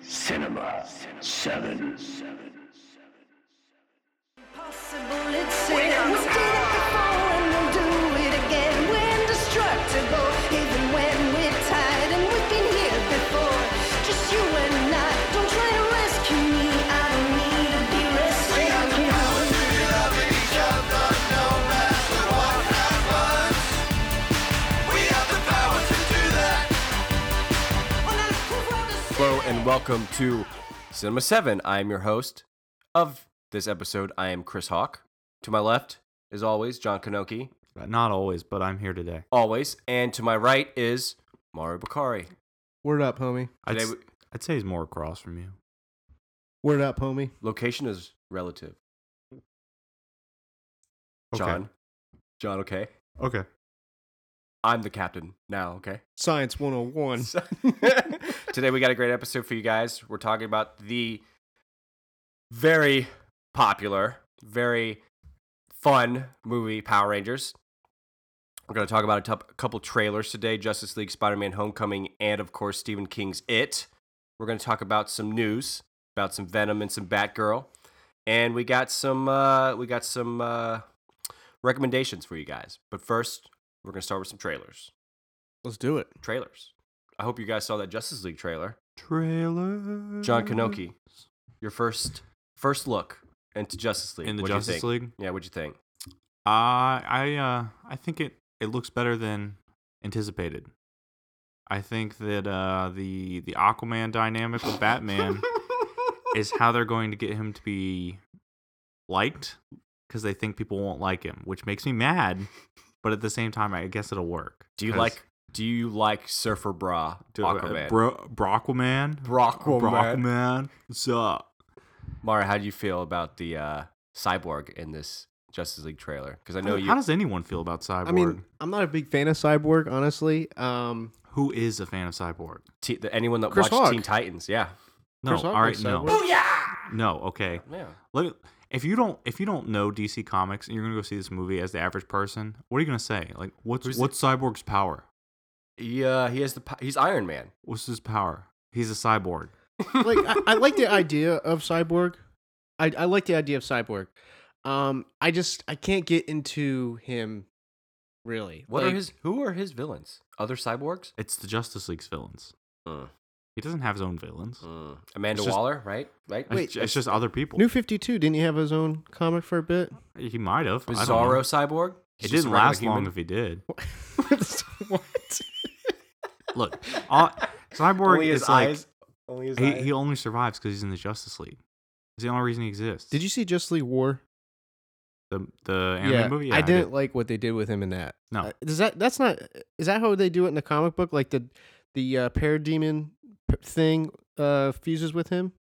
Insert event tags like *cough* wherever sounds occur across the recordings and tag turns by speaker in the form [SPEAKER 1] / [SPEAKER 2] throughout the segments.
[SPEAKER 1] Cinema, Seven.
[SPEAKER 2] Impossible, it's it. We did it before and we'll do it again. We're indestructible, even when we're tired. And we've been here before, just you and I. Don't try to rescue me, I don't need to be rescued.
[SPEAKER 3] Hello and welcome to Cinema 7. I am your host of this episode. I am Chris Hawk. To my left, as always, John Kanoki.
[SPEAKER 4] Uh, Not always, but I'm here today.
[SPEAKER 3] Always. And to my right is Mario Bakari.
[SPEAKER 5] Word up, homie.
[SPEAKER 4] I'd,
[SPEAKER 3] Today
[SPEAKER 4] s-
[SPEAKER 3] we-
[SPEAKER 4] I'd say he's more across from you.
[SPEAKER 5] Word up, homie.
[SPEAKER 3] Location is relative.
[SPEAKER 4] Okay.
[SPEAKER 3] John. John, okay.
[SPEAKER 4] Okay.
[SPEAKER 3] I'm the captain now, okay?
[SPEAKER 5] Science 101.
[SPEAKER 3] So- Today we got a great episode for you guys. We're talking about the very popular, very fun movie Power Rangers. We're going to talk about a tup- couple trailers today Justice League, Spider Man Homecoming, and of course, Stephen King's It. We're going to talk about some news about some Venom and some Batgirl. And we got some, uh, we got some uh, recommendations for you guys. But first, we're going to start with some trailers
[SPEAKER 5] Let's do it.
[SPEAKER 3] trailers. I hope you guys saw that Justice League trailer.
[SPEAKER 4] Trailer.
[SPEAKER 3] John
[SPEAKER 5] Mm-hmm.
[SPEAKER 3] Kanoki, your first first look into Justice League.
[SPEAKER 4] in the
[SPEAKER 3] What'd you
[SPEAKER 4] Justice
[SPEAKER 3] think?
[SPEAKER 4] League.
[SPEAKER 3] Yeah, what'd you think?
[SPEAKER 4] Uh, I uh, I think it it looks better than anticipated. I think that uh, the the Aquaman dynamic with *laughs* Batman is how they're going to get him to be liked because they think people won't like him, which makes me mad. But at the same time, I guess it'll work.
[SPEAKER 3] Do you
[SPEAKER 4] 'cause-
[SPEAKER 3] like do you like Surfer Bra
[SPEAKER 4] Do- uh,
[SPEAKER 3] Aquaman?
[SPEAKER 4] Bro- Brockman. Oh,
[SPEAKER 3] Brockwoman.
[SPEAKER 4] Brockman. What's up?
[SPEAKER 3] Mara, how do you feel about the uh, cyborg in this Justice League trailer? Because I know
[SPEAKER 4] How
[SPEAKER 3] you.
[SPEAKER 4] does anyone feel about Cyborg?
[SPEAKER 5] I mean, I'm not a big fan of Cyborg, honestly. Um,
[SPEAKER 4] who is a fan of Cyborg?
[SPEAKER 3] T- the, anyone that
[SPEAKER 5] Chris
[SPEAKER 3] watched
[SPEAKER 5] Hawk.
[SPEAKER 3] Teen Titans, yeah,
[SPEAKER 4] No,
[SPEAKER 5] Chris
[SPEAKER 4] all
[SPEAKER 5] Hawk
[SPEAKER 4] right,
[SPEAKER 5] likes
[SPEAKER 4] no,
[SPEAKER 5] Cyborg.
[SPEAKER 4] no. Okay,
[SPEAKER 3] yeah.
[SPEAKER 4] let me, if you don't if you don't know DC Comics and you're gonna go see this movie as the average person, what are you gonna say? Like, what's
[SPEAKER 3] Who's the-
[SPEAKER 4] what's Cyborg's power?
[SPEAKER 3] He, uh, he has the po- he's Iron Man.
[SPEAKER 4] What's his power? He's a cyborg.
[SPEAKER 5] *laughs* like, I, I
[SPEAKER 3] *laughs*
[SPEAKER 5] like the idea of Cyborg. I, I like the idea of Cyborg. Um, I just, I can't get into him, really.
[SPEAKER 3] What
[SPEAKER 5] Like,
[SPEAKER 3] are his? Who are his villains? Other cyborgs?
[SPEAKER 4] It's the Justice League's villains.
[SPEAKER 3] Mm.
[SPEAKER 4] He doesn't have his own villains.
[SPEAKER 3] Mm. Amanda
[SPEAKER 4] It's just-
[SPEAKER 3] Waller, right? Right.
[SPEAKER 4] It's,
[SPEAKER 5] Wait,
[SPEAKER 4] ju- it's just other people.
[SPEAKER 5] New 52, didn't he have his own comic for a bit? *laughs*
[SPEAKER 4] he might have. I don't know.
[SPEAKER 3] Bizarro cyborg. He's
[SPEAKER 4] It
[SPEAKER 3] just
[SPEAKER 4] didn't
[SPEAKER 3] a regular
[SPEAKER 4] last long
[SPEAKER 3] human?
[SPEAKER 4] if he did.
[SPEAKER 5] what?
[SPEAKER 3] *laughs*
[SPEAKER 4] Look, uh, Cyborg
[SPEAKER 3] Only his
[SPEAKER 4] is like
[SPEAKER 3] eyes. Only his
[SPEAKER 4] He,
[SPEAKER 3] eyes.
[SPEAKER 4] he only survives because he's in the Justice League. It's the only reason he exists.
[SPEAKER 5] Did you see Just League War?
[SPEAKER 4] the the anime movie? Yeah,
[SPEAKER 5] I didn't like what they did with him in that.
[SPEAKER 4] No.
[SPEAKER 5] Uh, does that that's not is that how they do it in the comic book? Like the the uh, parademon p- thing uh, fuses with him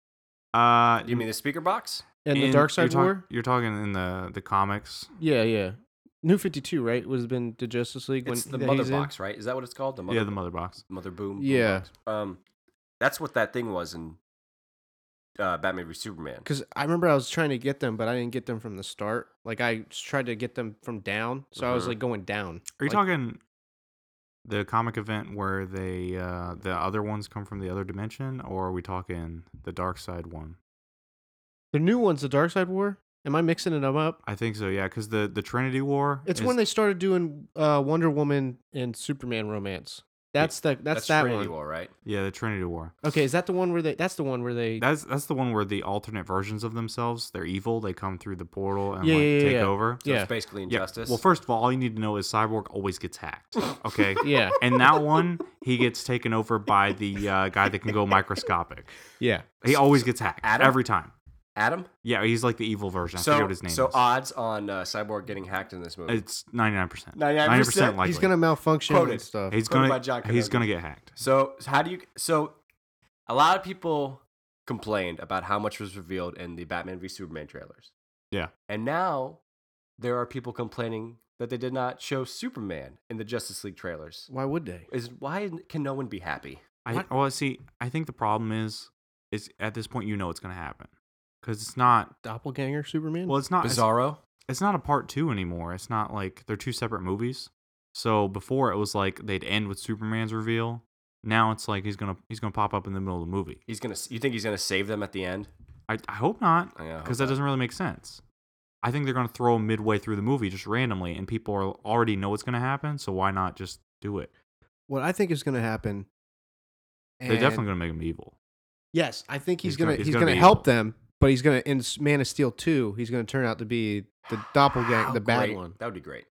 [SPEAKER 4] Uh,
[SPEAKER 3] you mean the speaker box?
[SPEAKER 5] in, the
[SPEAKER 4] in- you're
[SPEAKER 5] Dark Side
[SPEAKER 4] talk-
[SPEAKER 5] War.
[SPEAKER 4] You're talking in the the comics.
[SPEAKER 5] Yeah, yeah. New Fifty Two, right? Was been the Justice League when
[SPEAKER 3] It's the
[SPEAKER 5] that
[SPEAKER 3] mother
[SPEAKER 5] he's in?
[SPEAKER 3] box, right? Is that what it's called? The mother.
[SPEAKER 4] yeah, the mother box.
[SPEAKER 3] mother boom. boom
[SPEAKER 5] Yeah.
[SPEAKER 3] box. Um, that's what that thing was in uh, Batman v Superman.
[SPEAKER 5] Because I remember I was trying to get them, but I didn't get them from the start. Like I s- tried to get them from down, so I was
[SPEAKER 3] Mhm.
[SPEAKER 5] like going down.
[SPEAKER 4] Are you
[SPEAKER 5] Like,
[SPEAKER 4] talking the comic event where they uh, the other ones come from the other dimension, or are we talking the dark side one?
[SPEAKER 5] the new ones, the Dark Side War? Am I mixing them up?
[SPEAKER 4] I think so. Yeah, because the the Trinity War.
[SPEAKER 5] It's
[SPEAKER 4] is-
[SPEAKER 5] when they started doing uh, Wonder Woman and Superman romance. That's the that's, that
[SPEAKER 3] Trinity
[SPEAKER 5] one.
[SPEAKER 3] War, right?
[SPEAKER 4] yeah the Trinity War.
[SPEAKER 5] Okay, is that the one where they? That's the one where they.
[SPEAKER 4] That's that's the one where the alternate versions of themselves they're evil. They come through the portal and
[SPEAKER 5] Yeah,
[SPEAKER 4] like
[SPEAKER 5] yeah, yeah,
[SPEAKER 4] take
[SPEAKER 5] yeah.
[SPEAKER 4] over.
[SPEAKER 3] So
[SPEAKER 5] yeah,
[SPEAKER 3] It's basically
[SPEAKER 4] Yeah,
[SPEAKER 3] injustice.
[SPEAKER 4] Well, first of all, all you need to know is Cyborg always gets hacked. Okay. *laughs*
[SPEAKER 5] yeah,
[SPEAKER 4] And that one, he gets taken over by the uh, guy that can go microscopic.
[SPEAKER 5] yeah.
[SPEAKER 4] He always gets hacked
[SPEAKER 3] Adam?
[SPEAKER 4] every time.
[SPEAKER 3] Adam.
[SPEAKER 4] Yeah, he's like the evil version. I
[SPEAKER 3] so
[SPEAKER 4] forget what his name
[SPEAKER 3] so
[SPEAKER 4] is.
[SPEAKER 3] odds on uh, cyborg getting hacked in this movie.
[SPEAKER 4] it's ninety nine percent.
[SPEAKER 3] 99%?
[SPEAKER 4] likely.
[SPEAKER 5] He's gonna malfunction
[SPEAKER 3] Quoted.
[SPEAKER 5] and stuff.
[SPEAKER 4] He's
[SPEAKER 3] Quoted by
[SPEAKER 4] gonna.
[SPEAKER 3] John
[SPEAKER 4] he's
[SPEAKER 3] Kennedy.
[SPEAKER 4] gonna get hacked.
[SPEAKER 3] So how do you? So a lot of people complained about how much was revealed in the Batman v Superman trailers.
[SPEAKER 4] Yeah.
[SPEAKER 3] And now there are people complaining that they did not show Superman in the Justice League trailers.
[SPEAKER 5] Why would they?
[SPEAKER 3] Is why can no one be happy?
[SPEAKER 4] I
[SPEAKER 3] What?
[SPEAKER 4] well, see. I think the problem is, is at this point you know it's gonna happen because it's not.
[SPEAKER 5] Doppelganger Superman.
[SPEAKER 4] Well, it's not it's-
[SPEAKER 3] Bizarro.
[SPEAKER 4] it's not a part two anymore. It's not like they're two separate movies. So before it was like they'd end with Superman's reveal Now it's like he's gonna he's gonna pop up in the middle of the movie.
[SPEAKER 3] He's gonna. You think he's gonna save them at the end?
[SPEAKER 4] I, I hope not,
[SPEAKER 3] I hope
[SPEAKER 4] because that
[SPEAKER 3] not.
[SPEAKER 4] doesn't really make sense. I think they're gonna throw him midway through the movie just randomly, and people are, already know what's gonna happen. So why not just do it?
[SPEAKER 5] What I think is going to happen.
[SPEAKER 4] They're definitely
[SPEAKER 5] and-
[SPEAKER 4] gonna make him evil.
[SPEAKER 5] Yes, I think he's,
[SPEAKER 4] He's
[SPEAKER 5] gonna,
[SPEAKER 4] gonna-
[SPEAKER 5] he's,
[SPEAKER 4] he's
[SPEAKER 5] gonna,
[SPEAKER 4] gonna be
[SPEAKER 5] help
[SPEAKER 4] evil.
[SPEAKER 5] them, but he's gonna in S- Man of Steel two. He's gonna turn out to be
[SPEAKER 4] *sighs*
[SPEAKER 5] the
[SPEAKER 3] How
[SPEAKER 5] doppelganger, the bad
[SPEAKER 3] great-
[SPEAKER 5] one.
[SPEAKER 3] That would be great.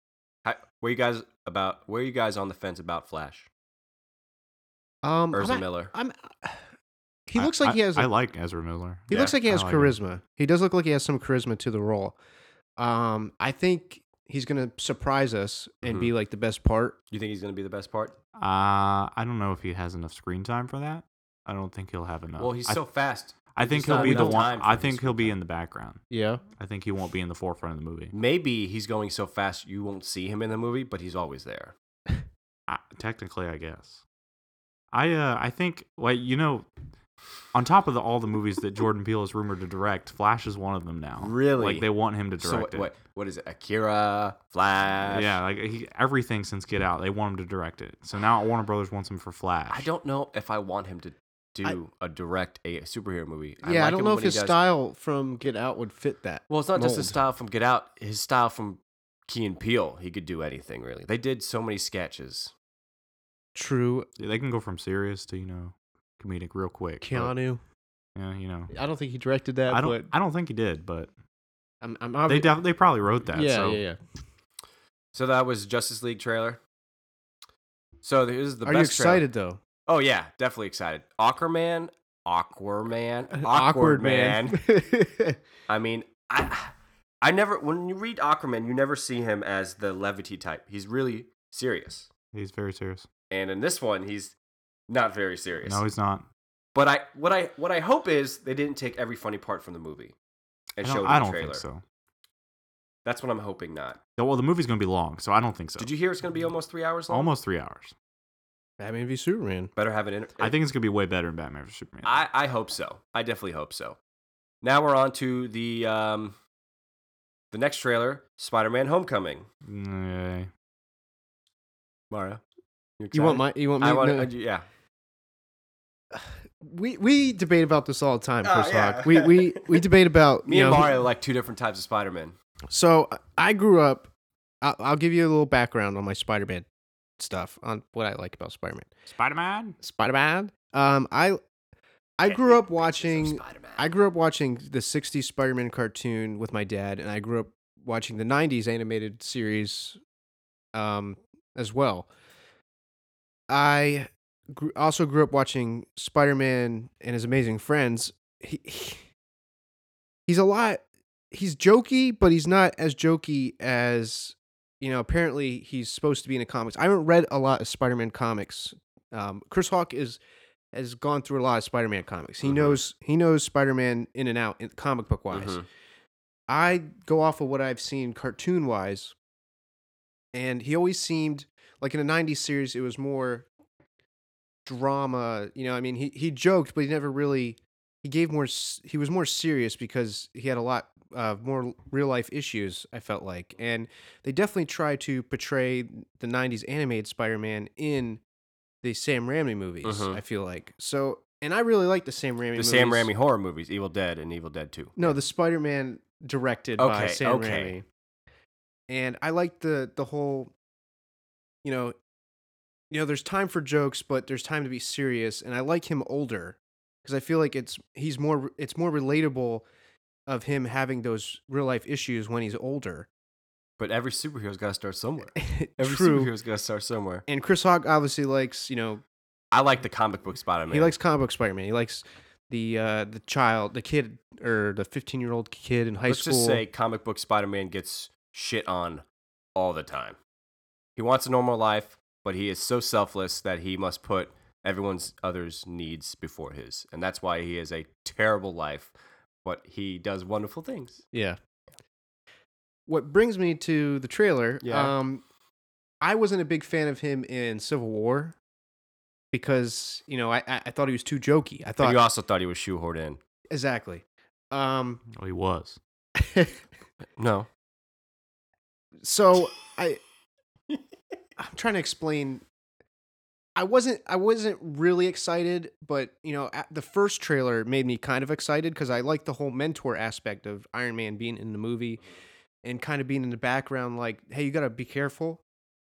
[SPEAKER 3] How, were you guys about? Were you guys on the fence about Flash?
[SPEAKER 5] Um,
[SPEAKER 3] Urza
[SPEAKER 5] I'm,
[SPEAKER 3] Miller.
[SPEAKER 5] I'm. *sighs* He
[SPEAKER 4] I-
[SPEAKER 5] looks like
[SPEAKER 4] I-
[SPEAKER 5] he has.
[SPEAKER 4] I like Ezra Miller.
[SPEAKER 5] He looks
[SPEAKER 4] Yeah,
[SPEAKER 5] like he
[SPEAKER 4] I
[SPEAKER 5] has
[SPEAKER 3] Oh,
[SPEAKER 4] like him.
[SPEAKER 5] charisma. He does look like he has some charisma to the role. Um, I think he's gonna surprise us and
[SPEAKER 3] Mm-hmm.
[SPEAKER 5] be like the best part.
[SPEAKER 3] You think he's gonna be the best part?
[SPEAKER 4] Uh, I don't know if he has enough screen time for that. I don't think he'll have enough.
[SPEAKER 3] Well, he's
[SPEAKER 4] I,
[SPEAKER 3] so fast.
[SPEAKER 4] I
[SPEAKER 3] there's
[SPEAKER 4] think
[SPEAKER 3] just
[SPEAKER 4] he'll
[SPEAKER 3] not
[SPEAKER 4] be the
[SPEAKER 3] enough time
[SPEAKER 4] one.
[SPEAKER 3] for
[SPEAKER 4] I
[SPEAKER 3] him to
[SPEAKER 4] think he'll
[SPEAKER 3] screen
[SPEAKER 4] be
[SPEAKER 3] time.
[SPEAKER 4] in the background.
[SPEAKER 5] Yeah.
[SPEAKER 4] I think he won't be in the forefront of the movie.
[SPEAKER 3] Maybe he's going so fast you won't see him in the movie, but he's always there.
[SPEAKER 4] I, technically, I guess. I uh, I think like you know, on top of the, all the movies that Jordan Peele is rumored to direct, Flash is one of them now.
[SPEAKER 3] Really?
[SPEAKER 4] Like they want him to direct
[SPEAKER 3] So what,
[SPEAKER 4] it.
[SPEAKER 3] what? What is it? Akira, Flash.
[SPEAKER 4] Yeah, like he, everything since Get Out, they want him to direct it. So now Warner Brothers wants him for Flash.
[SPEAKER 3] I don't know if I want him to do a direct a superhero movie.
[SPEAKER 5] yeah, I
[SPEAKER 3] like
[SPEAKER 5] don't
[SPEAKER 3] him
[SPEAKER 5] know
[SPEAKER 3] when
[SPEAKER 5] if
[SPEAKER 3] he
[SPEAKER 5] his
[SPEAKER 3] does-
[SPEAKER 5] style from Get Out would fit that.
[SPEAKER 3] Well, it's not just his
[SPEAKER 5] mold.
[SPEAKER 3] style from Get Out. His style from Key and Peele. He could do anything really. They did so many sketches.
[SPEAKER 5] True,
[SPEAKER 4] Yeah, They can go from serious to you know comedic real quick. but,
[SPEAKER 5] Keanu.
[SPEAKER 4] Yeah, you know.
[SPEAKER 5] I don't think he directed that.
[SPEAKER 4] I don't.
[SPEAKER 5] But
[SPEAKER 4] I don't think he did, but
[SPEAKER 5] I'm. I'm
[SPEAKER 4] they
[SPEAKER 5] obvi-
[SPEAKER 4] def- they probably wrote that.
[SPEAKER 5] yeah,
[SPEAKER 4] so.
[SPEAKER 5] yeah, yeah.
[SPEAKER 3] So that was Justice League trailer. So this is the
[SPEAKER 5] Are
[SPEAKER 3] best
[SPEAKER 5] you
[SPEAKER 3] trailer.
[SPEAKER 5] excited though?
[SPEAKER 3] Oh yeah, definitely excited. Aquaman,
[SPEAKER 5] *laughs*
[SPEAKER 3] Aquaman, Awkward, man. I mean, I I never when you read Aquaman, you never see him as the levity type. He's really serious.
[SPEAKER 4] He's very serious.
[SPEAKER 3] And in this one, he's not very serious.
[SPEAKER 4] No, he's not.
[SPEAKER 3] but I what I what I hope is they didn't take every funny part from the movie
[SPEAKER 4] I
[SPEAKER 3] and show it
[SPEAKER 4] don't,
[SPEAKER 3] in
[SPEAKER 4] I
[SPEAKER 3] the
[SPEAKER 4] don't
[SPEAKER 3] trailer.
[SPEAKER 4] think so.
[SPEAKER 3] That's what I'm hoping not.
[SPEAKER 4] Yeah, Well, the movie's gonna be long, so I don't think so.
[SPEAKER 3] Did you hear it's going to be almost 3 hours long?
[SPEAKER 4] Almost three hours.
[SPEAKER 5] Batman v Superman.
[SPEAKER 3] Better have an inter-
[SPEAKER 4] I think it's gonna be way better than Batman vs Superman.
[SPEAKER 3] I, I hope so. I definitely hope so. Now we're on to the um, the next trailer, Spider-Man: Homecoming.
[SPEAKER 4] Nah.
[SPEAKER 3] Mario,
[SPEAKER 5] You want my? You want me?
[SPEAKER 3] I uh, want.
[SPEAKER 5] no.
[SPEAKER 3] yeah.
[SPEAKER 5] we we debate about this all the time,
[SPEAKER 3] Oh,
[SPEAKER 5] Chris
[SPEAKER 3] yeah.
[SPEAKER 5] Rock. We we we debate about
[SPEAKER 3] *laughs* Me
[SPEAKER 5] you
[SPEAKER 3] and
[SPEAKER 5] know,
[SPEAKER 3] Mario like two different types of Spider-Man.
[SPEAKER 5] So I grew up. I'll, I'll give you a little background on my Spider-Man stuff on what I like about Spider-Man.
[SPEAKER 4] Spider Man.
[SPEAKER 5] Spider-Man. Um, I I grew up watching. I grew up watching the '60s Spider-Man cartoon with my dad, and I grew up watching the '90s animated series, um, as well. I gr- also grew up watching Spider-Man and His Amazing Friends. He, he- he's a lot. He's jokey, but he's not as jokey as you know. Apparently, he's supposed to be in the comics. I haven't read a lot of Spider-Man comics. Um, Chris Hawk is has gone through a lot of Spider-Man comics. He
[SPEAKER 3] Mhm.
[SPEAKER 5] knows he knows Spider-Man in and out, in comic book wise.
[SPEAKER 3] Mhm.
[SPEAKER 5] I go off of what I've seen cartoon wise, and he always seemed like in the '90s series it was more drama. You know, I mean, he he joked, but he never really he gave more. s- He was more serious because he had a lot uh, more real life issues. I felt like, and they definitely try to portray the '90s animated Spider-Man in the Sam Raimi movies.
[SPEAKER 3] Mhm.
[SPEAKER 5] I feel like so, and I really like the Sam Raimi.
[SPEAKER 3] The
[SPEAKER 5] movies.
[SPEAKER 3] Sam Raimi horror movies, Evil Dead and Evil Dead Two.
[SPEAKER 5] No, the Spider Man directed by
[SPEAKER 3] Okay,
[SPEAKER 5] Sam
[SPEAKER 3] okay.
[SPEAKER 5] Raimi. And I like the the whole you know you know, there's time for jokes, but there's time to be serious. And I like him older because I feel like it's he's more it's more relatable of him having those real life issues when he's older. *laughs*
[SPEAKER 3] But every superhero's got to start somewhere. Every
[SPEAKER 5] True.
[SPEAKER 3] superhero's got to start somewhere.
[SPEAKER 5] And Chris Hawk obviously likes, you know,
[SPEAKER 3] I like the comic book Spider-Man.
[SPEAKER 5] he likes comic book Spider Man. He likes the uh the child, the kid or the fifteen year old kid in high
[SPEAKER 3] Let's
[SPEAKER 5] school.
[SPEAKER 3] just say comic book Spider-Man gets shit on all the time. He wants a normal life, but he is so selfless that he must put everyone's others needs before his, and that's why he has a terrible life. But he does wonderful things.
[SPEAKER 5] Yeah. What brings me to the trailer.
[SPEAKER 3] Yeah.
[SPEAKER 5] Um, I wasn't a big fan of him in Civil War because you know I I, I thought he was too jokey. I
[SPEAKER 3] But
[SPEAKER 5] thought
[SPEAKER 3] you also thought he was shoehorned in.
[SPEAKER 5] exactly. Um,
[SPEAKER 3] *laughs*
[SPEAKER 4] Oh, he was.
[SPEAKER 3] No,
[SPEAKER 5] so I I'm trying to explain I wasn't I wasn't really excited, but you know, at- the first trailer made me kind of excited because I like the whole mentor aspect of Iron Man being in the movie and kind of being in the background, like, hey, you gotta be careful.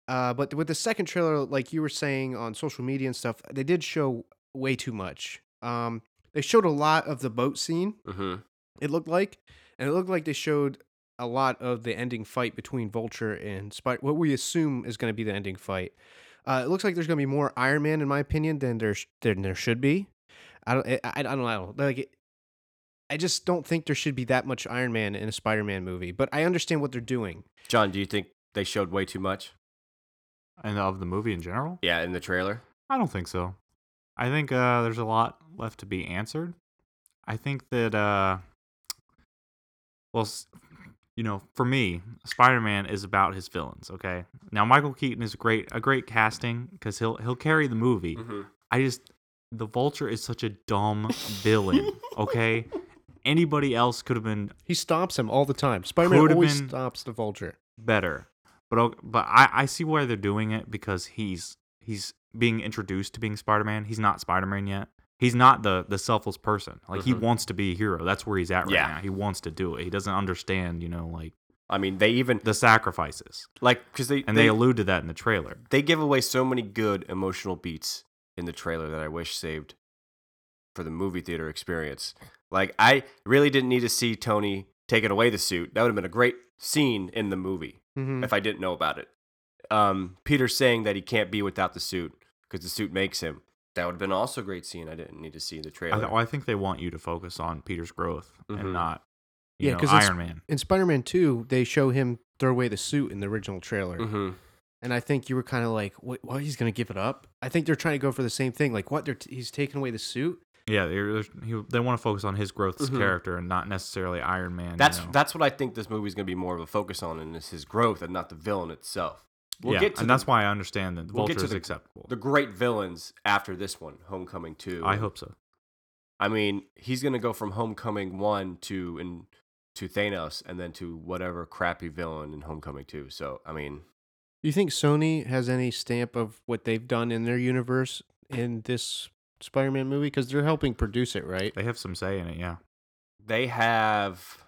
[SPEAKER 5] Uh, but with the second trailer, like you were saying on social media and stuff, they did show way too much. Um, they showed a lot of the boat scene.
[SPEAKER 3] Mm-hmm.
[SPEAKER 5] It looked like, and it looked like they showed a lot of the ending fight between Vulture and Spider. What we assume is going to be the ending fight. Uh, it looks like there's going to be more Iron Man, in my opinion, than there sh- than there should be. I don't. eh, I, I I don't know. Like, it, I just don't think there should be that much Iron Man in a Spider-Man movie. But I understand what they're doing.
[SPEAKER 3] John, do you think they showed way too much?
[SPEAKER 4] and of the movie in general.
[SPEAKER 3] Yeah, in the trailer.
[SPEAKER 4] I don't think so. I think uh, there's a lot left to be answered. I think that, uh, well, s- you know, for me, Spider-Man is about his villains. Okay, now Michael Keaton is great, a great casting because he'll he'll carry the movie. I just the Vulture is such a dumb villain. Okay, anybody else could have been
[SPEAKER 5] He stomps him all the time. Spider-Man
[SPEAKER 4] Could've
[SPEAKER 5] always
[SPEAKER 4] been-
[SPEAKER 5] stops the Vulture.
[SPEAKER 4] better. But o- but I, I see why they're doing it because he's he's being introduced to being Spider Man. He's not Spider Man yet. He's not the the selfless person. Like he
[SPEAKER 3] Mhm.
[SPEAKER 4] wants to be a hero. That's where he's at right
[SPEAKER 3] Yeah.
[SPEAKER 4] now. He wants to do it. He doesn't understand, you know, like
[SPEAKER 3] I mean, they even
[SPEAKER 4] the sacrifices.
[SPEAKER 3] like because they
[SPEAKER 4] And they, allude to that in the trailer.
[SPEAKER 3] they give away so many good emotional beats in the trailer that I wish saved for the movie theater experience. Like I really didn't need to see Tony taking away the suit. That would have been a great scene in the movie
[SPEAKER 5] Mhm.
[SPEAKER 4] Mm.
[SPEAKER 3] if I didn't know about it. Um, Peter saying that he can't be without the suit because the suit makes him. That would have been also a great scene. I didn't need to see in the
[SPEAKER 4] I,
[SPEAKER 3] trailer.
[SPEAKER 4] th- well, I think they want you to focus on Peter's growth
[SPEAKER 3] Mhm.
[SPEAKER 4] and not you
[SPEAKER 5] Yeah,
[SPEAKER 4] know,
[SPEAKER 5] 'cause it's-
[SPEAKER 4] Iron Man.
[SPEAKER 5] In Spider-Man Two, they show him throw away the suit in the original trailer.
[SPEAKER 3] hmm
[SPEAKER 5] And I think you were kind of like, what, what? He's going to give it up? I think they're trying to go for the same thing. Like, what? They're t- he's taking away the suit?
[SPEAKER 4] Yeah, they're, they're- he, they want to focus on his growth as a
[SPEAKER 3] Mhm.
[SPEAKER 4] character and not necessarily Iron Man. you
[SPEAKER 3] That's
[SPEAKER 4] know.
[SPEAKER 3] that's what I think this movie's going to be more of a focus on, and is his growth and not the villain itself. We'll
[SPEAKER 4] yeah,
[SPEAKER 3] get to
[SPEAKER 4] and
[SPEAKER 3] the-
[SPEAKER 4] that's why I understand that the
[SPEAKER 3] we'll get
[SPEAKER 4] Vulture
[SPEAKER 3] to
[SPEAKER 4] is
[SPEAKER 3] the-
[SPEAKER 4] acceptable.
[SPEAKER 3] the great villains after this one, Homecoming Two.
[SPEAKER 4] I hope so.
[SPEAKER 3] I mean, he's gonna go from Homecoming One to and to Thanos, and then to whatever crappy villain in Homecoming Two. So I mean,
[SPEAKER 5] You think Sony has any stamp of what they've done in their universe in this Spider-Man movie? Because they're helping produce it, right?
[SPEAKER 4] They have some say in it, yeah.
[SPEAKER 3] they have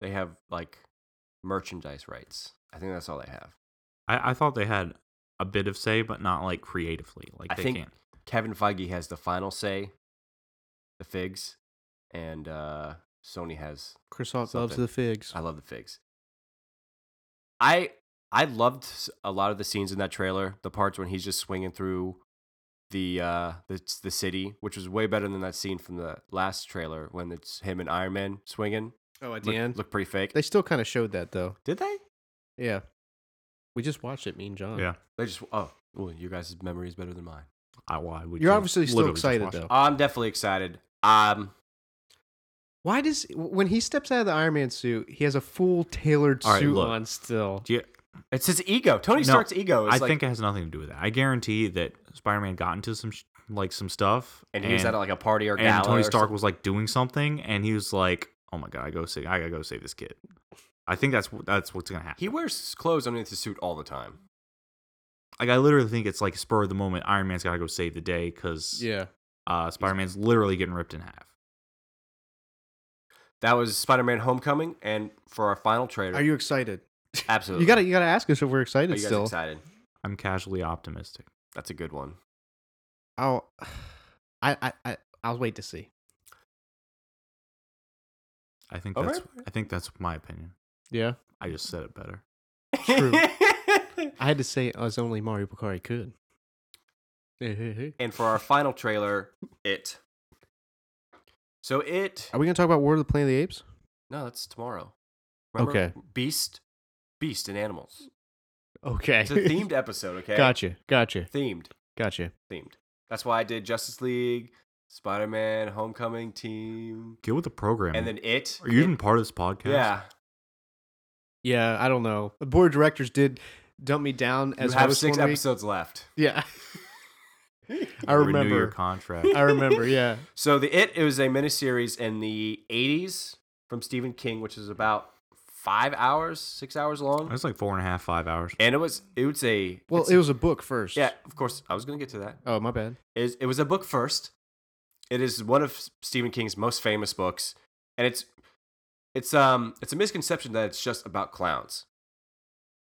[SPEAKER 3] they have like merchandise rights. I think that's all they have.
[SPEAKER 4] I, I thought they had a bit of say, but not like creatively. Like
[SPEAKER 3] I
[SPEAKER 4] they
[SPEAKER 3] think-
[SPEAKER 4] can't.
[SPEAKER 3] Kevin Feige has the final say, the figs, and uh, Sony has
[SPEAKER 5] Chris Hawk loves
[SPEAKER 3] Something.
[SPEAKER 5] the figs.
[SPEAKER 3] I love the figs. I I loved s- a lot of the scenes in that trailer. The parts when he's just swinging through the uh the the city, which was way better than that scene from the last trailer when it's him and Iron Man swinging.
[SPEAKER 5] Oh, at
[SPEAKER 3] Look, look pretty fake.
[SPEAKER 5] they still kind of showed that though.
[SPEAKER 3] Did they?
[SPEAKER 5] Yeah, we just watched it. Me and John.
[SPEAKER 4] Yeah.
[SPEAKER 3] They just oh well, you guys' memory is better than mine.
[SPEAKER 4] I, why would
[SPEAKER 5] You're
[SPEAKER 4] you
[SPEAKER 5] obviously still
[SPEAKER 4] literally just
[SPEAKER 5] excited,
[SPEAKER 4] watch it?
[SPEAKER 5] though.
[SPEAKER 3] I'm definitely excited. Um,
[SPEAKER 5] Why does when he steps out of the Iron Man suit, he has a full tailored
[SPEAKER 4] All right,
[SPEAKER 5] suit
[SPEAKER 4] look.
[SPEAKER 5] on still?
[SPEAKER 4] Do you-
[SPEAKER 3] it's his ego. Tony
[SPEAKER 4] No,
[SPEAKER 3] Stark's ego. Is
[SPEAKER 4] I
[SPEAKER 3] like,
[SPEAKER 4] think it has nothing to do with that. I guarantee that Spider-Man got into some sh- like some stuff,
[SPEAKER 3] and he was at like a party or gala.
[SPEAKER 4] and Tony
[SPEAKER 3] or
[SPEAKER 4] Stark
[SPEAKER 3] something.
[SPEAKER 4] was like doing something, and he was like, "Oh my god, I go save, I gotta go save this kid." I think that's wh- that's what's gonna happen.
[SPEAKER 3] He wears clothes underneath his suit all the time.
[SPEAKER 4] like I literally think it's like spur of the moment. Iron Man's gotta go save the day because
[SPEAKER 5] Yeah.
[SPEAKER 4] uh, Spider-Man's literally getting ripped in half.
[SPEAKER 3] That was Spider-Man: Homecoming, and for our final trailer,
[SPEAKER 5] Are you excited?
[SPEAKER 3] absolutely?
[SPEAKER 5] You gotta you gotta ask us if we're excited
[SPEAKER 3] Are you guys
[SPEAKER 5] still.
[SPEAKER 3] excited?
[SPEAKER 4] I'm casually optimistic.
[SPEAKER 3] That's a good one.
[SPEAKER 5] I'll, *sighs* I, I, I, I'll wait to see.
[SPEAKER 4] I think
[SPEAKER 3] All
[SPEAKER 4] that's
[SPEAKER 3] right.
[SPEAKER 4] I think that's my opinion.
[SPEAKER 5] Yeah,
[SPEAKER 4] I just said it better.
[SPEAKER 5] True. I had to say it as only Mario Bakari could. Are
[SPEAKER 3] *laughs* and for our final trailer, it. So it.
[SPEAKER 5] we gonna talk about War of the Planet of the Apes?
[SPEAKER 3] No, that's tomorrow. Remember?
[SPEAKER 5] Okay.
[SPEAKER 3] Beast, Beast and animals.
[SPEAKER 5] Okay. *laughs*
[SPEAKER 3] It's a themed episode. Okay.
[SPEAKER 5] gotcha, gotcha,
[SPEAKER 3] Themed,
[SPEAKER 5] gotcha.
[SPEAKER 3] themed. That's why I did Justice League, Spider-Man, Homecoming Team,
[SPEAKER 4] Get with the program.
[SPEAKER 3] and then it.
[SPEAKER 4] are you
[SPEAKER 3] It-
[SPEAKER 4] even part of this podcast?
[SPEAKER 3] Yeah.
[SPEAKER 5] Yeah, I don't know. The board of directors did dump me down
[SPEAKER 3] You
[SPEAKER 5] as
[SPEAKER 3] have
[SPEAKER 5] host
[SPEAKER 3] six
[SPEAKER 5] one week.
[SPEAKER 3] episodes left. *laughs*
[SPEAKER 5] Yeah, I
[SPEAKER 4] Renew your
[SPEAKER 5] remember. *laughs*
[SPEAKER 4] contract.
[SPEAKER 5] I remember. Yeah.
[SPEAKER 3] So the It, it was a miniseries in the 80s from Stephen King, which is about five hours, six hours long,
[SPEAKER 4] That's like four and a half, five hours.
[SPEAKER 3] and it was it was a
[SPEAKER 5] Well,
[SPEAKER 3] it's-
[SPEAKER 5] it was a book first.
[SPEAKER 3] yeah. Of course, I was gonna get to that.
[SPEAKER 5] Oh, my bad.
[SPEAKER 3] is it was a book first. It is one of Stephen King's most famous books, and it's it's um it's a misconception that it's just about clowns,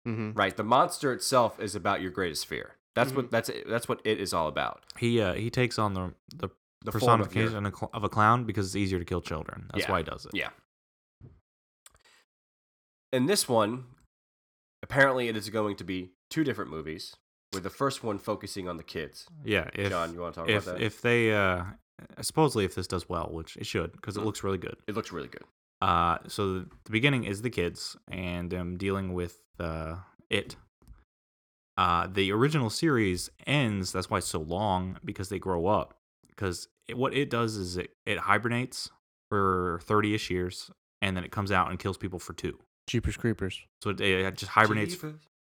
[SPEAKER 5] Mm-hmm.
[SPEAKER 3] right? The monster itself is about your greatest fear. That's
[SPEAKER 4] Mm-hmm.
[SPEAKER 3] what that's that's what it is all about.
[SPEAKER 4] He uh, he takes on the the,
[SPEAKER 3] The form of fear.
[SPEAKER 4] personification of, cl- of a clown because it's easier to kill children. That's
[SPEAKER 3] Yeah.
[SPEAKER 4] why he does it.
[SPEAKER 3] Yeah. In this one, apparently it is going to be two different movies. With the first one focusing on the kids.
[SPEAKER 4] Yeah. If,
[SPEAKER 3] John, you want to talk
[SPEAKER 4] if,
[SPEAKER 3] about that?
[SPEAKER 4] if they uh, supposedly if this does well, which it should because it
[SPEAKER 3] Mm.
[SPEAKER 4] looks really good.
[SPEAKER 3] it looks really good.
[SPEAKER 4] Uh, so the, the beginning is the kids and um, dealing with uh, it. Uh, the original series ends. That's why it's so long because they grow up. Because it, what it does is it, it hibernates for thirty ish years, and then it comes out and kills people for two.
[SPEAKER 5] Jeepers Creepers.
[SPEAKER 4] So it, it just hibernates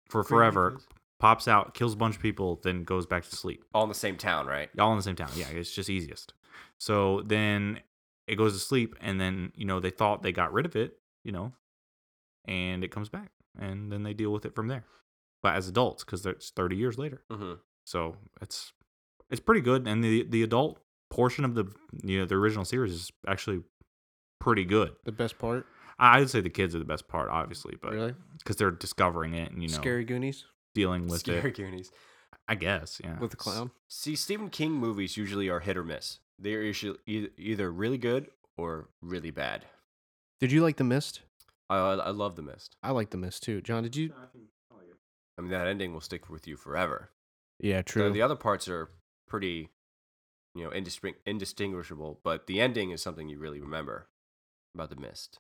[SPEAKER 4] for forever, pops out, kills a bunch of people, then goes back to sleep
[SPEAKER 3] All in the same town, right?
[SPEAKER 4] all in the same town. Yeah, it's just easiest. So then it goes to sleep, and then you know they thought they got rid of it, you know, and it comes back, and then they deal with it from there. But as adults, because it's thirty years later,
[SPEAKER 3] Mm-hmm.
[SPEAKER 4] so it's it's pretty good. And the the adult portion of the you know the original series is actually pretty good.
[SPEAKER 5] The best part,
[SPEAKER 4] I- I'd say the kids are the best part, obviously, but because
[SPEAKER 5] really.
[SPEAKER 4] they're discovering it and you know
[SPEAKER 5] Scary Goonies
[SPEAKER 4] dealing with
[SPEAKER 3] Scary *laughs*
[SPEAKER 4] it.
[SPEAKER 3] Goonies.
[SPEAKER 4] I guess, yeah.
[SPEAKER 5] with the clown.
[SPEAKER 3] See, Stephen King movies usually are hit or miss. They're usually eith- either really good or really bad.
[SPEAKER 5] Did you like The Mist?
[SPEAKER 3] I, I I love The Mist.
[SPEAKER 5] I like The Mist too. John, did you?
[SPEAKER 3] I mean, that ending will stick with you forever.
[SPEAKER 5] Yeah,
[SPEAKER 3] The-
[SPEAKER 5] true.
[SPEAKER 3] The, other parts are pretty, you know, indistingu- indistinguishable, but the ending is something you really remember about The Mist.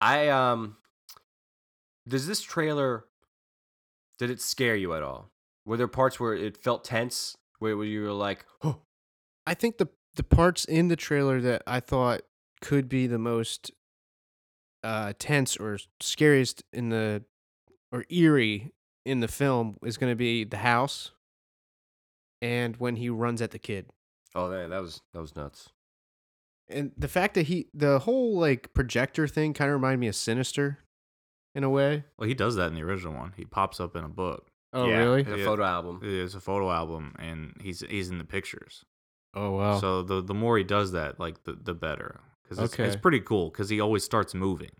[SPEAKER 3] I, um, does this trailer, did it scare you at all? Were there parts where it felt tense, where where you were like, oh,
[SPEAKER 5] I think the the parts in the trailer that I thought could be the most uh, tense or scariest in the or eerie in the film is going to be the house and when he runs at the kid.
[SPEAKER 3] oh, man, that was, that was nuts.
[SPEAKER 5] And the fact that he the whole like projector thing kind of reminded me of Sinister in a way.
[SPEAKER 4] Well, he does that in the original one. He pops up in a book.
[SPEAKER 5] Oh,
[SPEAKER 3] Yeah,
[SPEAKER 5] really?
[SPEAKER 3] It's a
[SPEAKER 4] Yeah.
[SPEAKER 3] photo album.
[SPEAKER 4] It's a photo album, and he's he's in the pictures.
[SPEAKER 5] Oh, wow.
[SPEAKER 4] So the the more he does that, like the the better, because it's, it's
[SPEAKER 5] Okay.
[SPEAKER 4] pretty cool. Because he always starts moving.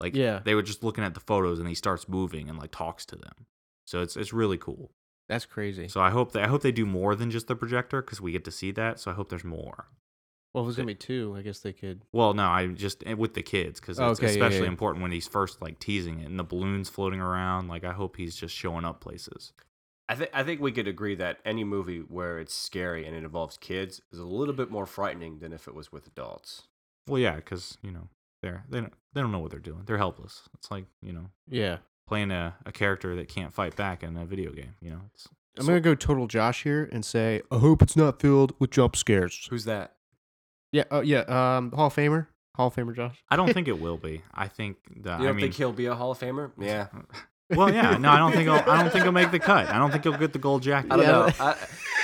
[SPEAKER 4] Like
[SPEAKER 5] Yeah.
[SPEAKER 4] they were just looking at the photos, and he starts moving and like talks to them. So it's it's really cool.
[SPEAKER 5] That's crazy.
[SPEAKER 4] So I hope that I hope they do more than just the projector because we get to see that. So I hope there's more.
[SPEAKER 5] well, if it's going to be two, I guess they could.
[SPEAKER 4] Well, no, I just and with the kids because it's
[SPEAKER 5] Okay, yeah, yeah,
[SPEAKER 4] especially
[SPEAKER 5] yeah.
[SPEAKER 4] important when he's first like teasing it and the balloons floating around. Like I hope he's just showing up places.
[SPEAKER 3] I think I think we could agree that any movie where it's scary and it involves kids is a little bit more frightening than if it was with adults.
[SPEAKER 4] Well, yeah, because you know they're they don't they don't know what they're doing. They're helpless. It's like you know
[SPEAKER 5] Yeah.
[SPEAKER 4] playing a, a character that can't fight back in a video game. You know, it's
[SPEAKER 5] I'm going to go total Josh here and say, I hope it's not filled with jump scares.
[SPEAKER 3] Who's that?
[SPEAKER 5] Yeah, oh yeah. Um, Hall of Famer, Hall of Famer, Josh.
[SPEAKER 4] I don't think it will be. I think that
[SPEAKER 3] You don't
[SPEAKER 4] I mean,
[SPEAKER 3] think he'll be a Hall of Famer? *laughs* Yeah. *laughs*
[SPEAKER 4] well, yeah, no, I don't think he'll, I don't think he'll make the cut. I don't think he'll get the gold jacket.
[SPEAKER 3] I don't
[SPEAKER 5] Yeah.
[SPEAKER 3] know. I,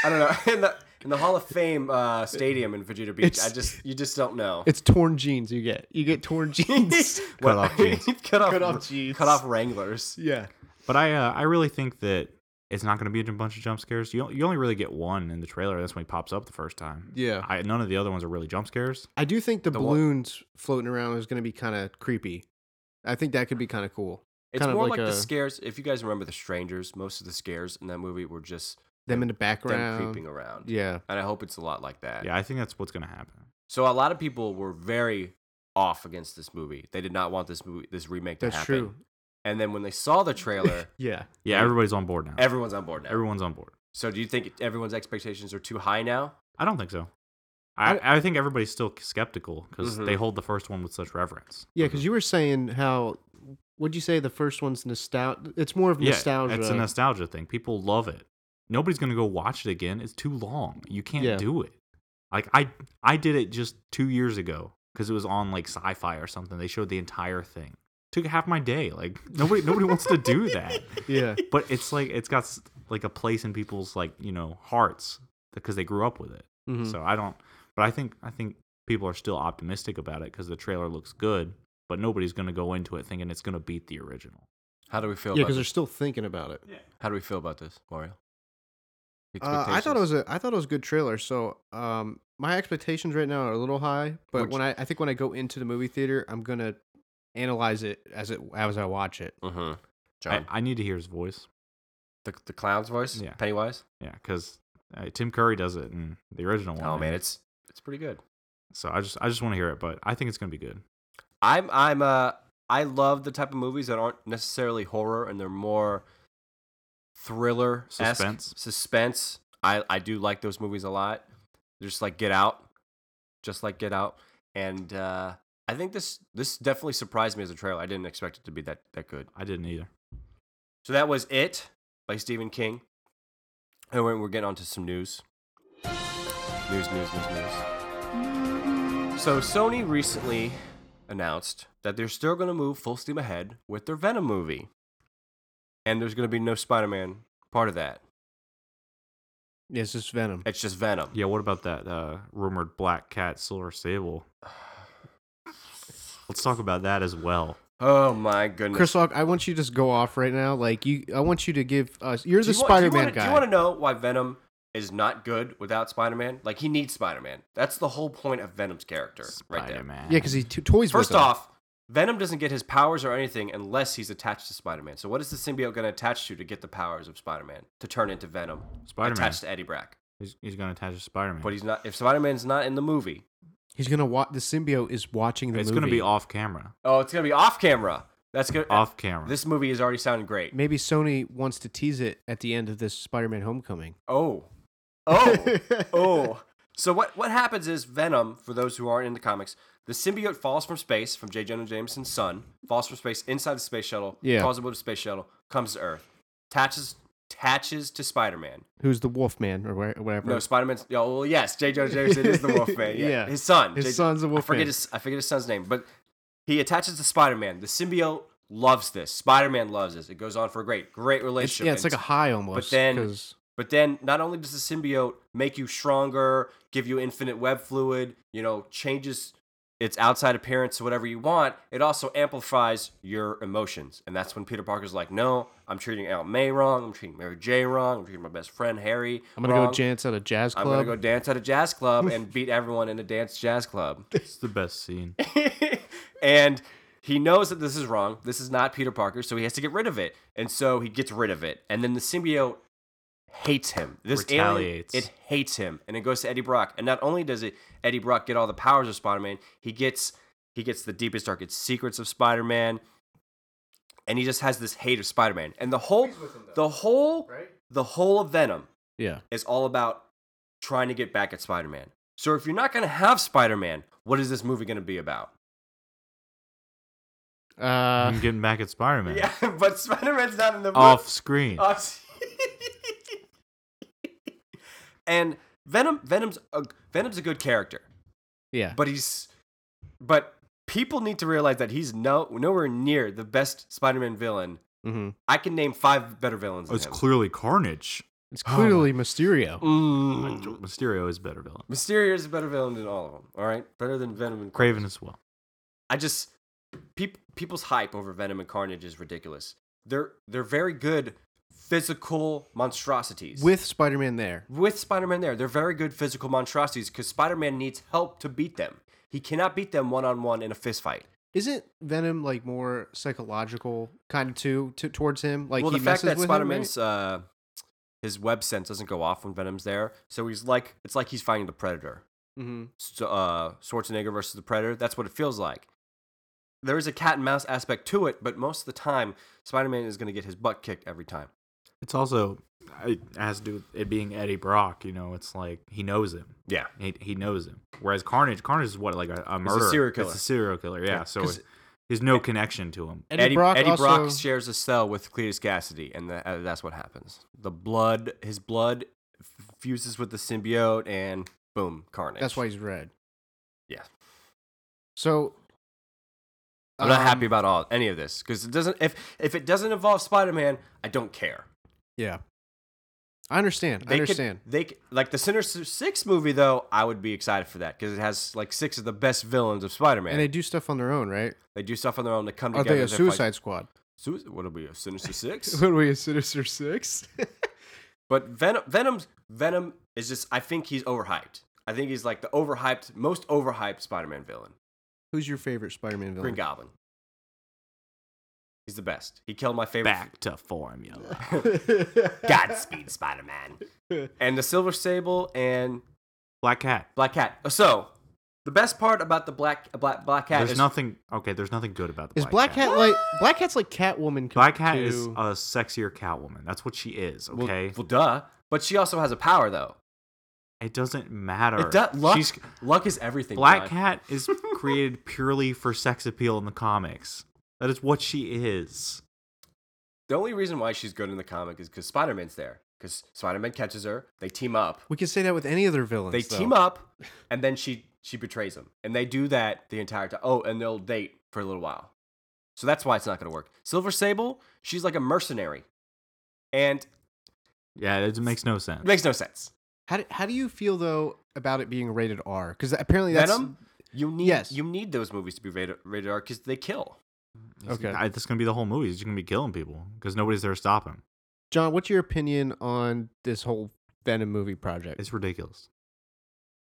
[SPEAKER 3] I don't know. *laughs* In the in the Hall of Fame uh, stadium in Virginia Beach, I
[SPEAKER 5] It's-
[SPEAKER 3] just you just don't know. *laughs*
[SPEAKER 5] It's torn jeans you get. You get torn jeans.
[SPEAKER 3] Well,
[SPEAKER 4] off jeans.
[SPEAKER 3] *laughs* cut off,
[SPEAKER 5] *laughs* Cut off jeans.
[SPEAKER 3] cut off Wranglers.
[SPEAKER 5] yeah.
[SPEAKER 4] But I uh, I really think that it's not going to be a bunch of jump scares. You you only really get one in the trailer. That's when he pops up the first time.
[SPEAKER 5] Yeah.
[SPEAKER 4] I, none of the other ones are really jump scares.
[SPEAKER 5] I do think the,
[SPEAKER 3] The wa-
[SPEAKER 5] balloons floating around is going to be kind of creepy. I think that could be kind of cool.
[SPEAKER 3] It's
[SPEAKER 5] Kind of
[SPEAKER 3] more
[SPEAKER 5] like
[SPEAKER 3] like, the
[SPEAKER 5] a-
[SPEAKER 3] scares. If you guys remember the Strangers, most of the scares in that movie were just
[SPEAKER 5] Them in the
[SPEAKER 3] them
[SPEAKER 5] background.
[SPEAKER 3] creeping around.
[SPEAKER 5] Yeah.
[SPEAKER 3] And I hope it's a lot like that.
[SPEAKER 4] Yeah, I think that's what's going to happen.
[SPEAKER 3] So a lot of people were very off against this movie. They did not want this movie, this remake to
[SPEAKER 5] That's
[SPEAKER 3] happen.
[SPEAKER 5] true.
[SPEAKER 3] And then when they saw the
[SPEAKER 5] *laughs*
[SPEAKER 3] trailer,
[SPEAKER 5] Yeah.
[SPEAKER 4] Yeah, everybody's on board now.
[SPEAKER 3] everyone's on board now.
[SPEAKER 4] Everyone's on board.
[SPEAKER 3] So do you think everyone's expectations are too high now?
[SPEAKER 4] I don't think so. I, I, think everybody's still skeptical because
[SPEAKER 3] Mhm.
[SPEAKER 4] they hold the first one with such reverence.
[SPEAKER 5] Yeah, because you were saying how would you say the first one's nostalgia? It's more of nostalgia.
[SPEAKER 4] Yeah, it's a nostalgia thing. People love it. Nobody's gonna go watch it again. It's too long. You can't
[SPEAKER 5] Yeah.
[SPEAKER 4] do it. Like I, I did it just two years ago because it was on like Sci-Fi or something. They showed the entire thing. Took half my day. Like *laughs* nobody, nobody wants to do
[SPEAKER 5] *laughs*
[SPEAKER 4] that.
[SPEAKER 5] yeah.
[SPEAKER 4] But it's like it's got s- like a place in people's like you know hearts because they grew up with it.
[SPEAKER 5] Mhm.
[SPEAKER 4] So I don't. But I think I think people are still optimistic about it because the trailer looks good. but nobody's gonna go into it thinking it's gonna beat the original.
[SPEAKER 3] How do we feel? about
[SPEAKER 5] Yeah, because they're
[SPEAKER 3] this?
[SPEAKER 5] still thinking about it.
[SPEAKER 3] How do we feel about this, Mario?
[SPEAKER 5] Uh, I thought it was a I thought it was a good trailer. So um, my expectations right now are a little high, but
[SPEAKER 3] Which-
[SPEAKER 5] when I, I think when I go into the movie theater, I'm gonna analyze it as it as I watch it.
[SPEAKER 3] Mm-hmm.
[SPEAKER 4] I,
[SPEAKER 3] John,
[SPEAKER 4] I need to hear his voice.
[SPEAKER 3] the the clown's voice,
[SPEAKER 4] Yeah.
[SPEAKER 3] Pennywise.
[SPEAKER 4] Yeah, because uh, Tim Curry does it in the original one.
[SPEAKER 3] Oh man,
[SPEAKER 4] and-
[SPEAKER 3] it's it's pretty good.
[SPEAKER 4] so I just I just want to hear it, but I think it's gonna be good.
[SPEAKER 3] I'm I'm uh I love the type of movies that aren't necessarily horror and they're more thriller
[SPEAKER 4] Suspense.
[SPEAKER 3] Suspense. I I do like those movies a lot. Just like Get Out, just like Get Out, and uh, I think this this definitely surprised me as a trailer. I didn't expect it to be that that good.
[SPEAKER 4] I didn't either.
[SPEAKER 3] So that was it by Stephen King. And we're, we're getting on to some news. News, news, news, news. So Sony recently announced that they're still going to move full steam ahead with their Venom movie. And there's going to be no Spider Man part of that.
[SPEAKER 5] It's just Venom.
[SPEAKER 3] It's just Venom.
[SPEAKER 4] Yeah, what about that uh, rumored Black Cat Silver Sable? Let's talk about that as well.
[SPEAKER 3] Oh my goodness.
[SPEAKER 5] Chris Lock, I want you to just go off right now. Like you, I want you to give us. You're
[SPEAKER 3] Do
[SPEAKER 5] the
[SPEAKER 3] you want- do you
[SPEAKER 5] Spider-Man
[SPEAKER 3] wanna-
[SPEAKER 5] guy.
[SPEAKER 3] Do you want to know why Venom is not good without Spider Man? Like, he needs Spider Man. That's the whole point of Venom's character right there.
[SPEAKER 4] Spider Man.
[SPEAKER 5] yeah, because he t- toys.
[SPEAKER 3] First
[SPEAKER 5] with him.
[SPEAKER 3] off, Venom doesn't get his powers or anything unless he's attached to Spider-Man. So what is the symbiote going to attach to to get the powers of Spider-Man to turn into Venom
[SPEAKER 4] Spider Man.
[SPEAKER 3] attached to Eddie Brack?
[SPEAKER 4] He's, he's gonna attach to Spider Man.
[SPEAKER 3] But he's not. If Spider-Man's not in the movie,
[SPEAKER 5] he's gonna watch. The symbiote is watching the
[SPEAKER 4] It's
[SPEAKER 5] movie.
[SPEAKER 4] gonna be off camera.
[SPEAKER 3] oh, it's going to be off camera. That's good.
[SPEAKER 4] Off camera.
[SPEAKER 3] This movie is already sounding great.
[SPEAKER 5] Maybe Sony wants to tease it at the end of this Spider-Man Homecoming.
[SPEAKER 3] Oh, oh, oh. So what what happens is Venom, for those who aren't in the comics, the symbiote falls from space from J. Jonah Jameson's son, falls from space inside the space shuttle,
[SPEAKER 5] Yeah.
[SPEAKER 3] causes a blip space shuttle, comes to Earth, attaches attaches to Spider-Man.
[SPEAKER 5] Who's the Wolfman or where- whatever?
[SPEAKER 3] No, Spider Man's. Oh, well, yes, J. Jonah Jameson is the
[SPEAKER 5] *laughs*
[SPEAKER 3] Wolfman. Yeah,
[SPEAKER 5] Yeah.
[SPEAKER 3] his son.
[SPEAKER 5] His
[SPEAKER 3] J-
[SPEAKER 5] son's the
[SPEAKER 3] I
[SPEAKER 5] Wolfman.
[SPEAKER 3] forget his. I forget his son's name, but he attaches to Spider Man. The symbiote loves this. Spider Man loves this. It goes on for a great, great
[SPEAKER 5] It's-
[SPEAKER 3] relationship.
[SPEAKER 5] yeah, it's like a high almost.
[SPEAKER 3] then-
[SPEAKER 5] 'cause-
[SPEAKER 3] But then, not only does the symbiote make you stronger, give you infinite web fluid, you know, changes its outside appearance to whatever you want, it also amplifies your emotions. And that's when Peter Parker's like, "No, I'm treating Aunt May wrong. I'm treating Mary J wrong. I'm treating my best friend Harry.
[SPEAKER 5] I'm gonna
[SPEAKER 3] wrong.
[SPEAKER 5] go dance at a jazz
[SPEAKER 3] I'm
[SPEAKER 5] club.
[SPEAKER 3] gonna go dance at a jazz club and beat everyone in a dance jazz club. *laughs*
[SPEAKER 4] It's the best scene.
[SPEAKER 3] and he knows that this is wrong. This is not Peter Parker, so he has to get rid of it. And so he gets rid of it. And then the symbiote hates him. This alien,
[SPEAKER 4] Retaliates.
[SPEAKER 3] it hates him, and it goes to Eddie Brock. And not only does it Eddie Brock get all the powers of Spider-Man, he gets he gets the deepest, darkest secrets of Spider-Man. And he just has this hate of Spider-Man. And the whole the whole the whole of Venom
[SPEAKER 5] yeah,
[SPEAKER 3] is all about trying to get back at Spider Man. So if you're not going to have Spider Man, what is this movie going to be about?
[SPEAKER 5] uh, Mm-hmm.
[SPEAKER 4] I'm getting back at Spider Man.
[SPEAKER 3] Yeah, *laughs* but Spider Man's not in the *laughs*
[SPEAKER 4] Off screen.
[SPEAKER 3] movie. Oh, and Venom, Venom's a, Venom's a good character,
[SPEAKER 5] yeah.
[SPEAKER 3] but he's, but people need to realize that he's no nowhere near the best Spider Man villain.
[SPEAKER 5] hmm
[SPEAKER 3] I can name five better villains.
[SPEAKER 4] Oh,
[SPEAKER 3] Than
[SPEAKER 4] it's
[SPEAKER 3] him.
[SPEAKER 4] clearly Carnage.
[SPEAKER 5] It's
[SPEAKER 3] Oh
[SPEAKER 5] clearly Mysterio.
[SPEAKER 3] Mm.
[SPEAKER 4] Mysterio is a better villain.
[SPEAKER 3] Mysterio is a better villain than all of them. All right, better than Venom and
[SPEAKER 4] Craven as well.
[SPEAKER 3] I just peop, people's hype over Venom and Carnage is ridiculous. They're they're very good physical monstrosities.
[SPEAKER 5] With Spider-Man there,
[SPEAKER 3] with Spider-Man there, they're very good physical monstrosities because Spider-Man needs help to beat them. He cannot beat them one on one in a fist fight.
[SPEAKER 5] isn't Venom like more psychological kind of too to, towards him? Like
[SPEAKER 3] well,
[SPEAKER 5] he
[SPEAKER 3] the fact that
[SPEAKER 5] messes with
[SPEAKER 3] Spider-Man's uh, his web sense doesn't go off when Venom's there, so he's like it's like he's fighting the Predator.
[SPEAKER 5] him,
[SPEAKER 3] so, uh, Schwarzenegger versus the Predator. That's what it feels like. There is a cat and mouse aspect to it, but most of the time, Spider Man is going to get his butt kicked every time.
[SPEAKER 4] It's also it has to do with it being Eddie Brock. You know, it's like he knows him.
[SPEAKER 3] Yeah.
[SPEAKER 4] He, he knows him. Whereas Carnage, Carnage is what like a, a murderer.
[SPEAKER 3] serial killer.
[SPEAKER 4] It's a serial killer. Yeah.
[SPEAKER 3] Yeah,
[SPEAKER 4] so
[SPEAKER 3] 'cause-
[SPEAKER 4] it- there's no connection to him.
[SPEAKER 5] Eddie Brock also-
[SPEAKER 3] shares a cell with Cletus Cassidy, and tha- uh, that's what happens. The blood, his blood f- fuses with the symbiote, and boom, carnage.
[SPEAKER 5] That's why he's red.
[SPEAKER 3] Yeah.
[SPEAKER 5] So
[SPEAKER 3] I'm not
[SPEAKER 5] um,
[SPEAKER 3] happy about all any of this because it doesn't. If if it doesn't involve Spider Man, I don't care.
[SPEAKER 5] Yeah. I understand. I
[SPEAKER 3] They could-
[SPEAKER 5] understand.
[SPEAKER 3] they could, like the Sinister Six movie though. I would be excited for that because it has like six of the best villains of Spider-Man.
[SPEAKER 5] and they
[SPEAKER 3] They,
[SPEAKER 5] do stuff on their own, right?
[SPEAKER 3] do stuff on their own to come
[SPEAKER 5] Are
[SPEAKER 3] together.
[SPEAKER 5] they a
[SPEAKER 3] to fight-
[SPEAKER 5] Suicide *laughs* Squad?
[SPEAKER 3] Sui- What'll be a Sinister
[SPEAKER 5] *laughs*
[SPEAKER 3] Six?
[SPEAKER 5] What are we, a Sinister Six?
[SPEAKER 3] But Venom, Venom's Venom is just. I think he's overhyped. I think he's like the overhyped, most overhyped Spider-Man villain.
[SPEAKER 5] Who's your favorite Spider-Man villain?
[SPEAKER 3] Green Goblin. He's the best. He killed my favorite.
[SPEAKER 4] Back
[SPEAKER 3] *laughs*
[SPEAKER 4] to formula.
[SPEAKER 5] *laughs*
[SPEAKER 3] Godspeed, Spider-Man. *laughs* and the Silver Sable and
[SPEAKER 4] Black Cat.
[SPEAKER 3] Black Cat. So the best part about the Black Black Black Cat
[SPEAKER 4] There's
[SPEAKER 3] is
[SPEAKER 4] nothing. Okay, there's nothing good about the
[SPEAKER 5] Is Black Cat like Black Cat's like Catwoman? com-
[SPEAKER 4] Black Cat is
[SPEAKER 3] uh,
[SPEAKER 5] to-
[SPEAKER 4] a sexier Catwoman. That's what she is.
[SPEAKER 3] Well,
[SPEAKER 4] Okay,
[SPEAKER 3] Well, duh. But she also has a power though.
[SPEAKER 4] it doesn't matter.
[SPEAKER 3] It does. Luck.
[SPEAKER 4] She's-
[SPEAKER 3] luck is everything.
[SPEAKER 4] Black
[SPEAKER 3] John.
[SPEAKER 4] Cat
[SPEAKER 3] *laughs*
[SPEAKER 4] is created purely for sex appeal in the comics. That is what she is.
[SPEAKER 3] The only reason why she's good in the comic is because Spider Man's there. Because Spider Man catches her. They team up.
[SPEAKER 5] we can say that with any of their villains.
[SPEAKER 3] They
[SPEAKER 5] though.
[SPEAKER 3] team up, and then she she betrays him, and they do that the entire time. Oh, and they'll date for a little while. So that's why it's not going to work. Silver Sable, she's like a mercenary, and
[SPEAKER 4] Yeah, it makes no sense.
[SPEAKER 3] it makes no sense.
[SPEAKER 5] How do, how do you feel though about it being rated R? Because apparently that's
[SPEAKER 3] Venom, you need
[SPEAKER 5] Yes.
[SPEAKER 3] you need those movies to be rated, rated R because they kill.
[SPEAKER 5] okay.
[SPEAKER 4] I, that's gonna be the whole movie. Is you're gonna be killing people because nobody's there to stop him.
[SPEAKER 5] John, what's your opinion on this whole Venom movie project?
[SPEAKER 4] It's ridiculous.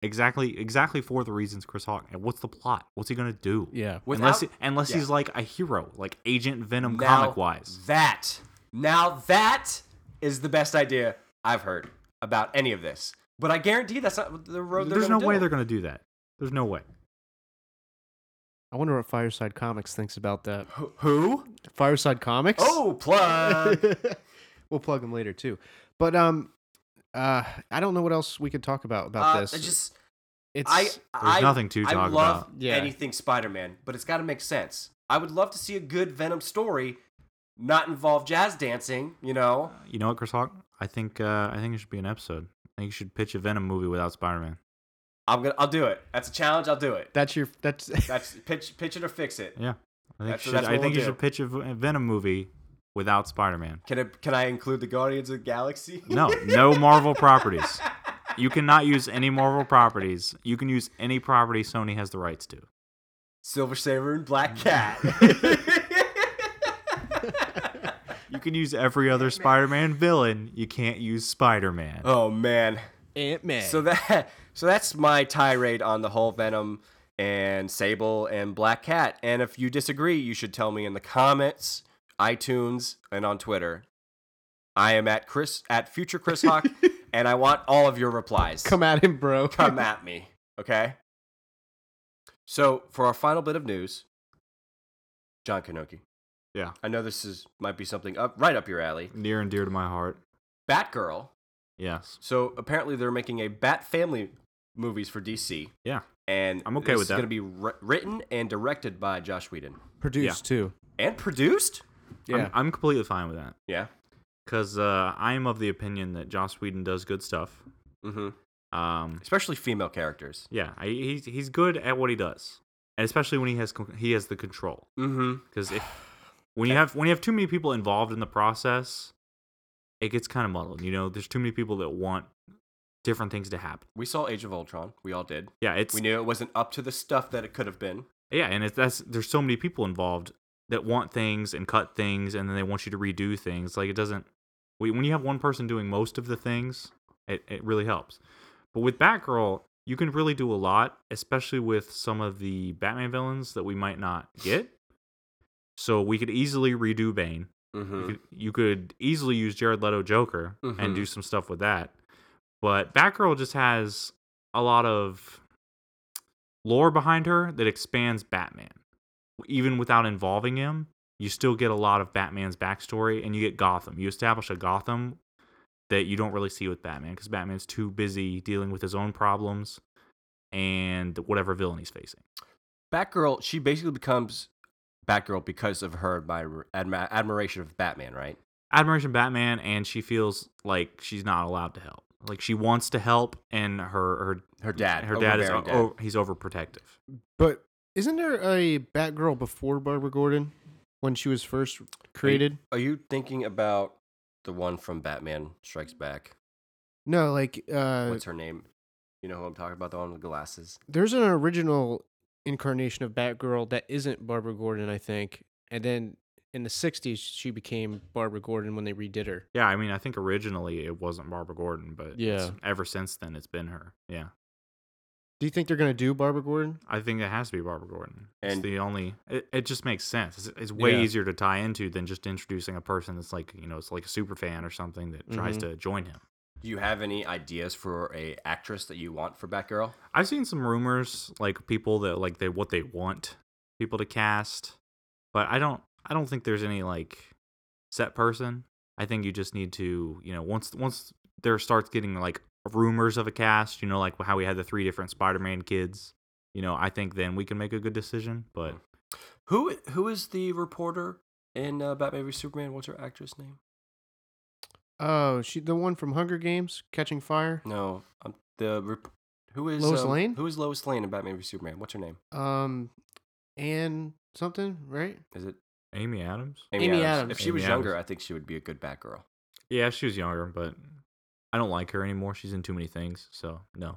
[SPEAKER 4] Exactly, exactly for the reasons Chris Hawk. And what's the plot? What's he gonna do?
[SPEAKER 5] yeah.
[SPEAKER 4] unless
[SPEAKER 3] Without-
[SPEAKER 4] he- unless
[SPEAKER 3] yeah.
[SPEAKER 4] he's like a hero, like Agent Venom,
[SPEAKER 3] Now
[SPEAKER 4] comic wise.
[SPEAKER 3] That now that is the best idea I've heard about any of this. But I guarantee that's not the road. they're
[SPEAKER 4] There's no
[SPEAKER 3] gonna
[SPEAKER 4] way
[SPEAKER 3] do.
[SPEAKER 4] they're gonna do that. There's no way.
[SPEAKER 5] I wonder what Fireside Comics thinks about that.
[SPEAKER 3] Wh- Who?
[SPEAKER 5] Fireside Comics?
[SPEAKER 3] Oh,
[SPEAKER 4] *laughs*
[SPEAKER 3] plug.
[SPEAKER 5] *laughs* we'll plug them later too. But um uh I don't know what else we could talk about about
[SPEAKER 3] Uh,
[SPEAKER 5] this.
[SPEAKER 3] just
[SPEAKER 5] it's
[SPEAKER 3] I,
[SPEAKER 4] There's
[SPEAKER 3] I-
[SPEAKER 4] nothing to
[SPEAKER 3] I
[SPEAKER 4] talk
[SPEAKER 3] love
[SPEAKER 4] about.
[SPEAKER 5] Yeah.
[SPEAKER 3] anything Spider-Man, but it's got to make sense. I would love to see a good Venom story, not involve jazz dancing. You know,
[SPEAKER 4] You know what, Chris Hawk? I think uh, I think it should be an episode. I think you should pitch a Venom movie without Spider Man.
[SPEAKER 3] I'm gonna, I'll do it. That's a challenge. I'll do it.
[SPEAKER 5] that's your that's *laughs*
[SPEAKER 3] That's pitch, pitch it or fix it.
[SPEAKER 4] Yeah, I think
[SPEAKER 3] That's-
[SPEAKER 4] you should,
[SPEAKER 3] that's
[SPEAKER 4] I
[SPEAKER 3] what
[SPEAKER 4] think
[SPEAKER 3] we'll
[SPEAKER 4] you should
[SPEAKER 3] do.
[SPEAKER 4] pitch a v- Venom movie without Spider Man.
[SPEAKER 3] Can I, can I include the Guardians of the Galaxy?
[SPEAKER 4] No, no Marvel properties. You cannot use any Marvel properties. You can use any property Sony has the rights to.
[SPEAKER 3] *laughs* Silver Saber and Black Cat.
[SPEAKER 4] You can use every other Spider Man villain. You can't use Spider Man.
[SPEAKER 3] oh man.
[SPEAKER 5] Ant Man.
[SPEAKER 3] So that *laughs* so that's my tirade on the whole Venom and Sable and Black Cat. And if you disagree, you should tell me in the comments, iTunes, and on Twitter. I am at Chris at Future Chris
[SPEAKER 5] *laughs*
[SPEAKER 3] Hawk, and I want all of your replies.
[SPEAKER 5] come at him, bro.
[SPEAKER 3] come at me, okay? So for our final bit of news, John Kanoki.
[SPEAKER 4] Yeah.
[SPEAKER 3] I know this is might be something up right up your alley.
[SPEAKER 4] Near and dear to my heart.
[SPEAKER 3] Batgirl.
[SPEAKER 4] Yes.
[SPEAKER 3] So apparently they're making a Bat family movies for DC.
[SPEAKER 4] Yeah.
[SPEAKER 3] and
[SPEAKER 4] I'm okay
[SPEAKER 3] this
[SPEAKER 4] with
[SPEAKER 3] is
[SPEAKER 4] that.
[SPEAKER 3] Going to be wri- written and directed by Josh Whedon
[SPEAKER 5] *laughs* Produced too.
[SPEAKER 3] and produced.
[SPEAKER 5] Yeah.
[SPEAKER 4] I'm, I'm completely fine with that.
[SPEAKER 3] Yeah.
[SPEAKER 4] Because uh, I am of the opinion that Joss Whedon does good stuff.
[SPEAKER 3] Mm-hmm.
[SPEAKER 4] Um,
[SPEAKER 3] Especially female characters.
[SPEAKER 4] yeah, I, he's he's good at what he does, and especially when he has con- he has the control.
[SPEAKER 3] Mm-hmm.
[SPEAKER 4] Because if when you have when you have too many people involved in the process, it gets kind of muddled. You know, there's too many people that want different things to happen.
[SPEAKER 3] We saw Age of Ultron. We all did.
[SPEAKER 4] Yeah, it's
[SPEAKER 3] We knew it wasn't up to the stuff that it could have been.
[SPEAKER 4] yeah, and it's that's there's so many people involved that want things and cut things, and then they want you to redo things. Like it doesn't. we- When you have one person doing most of the things, it it really helps. But with Batgirl, you can really do a lot, especially with some of the Batman villains that we might not get. So we could easily redo Bane. You
[SPEAKER 3] Mm-hmm.
[SPEAKER 4] could, you could easily use Jared Leto Joker
[SPEAKER 3] Mhm.
[SPEAKER 4] and do some stuff with that. But Batgirl just has a lot of lore behind her that expands Batman. Even without involving him, you still get a lot of Batman's backstory and you get Gotham. You establish a Gotham that you don't really see with Batman because Batman's too busy dealing with his own problems and whatever villain he's facing.
[SPEAKER 3] Batgirl. She basically becomes Batgirl because of her admir- admi- admiration of Batman. Right.
[SPEAKER 4] admiration Batman and she feels like she's not allowed to help. Like she wants to help and her her
[SPEAKER 3] Her dad.
[SPEAKER 4] her dad is
[SPEAKER 3] overbearing dad.
[SPEAKER 4] oh he's overprotective.
[SPEAKER 5] But isn't there a Batgirl before Barbara Gordon when she was first created?
[SPEAKER 3] Are you thinking about the one from Batman Strikes Back?
[SPEAKER 5] No, like uh,
[SPEAKER 3] What's her name? You know who I'm talking about? The one with glasses.
[SPEAKER 5] there's an original incarnation of Batgirl that isn't Barbara Gordon, I think. And then in the '60s, she became Barbara Gordon when they redid her.
[SPEAKER 4] Yeah, I mean, I think originally it wasn't Barbara Gordon, but it's-
[SPEAKER 5] Yeah.
[SPEAKER 4] ever since then it's been her. Yeah,
[SPEAKER 5] Do you think they're gonna do Barbara Gordon?
[SPEAKER 4] I think it has to be Barbara Gordon.
[SPEAKER 3] And-
[SPEAKER 4] it's the only. It, it just makes sense. It's, it's way
[SPEAKER 5] Yeah.
[SPEAKER 4] easier to tie into than just introducing a person that's like you know it's like a super fan or something that tries
[SPEAKER 5] Mm-hmm.
[SPEAKER 4] to join him.
[SPEAKER 3] Do you have any ideas for a actress that you want for Batgirl?
[SPEAKER 4] I've seen some rumors like people that like they what they want people to cast, but I don't I don't think there's any like set person. I think you just need to you know once once there starts getting like rumors of a cast, you know like how we had the three different Spider-Man kids. You know, I think then we can make a good decision. But
[SPEAKER 3] Who who is the reporter in uh, Batman v Superman? What's her actress name?
[SPEAKER 5] Oh, she the one from Hunger Games, Catching Fire.
[SPEAKER 3] No, um, the rep- who is
[SPEAKER 5] Lois
[SPEAKER 3] um,
[SPEAKER 5] Lane?
[SPEAKER 3] Who is Lois Lane in Batman v Superman? What's her name?
[SPEAKER 5] Um, and something,
[SPEAKER 4] *laughs*
[SPEAKER 5] right? *laughs*
[SPEAKER 3] Is it
[SPEAKER 4] Amy Adams,
[SPEAKER 5] Amy Adams.
[SPEAKER 3] If she
[SPEAKER 4] Amy
[SPEAKER 3] was younger,
[SPEAKER 4] Adams.
[SPEAKER 3] I think she would be a good
[SPEAKER 5] *laughs*
[SPEAKER 3] Batgirl. *laughs*
[SPEAKER 4] yeah, she was younger, but I don't like her anymore. She's in too many things, so no.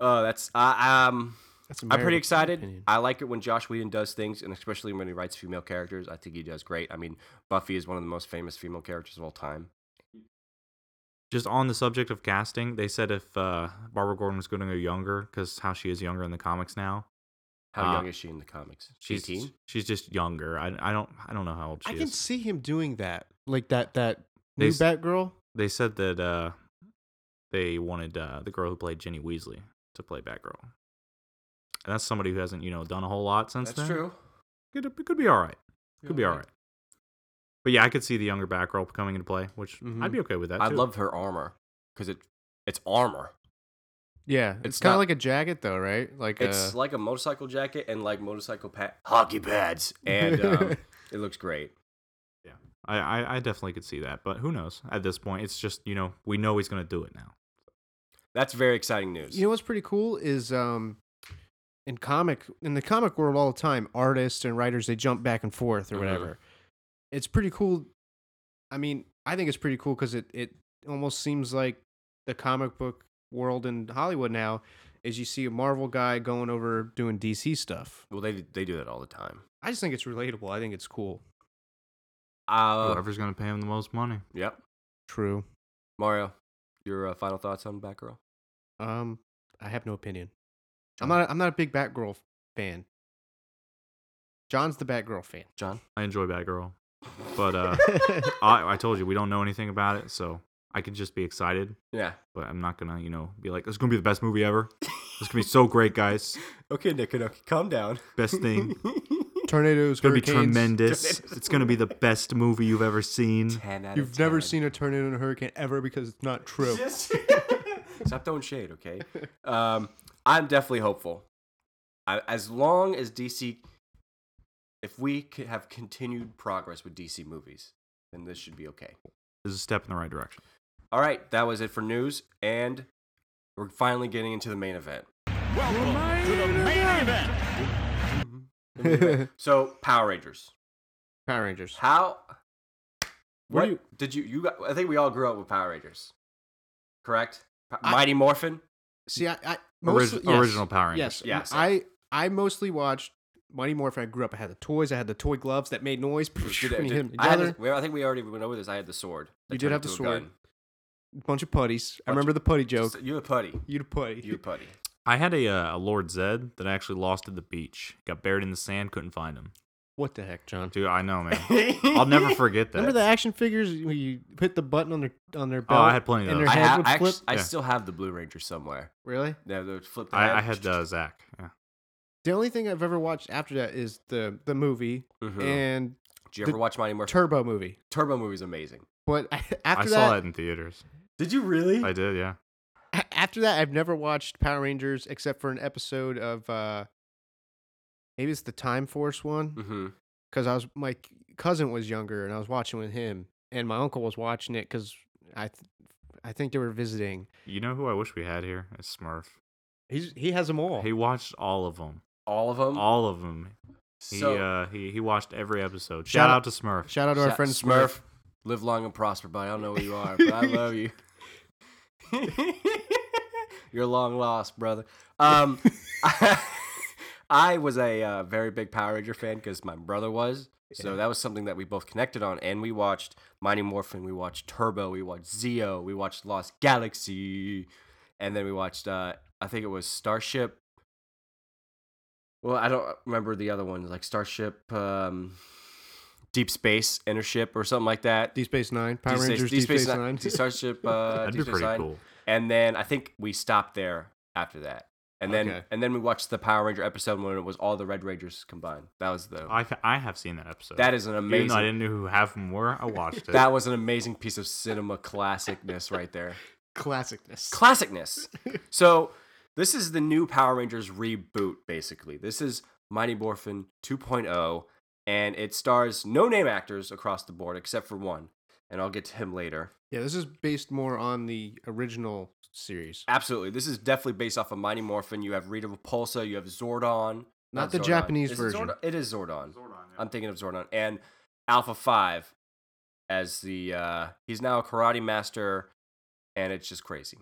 [SPEAKER 3] Oh, that's I um.
[SPEAKER 5] That's
[SPEAKER 3] I'm pretty
[SPEAKER 5] Meredith's
[SPEAKER 3] excited.
[SPEAKER 5] opinion.
[SPEAKER 3] I like it when Josh Whedon does things, and especially when he writes female characters. I think he does great. I mean, Buffy is one of the most famous female characters of all time.
[SPEAKER 4] just on the subject of casting, they said if uh, Barbara Gordon was going to go younger, because how she is younger in the comics now,
[SPEAKER 3] How
[SPEAKER 5] Ah.
[SPEAKER 4] Uh,
[SPEAKER 3] young is she in the comics?
[SPEAKER 4] she's
[SPEAKER 3] 18?
[SPEAKER 4] she's just younger. I, I don't I don't know how old she
[SPEAKER 5] I
[SPEAKER 4] is.
[SPEAKER 5] can see him doing that, like that that
[SPEAKER 4] They
[SPEAKER 5] new
[SPEAKER 4] s-
[SPEAKER 5] Batgirl.
[SPEAKER 4] They said that uh, they wanted uh, the girl who played Ginny Weasley to play Batgirl, and that's somebody who hasn't you know done a whole lot since
[SPEAKER 3] That's
[SPEAKER 4] then.
[SPEAKER 3] true.
[SPEAKER 4] Could it could be all right. Could be all
[SPEAKER 3] right.
[SPEAKER 4] right. But yeah, I could see the younger Batgirl coming into play, which
[SPEAKER 5] Mhm.
[SPEAKER 4] I'd be okay with that.
[SPEAKER 3] I
[SPEAKER 4] too.
[SPEAKER 3] Mm-hmm. love her armor because it it's armor.
[SPEAKER 5] Yeah, it's,
[SPEAKER 3] It's
[SPEAKER 5] kind
[SPEAKER 3] not-
[SPEAKER 5] of like a jacket, though, right? Like
[SPEAKER 3] It's
[SPEAKER 5] uh,
[SPEAKER 3] like a motorcycle jacket and like motorcycle pa- hockey pads, and
[SPEAKER 5] *laughs*
[SPEAKER 3] um, it looks great.
[SPEAKER 4] I, I I definitely could see that, but who knows? At this point, it's just you know we know he's going to do it now.
[SPEAKER 3] That's very exciting news.
[SPEAKER 5] You know what's pretty cool is um in comic in the comic world all the time, artists and writers they jump back and forth or
[SPEAKER 3] Mhm.
[SPEAKER 5] whatever. It's pretty cool. I mean, I think it's pretty cool because it it almost seems like the comic book world in Hollywood now is you see a Marvel guy going over doing DC stuff.
[SPEAKER 3] well, they they do that all the time.
[SPEAKER 5] I just think it's relatable. I think it's cool.
[SPEAKER 3] Uh,
[SPEAKER 4] Whoever's going to pay him the most money.
[SPEAKER 3] yep.
[SPEAKER 5] True.
[SPEAKER 3] Mario, your uh, final thoughts on Batgirl?
[SPEAKER 5] Um, I have no opinion. I'm not. A, I'm not a big Batgirl fan. John's the Batgirl fan.
[SPEAKER 3] John,
[SPEAKER 4] I enjoy Batgirl, but
[SPEAKER 5] *laughs*
[SPEAKER 4] uh, I, I told you we don't know anything about it, so I could just be excited.
[SPEAKER 3] yeah.
[SPEAKER 4] But I'm not gonna, you know, be like, "It's gonna be the best movie ever. It's gonna be so great, guys.
[SPEAKER 3] Okay, Nick, calm down.
[SPEAKER 4] Best thing. It's
[SPEAKER 5] Tornadoes,
[SPEAKER 4] gonna be
[SPEAKER 5] hurricanes. *laughs*
[SPEAKER 4] tremendous. It's gonna be the best movie you've ever seen."
[SPEAKER 3] Ten out
[SPEAKER 5] You've never seen a tornado and a hurricane ever because it's not true. *laughs*
[SPEAKER 3] Stop throwing shade, okay? Um, I'm definitely hopeful. I, as long as DC, if we c- have continued progress with DC movies, then this should be okay.
[SPEAKER 4] It's a step in the right direction.
[SPEAKER 3] All right, that was it for news, and we're finally getting into the main event. *laughs*
[SPEAKER 5] Power
[SPEAKER 3] So, Power Rangers.
[SPEAKER 5] Rangers.
[SPEAKER 3] How?
[SPEAKER 5] What
[SPEAKER 3] What
[SPEAKER 5] do you-
[SPEAKER 3] did you? You got? I think we all grew up with Power Rangers, correct? Pa-
[SPEAKER 5] I-
[SPEAKER 3] Mighty
[SPEAKER 5] *laughs*
[SPEAKER 3] Morphin.
[SPEAKER 5] See, I, I
[SPEAKER 4] Orig-
[SPEAKER 5] mostly- yes.
[SPEAKER 4] Original Power Rangers.
[SPEAKER 5] Yes,
[SPEAKER 3] Yeah, same.
[SPEAKER 5] I I mostly watched Mighty Morphin. I grew up. I had the toys. I had the toy gloves that made noise. *laughs* when you
[SPEAKER 3] Did-
[SPEAKER 5] hit
[SPEAKER 3] did-
[SPEAKER 5] them
[SPEAKER 3] I, had
[SPEAKER 5] together.
[SPEAKER 3] this- well, I think we already went over this. I had the sword. that
[SPEAKER 5] You did
[SPEAKER 3] turned
[SPEAKER 5] have the
[SPEAKER 3] into a
[SPEAKER 5] sword.
[SPEAKER 3] gun.
[SPEAKER 5] bunch of putties. I
[SPEAKER 3] Bunch
[SPEAKER 5] remember the putty joke.
[SPEAKER 3] Just- You're a putty.
[SPEAKER 5] you the putty.
[SPEAKER 3] You're a putty.
[SPEAKER 4] I had a, uh, a Lord Zed that I actually lost at the beach. Got buried in the sand. Couldn't find him.
[SPEAKER 5] *laughs* what the heck, John?
[SPEAKER 4] Dude, I know, man. I'll
[SPEAKER 5] *laughs*
[SPEAKER 4] never forget that.
[SPEAKER 5] Remember the action figures when you hit the button on their on their
[SPEAKER 4] Oh,
[SPEAKER 5] belt?
[SPEAKER 4] I had plenty of
[SPEAKER 5] and
[SPEAKER 4] those.
[SPEAKER 5] Their
[SPEAKER 3] I,
[SPEAKER 5] head
[SPEAKER 3] ha-
[SPEAKER 5] would
[SPEAKER 3] I,
[SPEAKER 5] flip.
[SPEAKER 3] actu- I
[SPEAKER 4] Yeah.
[SPEAKER 3] still have the Blue Ranger somewhere.
[SPEAKER 5] really?
[SPEAKER 3] Yeah, they would flip the
[SPEAKER 4] I,
[SPEAKER 3] head.
[SPEAKER 4] I had uh, Zach. Yeah.
[SPEAKER 5] The only thing I've ever watched after that is the the movie
[SPEAKER 3] Mhm.
[SPEAKER 5] and
[SPEAKER 3] Did you ever
[SPEAKER 5] the
[SPEAKER 3] watch Mighty Morphin?
[SPEAKER 5] Turbo movie.
[SPEAKER 3] Turbo movie's amazing.
[SPEAKER 5] But *laughs* after
[SPEAKER 4] I
[SPEAKER 5] that,
[SPEAKER 4] saw that in theaters.
[SPEAKER 3] Did you really?
[SPEAKER 4] I did, yeah.
[SPEAKER 5] A- After that, I've never watched Power Rangers except for an episode of uh maybe it's the Time Force
[SPEAKER 4] Mm.
[SPEAKER 5] one
[SPEAKER 3] mm-hmm.
[SPEAKER 5] because I was my c- cousin was younger and I was watching with him and my uncle was watching it because I th- I think they were visiting.
[SPEAKER 4] You know who I wish we had here? It's Smurf.
[SPEAKER 5] He's he has them
[SPEAKER 3] Oh.
[SPEAKER 5] all.
[SPEAKER 4] He watched all of them.
[SPEAKER 3] All of them.
[SPEAKER 4] All of them. He
[SPEAKER 3] so,
[SPEAKER 4] uh he he watched every episode.
[SPEAKER 5] Shout
[SPEAKER 4] Shout,
[SPEAKER 5] out-
[SPEAKER 4] out to Smurf.
[SPEAKER 5] Shout out to our
[SPEAKER 3] Shout-
[SPEAKER 5] friend
[SPEAKER 3] Smurf.
[SPEAKER 5] Smurf.
[SPEAKER 3] Live long and prosper, buddy. I don't know who you are, but I love you. *laughs* You're long lost, brother. Um, *laughs* I, was a uh, very big Power Ranger fan because my brother was. So that was something that we both connected on, and we watched Mighty Morphin, we watched Turbo, we watched Zeo, we watched Lost Galaxy, and then we watched. Uh, I think it was Starship. Well, I don't remember the other one, like Starship, um, Deep Space, Intership, or something like that.
[SPEAKER 5] Deep Space Nine, Power
[SPEAKER 3] Deep Space-
[SPEAKER 5] Rangers,
[SPEAKER 3] Deep Space Nine.
[SPEAKER 5] Nine. *laughs*
[SPEAKER 3] Starship. Uh,
[SPEAKER 4] *laughs* That'd
[SPEAKER 3] Deep
[SPEAKER 4] be
[SPEAKER 3] Space
[SPEAKER 4] pretty
[SPEAKER 3] Nine.
[SPEAKER 4] cool.
[SPEAKER 3] And then I think we stopped there after that. And then
[SPEAKER 5] Okay.
[SPEAKER 3] and then we watched the Power Ranger episode when it was all the Red Rangers combined. That was the
[SPEAKER 4] I, I have seen that episode.
[SPEAKER 3] that is an
[SPEAKER 4] Even though I
[SPEAKER 3] amazing
[SPEAKER 4] didn't know who half of them were, I watched it.
[SPEAKER 3] that was an amazing piece of cinema classicness right
[SPEAKER 4] *laughs*
[SPEAKER 3] there.
[SPEAKER 5] Classicness.
[SPEAKER 3] Classicness. So this is the new Power Rangers reboot, basically. This is Mighty Morphin 2.0, and it stars no name actors across the board except for one, and I'll get to him later.
[SPEAKER 5] yeah, this is based more on the original series,
[SPEAKER 3] Absolutely. This is definitely based off of Mighty Morphin. You have Rita Repulsa, you have Zordon.
[SPEAKER 5] not, the
[SPEAKER 3] Zordon.
[SPEAKER 5] Japanese
[SPEAKER 3] Is it
[SPEAKER 5] version.
[SPEAKER 3] Zordon? It is Zordon. I'm thinking of Zordon. And Alpha 5 as the uh he's now a karate master and it's just crazy.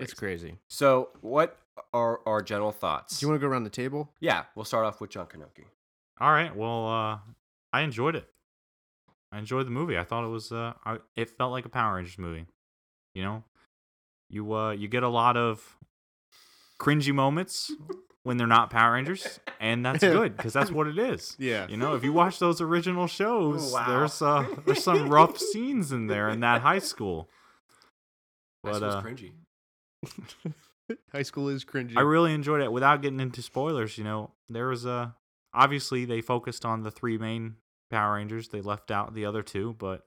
[SPEAKER 5] It's crazy. Do
[SPEAKER 3] So, what are our general thoughts?
[SPEAKER 5] you want to go around the table?
[SPEAKER 3] yeah, we'll start off with John Kanoki.
[SPEAKER 4] All right. Well, uh, I enjoyed it. I enjoyed the movie. I thought it was uh, I, it felt like a Power Rangers movie. You know, you uh, you get a lot of
[SPEAKER 3] *laughs*
[SPEAKER 4] cringy moments when they're not Power Rangers, and that's good because that's what it is.
[SPEAKER 5] Yeah.
[SPEAKER 4] You know, if you watch those original shows,
[SPEAKER 3] Wow.
[SPEAKER 4] there's uh, there's some rough scenes in there in that high school. But uh,
[SPEAKER 3] cringy.
[SPEAKER 5] High school is cringy.
[SPEAKER 4] I really enjoyed it. Without getting into spoilers, you know, there was a obviously they focused on the three main Power Rangers. They left out the other two, but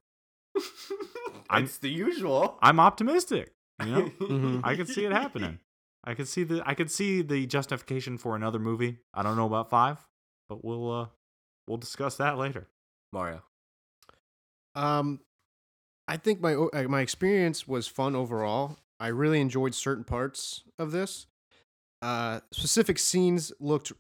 [SPEAKER 4] I'm-
[SPEAKER 3] it's the usual.
[SPEAKER 4] I'm optimistic.
[SPEAKER 3] *laughs*
[SPEAKER 4] You
[SPEAKER 5] *laughs*
[SPEAKER 4] know,
[SPEAKER 5] Mhm.
[SPEAKER 4] I could see it happening. I could see the I could see the justification for another movie. I don't know about five, but we'll uh we'll discuss that later.
[SPEAKER 3] Mario.
[SPEAKER 5] Um, I think my o- uh, my experience was fun overall. I really enjoyed certain parts of this. Uh, specific scenes looked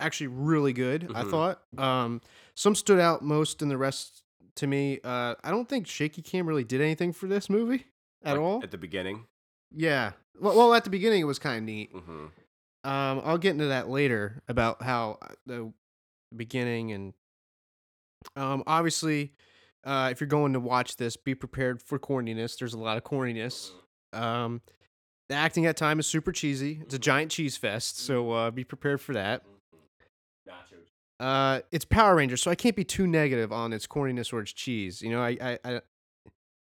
[SPEAKER 5] actually really good. I
[SPEAKER 3] Mhm.
[SPEAKER 5] thought. Um, some stood out most than the rest to me. Uh, I don't think Shaky Cam really did anything for this movie at
[SPEAKER 3] Like,
[SPEAKER 5] all.
[SPEAKER 3] At the beginning.
[SPEAKER 5] yeah. Well, well, at the beginning it was kind of neat.
[SPEAKER 3] Mm-hmm.
[SPEAKER 5] Um, I'll get into that later about how uh, the beginning and um, obviously, uh, if you're going to watch this, be prepared for corniness. There's a lot of corniness. Um, the acting at time is super cheesy. It's a giant cheese fest, so uh, be prepared for that. Uh, it's Power Rangers, so I can't be too negative on its corniness or its cheese. You know, I, I, I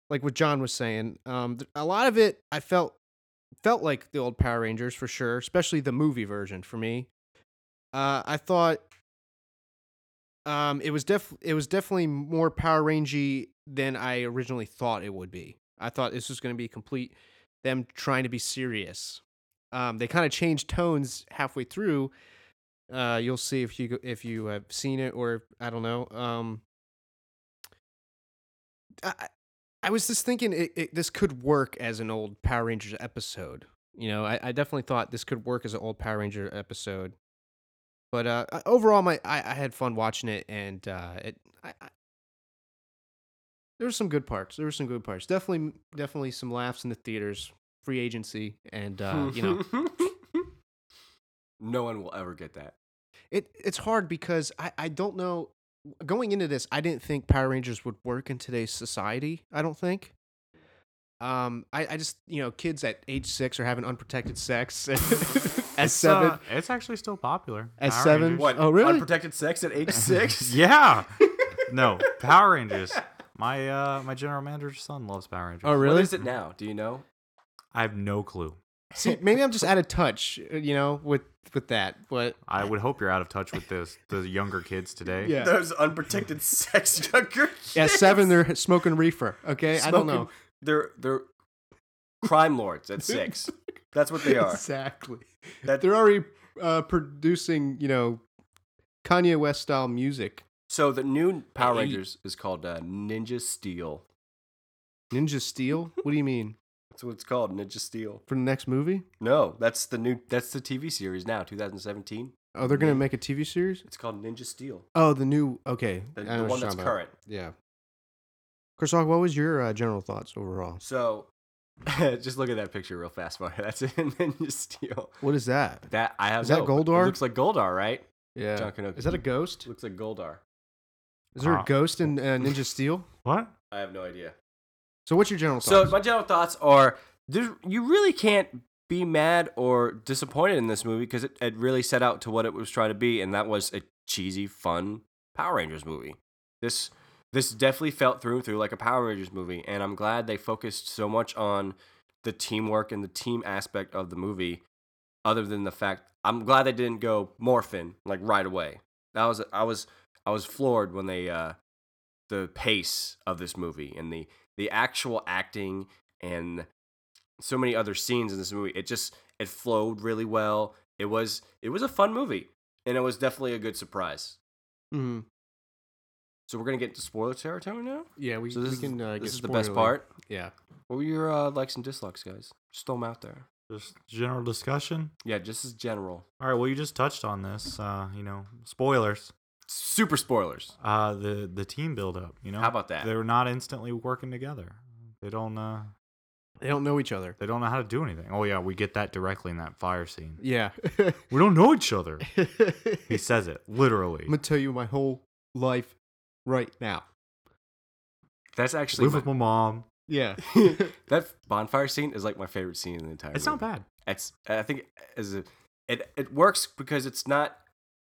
[SPEAKER 5] like what John was saying. Um, th- a lot of it I felt felt like the old Power Rangers for sure, especially the movie version for me. Uh, I thought um, it was def it was definitely more Power Rangy than I originally thought it would be. I thought this was going to be complete them trying to be serious. Um, they kind of changed tones halfway through. Uh, you'll see if you go- if you have seen it or I don't know. Um, I, I- I was just thinking it, it, this could work as an old Power Rangers episode. You know, I, I definitely thought this could work as an old Power Ranger episode. But uh, I- overall, my I, I had fun watching it, and uh, it I, I, there were some good parts. There were some good parts. Definitely, definitely some laughs in the theaters. Free agency, and uh, you know,
[SPEAKER 3] *laughs* no one will ever get that.
[SPEAKER 5] it it's hard because I I don't know. Going into this, I didn't think Power Rangers would work in today's society. I don't think. Um, I, I just you know kids at age six are having unprotected sex *laughs* at
[SPEAKER 4] It's,
[SPEAKER 5] seven.
[SPEAKER 4] uh, it's actually still popular.
[SPEAKER 5] At
[SPEAKER 4] Power
[SPEAKER 5] seven?
[SPEAKER 4] Rangers-
[SPEAKER 3] What?
[SPEAKER 5] Oh, really?
[SPEAKER 3] Unprotected sex at
[SPEAKER 5] *laughs*
[SPEAKER 3] age six?
[SPEAKER 4] *laughs* Yeah. no, Power Rangers. My uh my general manager's son loves Power Rangers.
[SPEAKER 5] oh
[SPEAKER 3] What
[SPEAKER 5] really?
[SPEAKER 3] is it now? Do you know?
[SPEAKER 4] I have no clue.
[SPEAKER 5] See, maybe I'm just out of touch, uh, you know, with with that. But
[SPEAKER 4] I would hope you're out of touch with this the younger kids today.
[SPEAKER 5] yeah,
[SPEAKER 3] Those unprotected *laughs* sex younger
[SPEAKER 5] *laughs* at seven they're smoking reefer. Okay, I don't
[SPEAKER 3] smoking-
[SPEAKER 5] know
[SPEAKER 3] They're they're crime lords at
[SPEAKER 5] *laughs*
[SPEAKER 3] six. That's what they are.
[SPEAKER 5] exactly.
[SPEAKER 3] That-
[SPEAKER 5] They're already uh, producing, you know, Kanye West style music.
[SPEAKER 3] So the new Power
[SPEAKER 5] Hey.
[SPEAKER 3] Rangers is called uh, Ninja Steel.
[SPEAKER 5] Ninja Steel? What do you mean
[SPEAKER 3] That's what it's called, Ninja Steel.
[SPEAKER 5] for the next movie?
[SPEAKER 3] No, that's the new. That's the TV series now, 2017.
[SPEAKER 5] Oh, they're gonna make a TV series.
[SPEAKER 3] It's called Ninja Steel.
[SPEAKER 5] Oh, the new. Okay,
[SPEAKER 3] The,
[SPEAKER 5] I know
[SPEAKER 3] the
[SPEAKER 5] what
[SPEAKER 3] one
[SPEAKER 5] you're
[SPEAKER 3] that's
[SPEAKER 5] talking about.
[SPEAKER 3] current.
[SPEAKER 5] Yeah. Kursok, what was your uh, general thoughts overall?
[SPEAKER 3] So *laughs* just look at that picture real fast, *laughs* Mario. That's it, and then you steal.
[SPEAKER 5] What is that?
[SPEAKER 3] That I have.
[SPEAKER 5] Is that
[SPEAKER 3] no, but
[SPEAKER 5] Goldar?
[SPEAKER 3] It looks like Goldar, right?
[SPEAKER 5] Yeah.
[SPEAKER 3] John Canuck.
[SPEAKER 5] Is that a ghost?
[SPEAKER 3] Looks like Goldar.
[SPEAKER 5] Is there
[SPEAKER 4] Ah.
[SPEAKER 5] a ghost in uh, Ninja Steel?
[SPEAKER 4] What?
[SPEAKER 3] I have no idea.
[SPEAKER 5] So what's your general
[SPEAKER 3] So
[SPEAKER 5] thoughts?
[SPEAKER 3] my general thoughts are: there, you really can't be mad or disappointed in this movie because it, it really set out to what it was trying to be, and that was a cheesy, fun Power Rangers movie. This this definitely felt through and through like a Power Rangers movie, and I'm glad they focused so much on the teamwork and the team aspect of the movie. Other than the fact, I'm glad they didn't go morphin like right away. That was I was I was floored when they uh, the pace of this movie and the the actual acting and so many other scenes in this movie it just it flowed really well it was it was a fun movie and it was definitely a good surprise
[SPEAKER 5] Mhm.
[SPEAKER 3] so we're gonna get to spoiler territory now
[SPEAKER 5] Yeah, we,
[SPEAKER 3] so this
[SPEAKER 5] we
[SPEAKER 3] is,
[SPEAKER 5] can uh,
[SPEAKER 3] this
[SPEAKER 5] get
[SPEAKER 3] is the best
[SPEAKER 5] spoilerly.
[SPEAKER 3] part
[SPEAKER 5] Yeah.
[SPEAKER 3] what were your uh, likes and dislikes guys just throw 'em out there
[SPEAKER 4] Just general discussion.
[SPEAKER 3] yeah just as general
[SPEAKER 4] All right. Well, you just touched on this. Uh, you know, spoilers.
[SPEAKER 3] super spoilers
[SPEAKER 4] Uh, the the team buildup. You know,
[SPEAKER 3] How about that?
[SPEAKER 4] They're not instantly working together. They don't. Uh,
[SPEAKER 5] They don't know each other.
[SPEAKER 4] they don't know how to do anything. Oh yeah, we get that directly in that fire scene.
[SPEAKER 5] Yeah. *laughs*
[SPEAKER 4] We don't know each other. He
[SPEAKER 5] I'm
[SPEAKER 4] says it literally.
[SPEAKER 5] *laughs* gonna tell you my whole life right now.
[SPEAKER 3] that's actually
[SPEAKER 4] Live with
[SPEAKER 3] my-
[SPEAKER 4] my mom.
[SPEAKER 3] *laughs*
[SPEAKER 5] Yeah. *laughs*
[SPEAKER 3] that bonfire scene is like my favorite scene in the entire
[SPEAKER 4] It's
[SPEAKER 3] movie.
[SPEAKER 4] not bad.
[SPEAKER 3] it's i think as a, it it works because it's not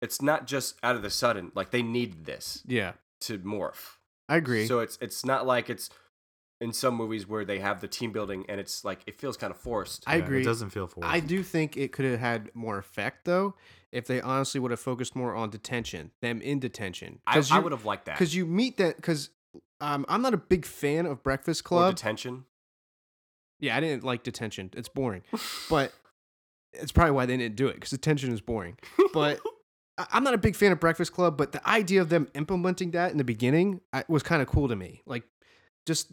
[SPEAKER 3] it's not just out of the sudden like they needed this
[SPEAKER 5] yeah.
[SPEAKER 3] to morph
[SPEAKER 5] I agree.
[SPEAKER 3] so it's it's not like it's in some movies where they have the team building and it's like it feels kind of forced
[SPEAKER 5] I
[SPEAKER 4] Yeah,
[SPEAKER 5] agree.
[SPEAKER 4] It doesn't feel forced.
[SPEAKER 5] I do think it could have had more effect though if they honestly would have focused more on detention, them in detention.
[SPEAKER 3] i, I would have liked that
[SPEAKER 5] because you meet that because um, I'm not a big fan of Breakfast
[SPEAKER 3] Or
[SPEAKER 5] Club.
[SPEAKER 3] detention
[SPEAKER 5] yeah, I didn't like detention. It's boring, but it's probably why they didn't do it because detention is boring. But I- I'm not a big fan of Breakfast Club, but the idea of them implementing that in the beginning I, was kind of cool to me. Like, just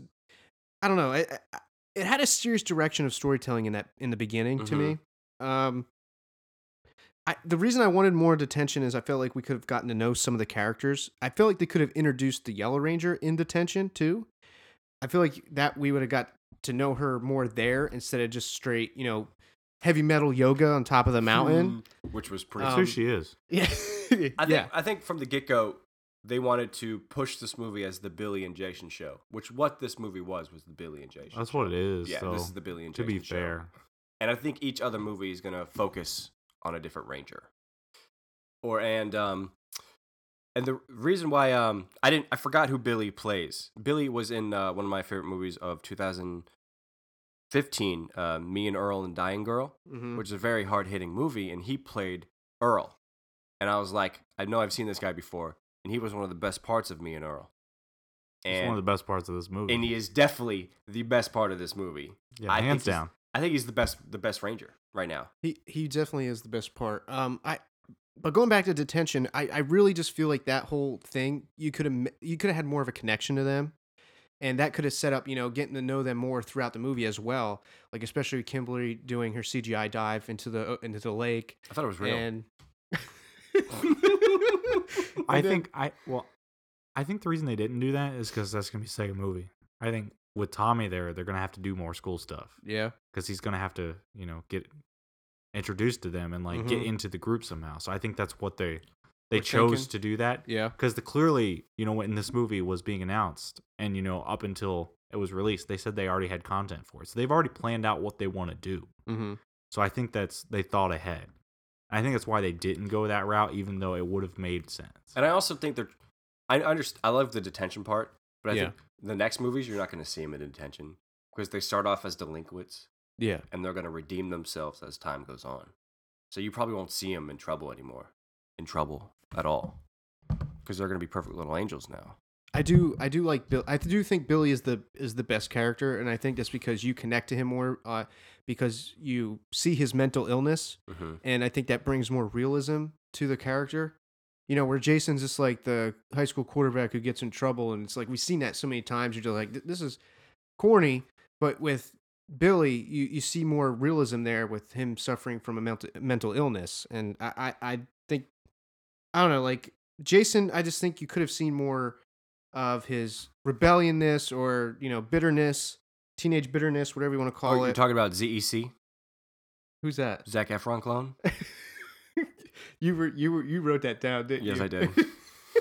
[SPEAKER 5] I don't know. I, I, it had a serious direction of storytelling in that in the beginning to me. Um, I, the reason I wanted more detention is I felt like we could have gotten to know some of the characters. I feel like they could have introduced the Yellow Ranger in detention too. I feel like that we would have got to know her more there instead of just straight, you know, heavy metal yoga on top of the mountain.
[SPEAKER 3] Hmm, which was pretty
[SPEAKER 4] That's
[SPEAKER 5] um,
[SPEAKER 4] who she is.
[SPEAKER 5] *laughs* Yeah.
[SPEAKER 3] I think
[SPEAKER 5] yeah.
[SPEAKER 3] I think from the get go, they wanted to push this movie as the Billy and Jason show, which what this movie was was the Billy and Jason.
[SPEAKER 4] That's what it is.
[SPEAKER 3] yeah,
[SPEAKER 4] so,
[SPEAKER 3] this is the Billy and
[SPEAKER 4] to
[SPEAKER 3] Jason
[SPEAKER 4] be
[SPEAKER 3] show.
[SPEAKER 4] fair,
[SPEAKER 3] and I think each other movie is gonna focus on a different ranger. Or and um, and the reason why um I didn't I forgot who Billy plays. Billy was in uh, one of my favorite movies of 2015, uh, Me and Earl and Dying Girl,
[SPEAKER 4] Mm.
[SPEAKER 5] Mhm.
[SPEAKER 3] which is a very hard hitting movie, and he played Earl. And I was like, I know I've seen this guy before, and he was one of the best parts of Me and Earl.
[SPEAKER 4] it's
[SPEAKER 3] And,
[SPEAKER 4] one of the best parts of this movie.
[SPEAKER 3] and he is definitely the best part of this movie.
[SPEAKER 4] yeah,
[SPEAKER 3] I think
[SPEAKER 4] hands
[SPEAKER 3] he's-
[SPEAKER 4] down.
[SPEAKER 3] I think he's the best the best ranger right now.
[SPEAKER 5] He he definitely is the best part. Um, I but going back to detention, I, I really just feel like that whole thing you could have you could have had more of a connection to them, and that could have set up you know getting to know them more throughout the movie as well. Like especially Kimberly doing her CGI dive into the uh, into the lake,
[SPEAKER 3] I thought it was real.
[SPEAKER 5] *laughs* and
[SPEAKER 4] I
[SPEAKER 5] *laughs* And then-
[SPEAKER 4] think I well, I think the reason they didn't do that is because that's gonna be the second movie. I think with Tommy there, they're gonna have to do more school stuff
[SPEAKER 5] yeah
[SPEAKER 4] because he's gonna have to you know get introduced to them and like get
[SPEAKER 3] Mm-hmm.
[SPEAKER 5] Mhm.
[SPEAKER 4] into the group somehow. So I think that's what they they
[SPEAKER 5] We're
[SPEAKER 4] chose
[SPEAKER 5] thinking.
[SPEAKER 4] to do that
[SPEAKER 5] yeah
[SPEAKER 4] because the clearly you know when this movie was being announced and you know up until it was released, they said they already had content for it, so they've already planned out what they want to do.
[SPEAKER 5] mm-hmm.
[SPEAKER 4] So I think that's they thought ahead. I think that's why they didn't go that route, even though it would have made sense.
[SPEAKER 3] And I also think they're. I underst I love the detention part, but I
[SPEAKER 5] Yeah.
[SPEAKER 3] think the next movies you're not going to see them in detention because they start off as delinquents
[SPEAKER 5] yeah
[SPEAKER 3] and they're going to redeem themselves as time goes on. So you probably won't see them in trouble anymore, in trouble at all, because they're going to be perfect little angels now.
[SPEAKER 5] I do I do like Bill I do think Billy is the is the best character and I think that's because you connect to him more uh, because you see his mental illness
[SPEAKER 3] Mm-hmm.
[SPEAKER 5] and I think that brings more realism to the character. You know, where Jason's just like the high school quarterback who gets in trouble, and it's like we've seen that so many times. You're just like, "Th- this is corny. But with Billy, you, you see more realism there with him suffering from a mental mental illness, and I, I I think I don't know, like Jason, I just think you could have seen more of his rebelliousness or you know bitterness, teenage bitterness, whatever you want to
[SPEAKER 3] Oh,
[SPEAKER 5] call
[SPEAKER 3] you're
[SPEAKER 5] it.
[SPEAKER 3] talking about ZEC,
[SPEAKER 5] Who's that?
[SPEAKER 3] Zach Efron clone?
[SPEAKER 5] *laughs* You were you were you wrote that down, didn't
[SPEAKER 3] Yes,
[SPEAKER 5] you?
[SPEAKER 3] I did.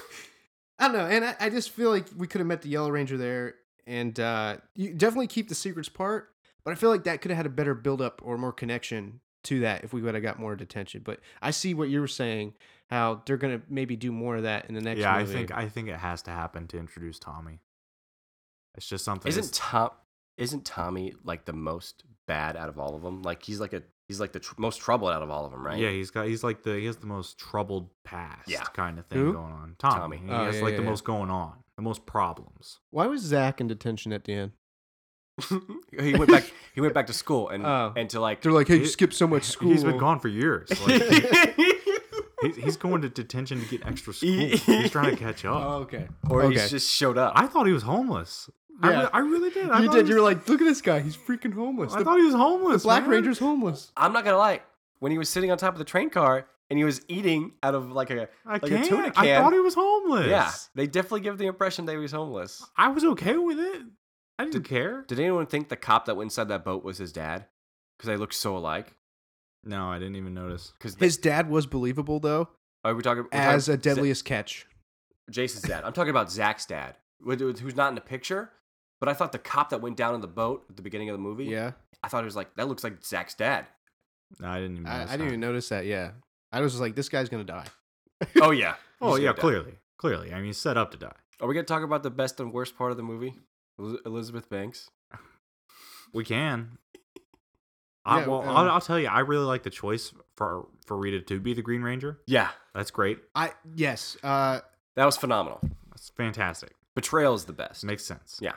[SPEAKER 5] *laughs* I don't know, and I, I just feel like we could have met the Yellow Ranger there, and uh, you definitely keep the secrets part, but I feel like that could have had a better build up or more connection to that if we would have got more detention. But I see what you were saying, how they're gonna maybe do more of that in the next.
[SPEAKER 4] yeah, I
[SPEAKER 5] movie.
[SPEAKER 4] think I think it has to happen to introduce Tommy. It's just something.
[SPEAKER 3] Isn't
[SPEAKER 4] it's-
[SPEAKER 3] Tom? Isn't Tommy like the most bad out of all of them? Like he's like a he's like the tr- most troubled out of all of them, right?
[SPEAKER 4] Yeah, he's got he's like the he has the most troubled past
[SPEAKER 3] Yeah.
[SPEAKER 4] kind of thing
[SPEAKER 5] Who?
[SPEAKER 4] going on. Tommy,
[SPEAKER 3] Tommy.
[SPEAKER 4] he
[SPEAKER 5] Oh,
[SPEAKER 4] has
[SPEAKER 5] yeah,
[SPEAKER 4] like
[SPEAKER 5] yeah,
[SPEAKER 4] the
[SPEAKER 5] yeah.
[SPEAKER 4] most going on, the most problems.
[SPEAKER 5] Why was Zach in detention at the end?
[SPEAKER 3] he went
[SPEAKER 5] *laughs*
[SPEAKER 3] back. He went back to school and
[SPEAKER 5] Oh.
[SPEAKER 3] and to like.
[SPEAKER 5] They're like, hey, you
[SPEAKER 4] He-
[SPEAKER 5] skipped so much school.
[SPEAKER 4] He's been gone for
[SPEAKER 5] *laughs*
[SPEAKER 4] years. Like, he- he's, he's going to detention to get
[SPEAKER 5] *laughs*
[SPEAKER 4] extra school. He's trying to catch up.
[SPEAKER 5] Oh, okay.
[SPEAKER 3] *laughs* or
[SPEAKER 5] okay.
[SPEAKER 3] he's just showed up.
[SPEAKER 4] I thought he was homeless. I,
[SPEAKER 5] Yeah.
[SPEAKER 4] re- I really did. I
[SPEAKER 5] you
[SPEAKER 4] thought
[SPEAKER 5] did.
[SPEAKER 4] he
[SPEAKER 5] You were
[SPEAKER 4] was-
[SPEAKER 5] like, look at this guy. He's freaking homeless.
[SPEAKER 4] I
[SPEAKER 5] The
[SPEAKER 4] thought he was homeless.
[SPEAKER 5] Black
[SPEAKER 4] man.
[SPEAKER 5] Ranger's homeless.
[SPEAKER 3] I'm not gonna lie. When he was sitting on top of the train car and he was eating out of like a
[SPEAKER 4] I
[SPEAKER 3] like
[SPEAKER 4] can't.
[SPEAKER 3] a tuna
[SPEAKER 4] I
[SPEAKER 3] can.
[SPEAKER 4] thought he was homeless.
[SPEAKER 3] yeah, they definitely give the impression that he was homeless.
[SPEAKER 4] I was okay with it. I didn't care.
[SPEAKER 3] Did anyone think the cop that went inside that boat was his dad? Because they look so alike.
[SPEAKER 4] no, I didn't even notice.
[SPEAKER 3] Because
[SPEAKER 5] His dad was believable though,
[SPEAKER 3] are we talking we're talking-
[SPEAKER 5] as a deadliest catch.
[SPEAKER 3] Jason's dad. I'm talking about Zach's dad, with- with- who's not in the picture. But I thought the cop that went down in the boat at the beginning of the movie.
[SPEAKER 5] Yeah,
[SPEAKER 3] I thought it was like that looks like Zach's
[SPEAKER 5] *laughs*
[SPEAKER 3] dad.
[SPEAKER 4] No, I didn't even.
[SPEAKER 5] I, I
[SPEAKER 4] notice
[SPEAKER 5] didn't
[SPEAKER 4] that.
[SPEAKER 5] even notice that. Yeah, I was just like, this guy's gonna die.
[SPEAKER 3] Oh yeah.
[SPEAKER 4] Oh
[SPEAKER 3] He's
[SPEAKER 4] yeah,
[SPEAKER 3] gonna die.
[SPEAKER 4] clearly, clearly. I mean, he's set up to die.
[SPEAKER 3] Are we gonna talk about the best and worst part of the movie? Eliz- Elizabeth Banks.
[SPEAKER 4] We
[SPEAKER 5] *laughs*
[SPEAKER 4] can. I,
[SPEAKER 5] Yeah,
[SPEAKER 4] well,
[SPEAKER 5] um,
[SPEAKER 4] I'll, I'll tell you, I really like the choice for for Rita to be the Green Ranger.
[SPEAKER 3] Yeah,
[SPEAKER 4] That's great.
[SPEAKER 5] I yes. Uh,
[SPEAKER 3] that was phenomenal.
[SPEAKER 4] That's fantastic.
[SPEAKER 3] Betrayal is the best.
[SPEAKER 4] Makes sense.
[SPEAKER 3] Yeah.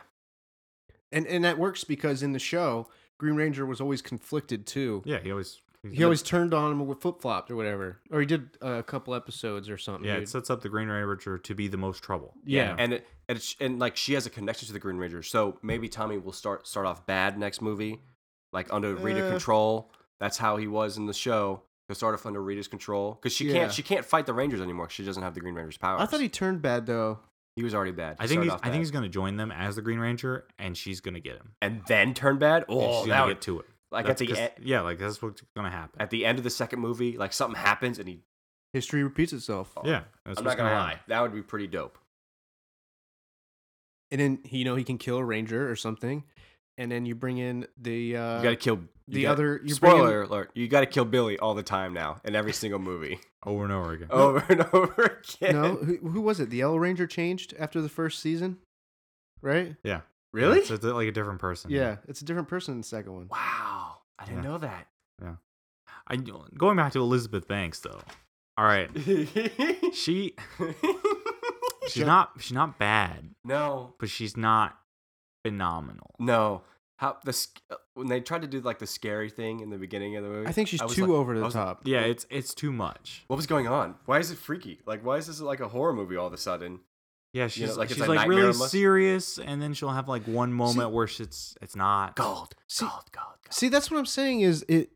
[SPEAKER 5] and and that works because in the show, Green Ranger was always conflicted too.
[SPEAKER 4] Yeah, he always.
[SPEAKER 5] He always turned on him with flip flopped or whatever, or he did uh, a couple episodes or something.
[SPEAKER 4] Yeah,
[SPEAKER 5] dude.
[SPEAKER 4] it sets up the Green Ranger to be the most trouble.
[SPEAKER 5] yeah.
[SPEAKER 3] and it, and, it's, and like she has a connection to the Green Ranger, so maybe Tommy will start start off bad next movie, like under Rita
[SPEAKER 5] Uh.
[SPEAKER 3] control. That's how he was in the show. He'll start off under Rita's control because she
[SPEAKER 5] Yeah.
[SPEAKER 3] can't she can't fight the Rangers anymore. 'cause She doesn't have the Green Ranger's powers.
[SPEAKER 5] I thought he turned bad though.
[SPEAKER 3] he was already bad. He
[SPEAKER 4] I think
[SPEAKER 3] started
[SPEAKER 4] he's,
[SPEAKER 3] off
[SPEAKER 4] I
[SPEAKER 3] bad.
[SPEAKER 4] think he's gonna join them as the Green Ranger, and she's gonna get him.
[SPEAKER 3] and then turn bad.
[SPEAKER 4] And
[SPEAKER 3] Oh,
[SPEAKER 4] she's
[SPEAKER 3] that
[SPEAKER 4] gonna
[SPEAKER 3] would,
[SPEAKER 4] get to it.
[SPEAKER 3] like
[SPEAKER 4] That's
[SPEAKER 3] at the
[SPEAKER 4] 'cause-
[SPEAKER 3] end,
[SPEAKER 4] yeah, like that's what's gonna happen.
[SPEAKER 3] at the end of the second movie, like something happens and he.
[SPEAKER 5] History repeats itself.
[SPEAKER 4] yeah, that's
[SPEAKER 3] I'm not
[SPEAKER 4] what's
[SPEAKER 3] gonna lie,
[SPEAKER 4] happen.
[SPEAKER 3] that would be pretty dope.
[SPEAKER 5] And then you know he can kill a ranger or something, and then you bring in the uh, *laughs*
[SPEAKER 3] you gotta kill you
[SPEAKER 5] the
[SPEAKER 3] gotta-
[SPEAKER 5] other- you bring in-
[SPEAKER 3] spoiler alert. You gotta kill Billy all the time now in every single
[SPEAKER 5] *laughs*
[SPEAKER 3] movie,
[SPEAKER 4] over and over again.
[SPEAKER 3] over and over again.
[SPEAKER 5] no who, who was it? The Yellow Ranger changed after the first season, right?
[SPEAKER 4] Yeah,
[SPEAKER 3] Really?
[SPEAKER 4] It's, it's like a different person.
[SPEAKER 5] Yeah, it's a different person in the second one.
[SPEAKER 3] Wow. I didn't
[SPEAKER 4] Yeah.
[SPEAKER 3] know *laughs* that.
[SPEAKER 4] I going back to Elizabeth Banks though.
[SPEAKER 3] *laughs*
[SPEAKER 4] All right, she she's not she's not bad,
[SPEAKER 3] no.
[SPEAKER 4] but she's not phenomenal.
[SPEAKER 3] No. How the sc- when they tried to do like the scary thing in the beginning of the movie?
[SPEAKER 5] I think she's
[SPEAKER 3] was
[SPEAKER 5] too
[SPEAKER 3] like-
[SPEAKER 5] over
[SPEAKER 3] I
[SPEAKER 5] the
[SPEAKER 3] was like,
[SPEAKER 5] top.
[SPEAKER 4] Yeah, it's it's too much.
[SPEAKER 3] what was going on? Why is it freaky? Like why is this like a horror movie all of a sudden?
[SPEAKER 4] Yeah, she's
[SPEAKER 3] like,
[SPEAKER 4] like
[SPEAKER 3] it's
[SPEAKER 4] she's
[SPEAKER 3] a
[SPEAKER 4] like
[SPEAKER 3] nightmare
[SPEAKER 4] really
[SPEAKER 3] almost.
[SPEAKER 4] serious, and then she'll have like one moment where it's it's not.
[SPEAKER 3] Gold.
[SPEAKER 5] See-
[SPEAKER 3] gold, gold, gold.
[SPEAKER 5] See, that's what I'm saying is it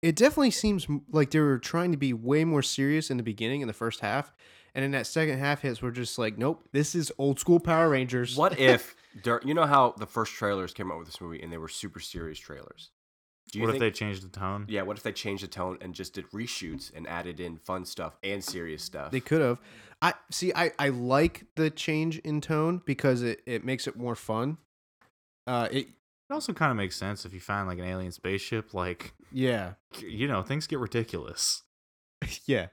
[SPEAKER 5] it definitely seems m- like they were trying to be way more serious in the beginning in the first half. And in that second half hits, we're just like, nope, this is old school Power
[SPEAKER 3] *laughs*
[SPEAKER 5] Rangers.
[SPEAKER 3] What if dur- you know how the first trailers came out with this movie and they were super serious trailers? Do
[SPEAKER 4] What if
[SPEAKER 3] think-
[SPEAKER 4] they changed the tone?
[SPEAKER 3] Yeah, what if they changed the tone and just did reshoots and added in fun stuff and serious stuff?
[SPEAKER 5] They could have. I see. I, I like the change in tone because it, it makes it more fun. Uh, it
[SPEAKER 4] It also kind of makes sense if you find like an alien spaceship, like
[SPEAKER 5] yeah
[SPEAKER 4] you know things get ridiculous.
[SPEAKER 5] yeah.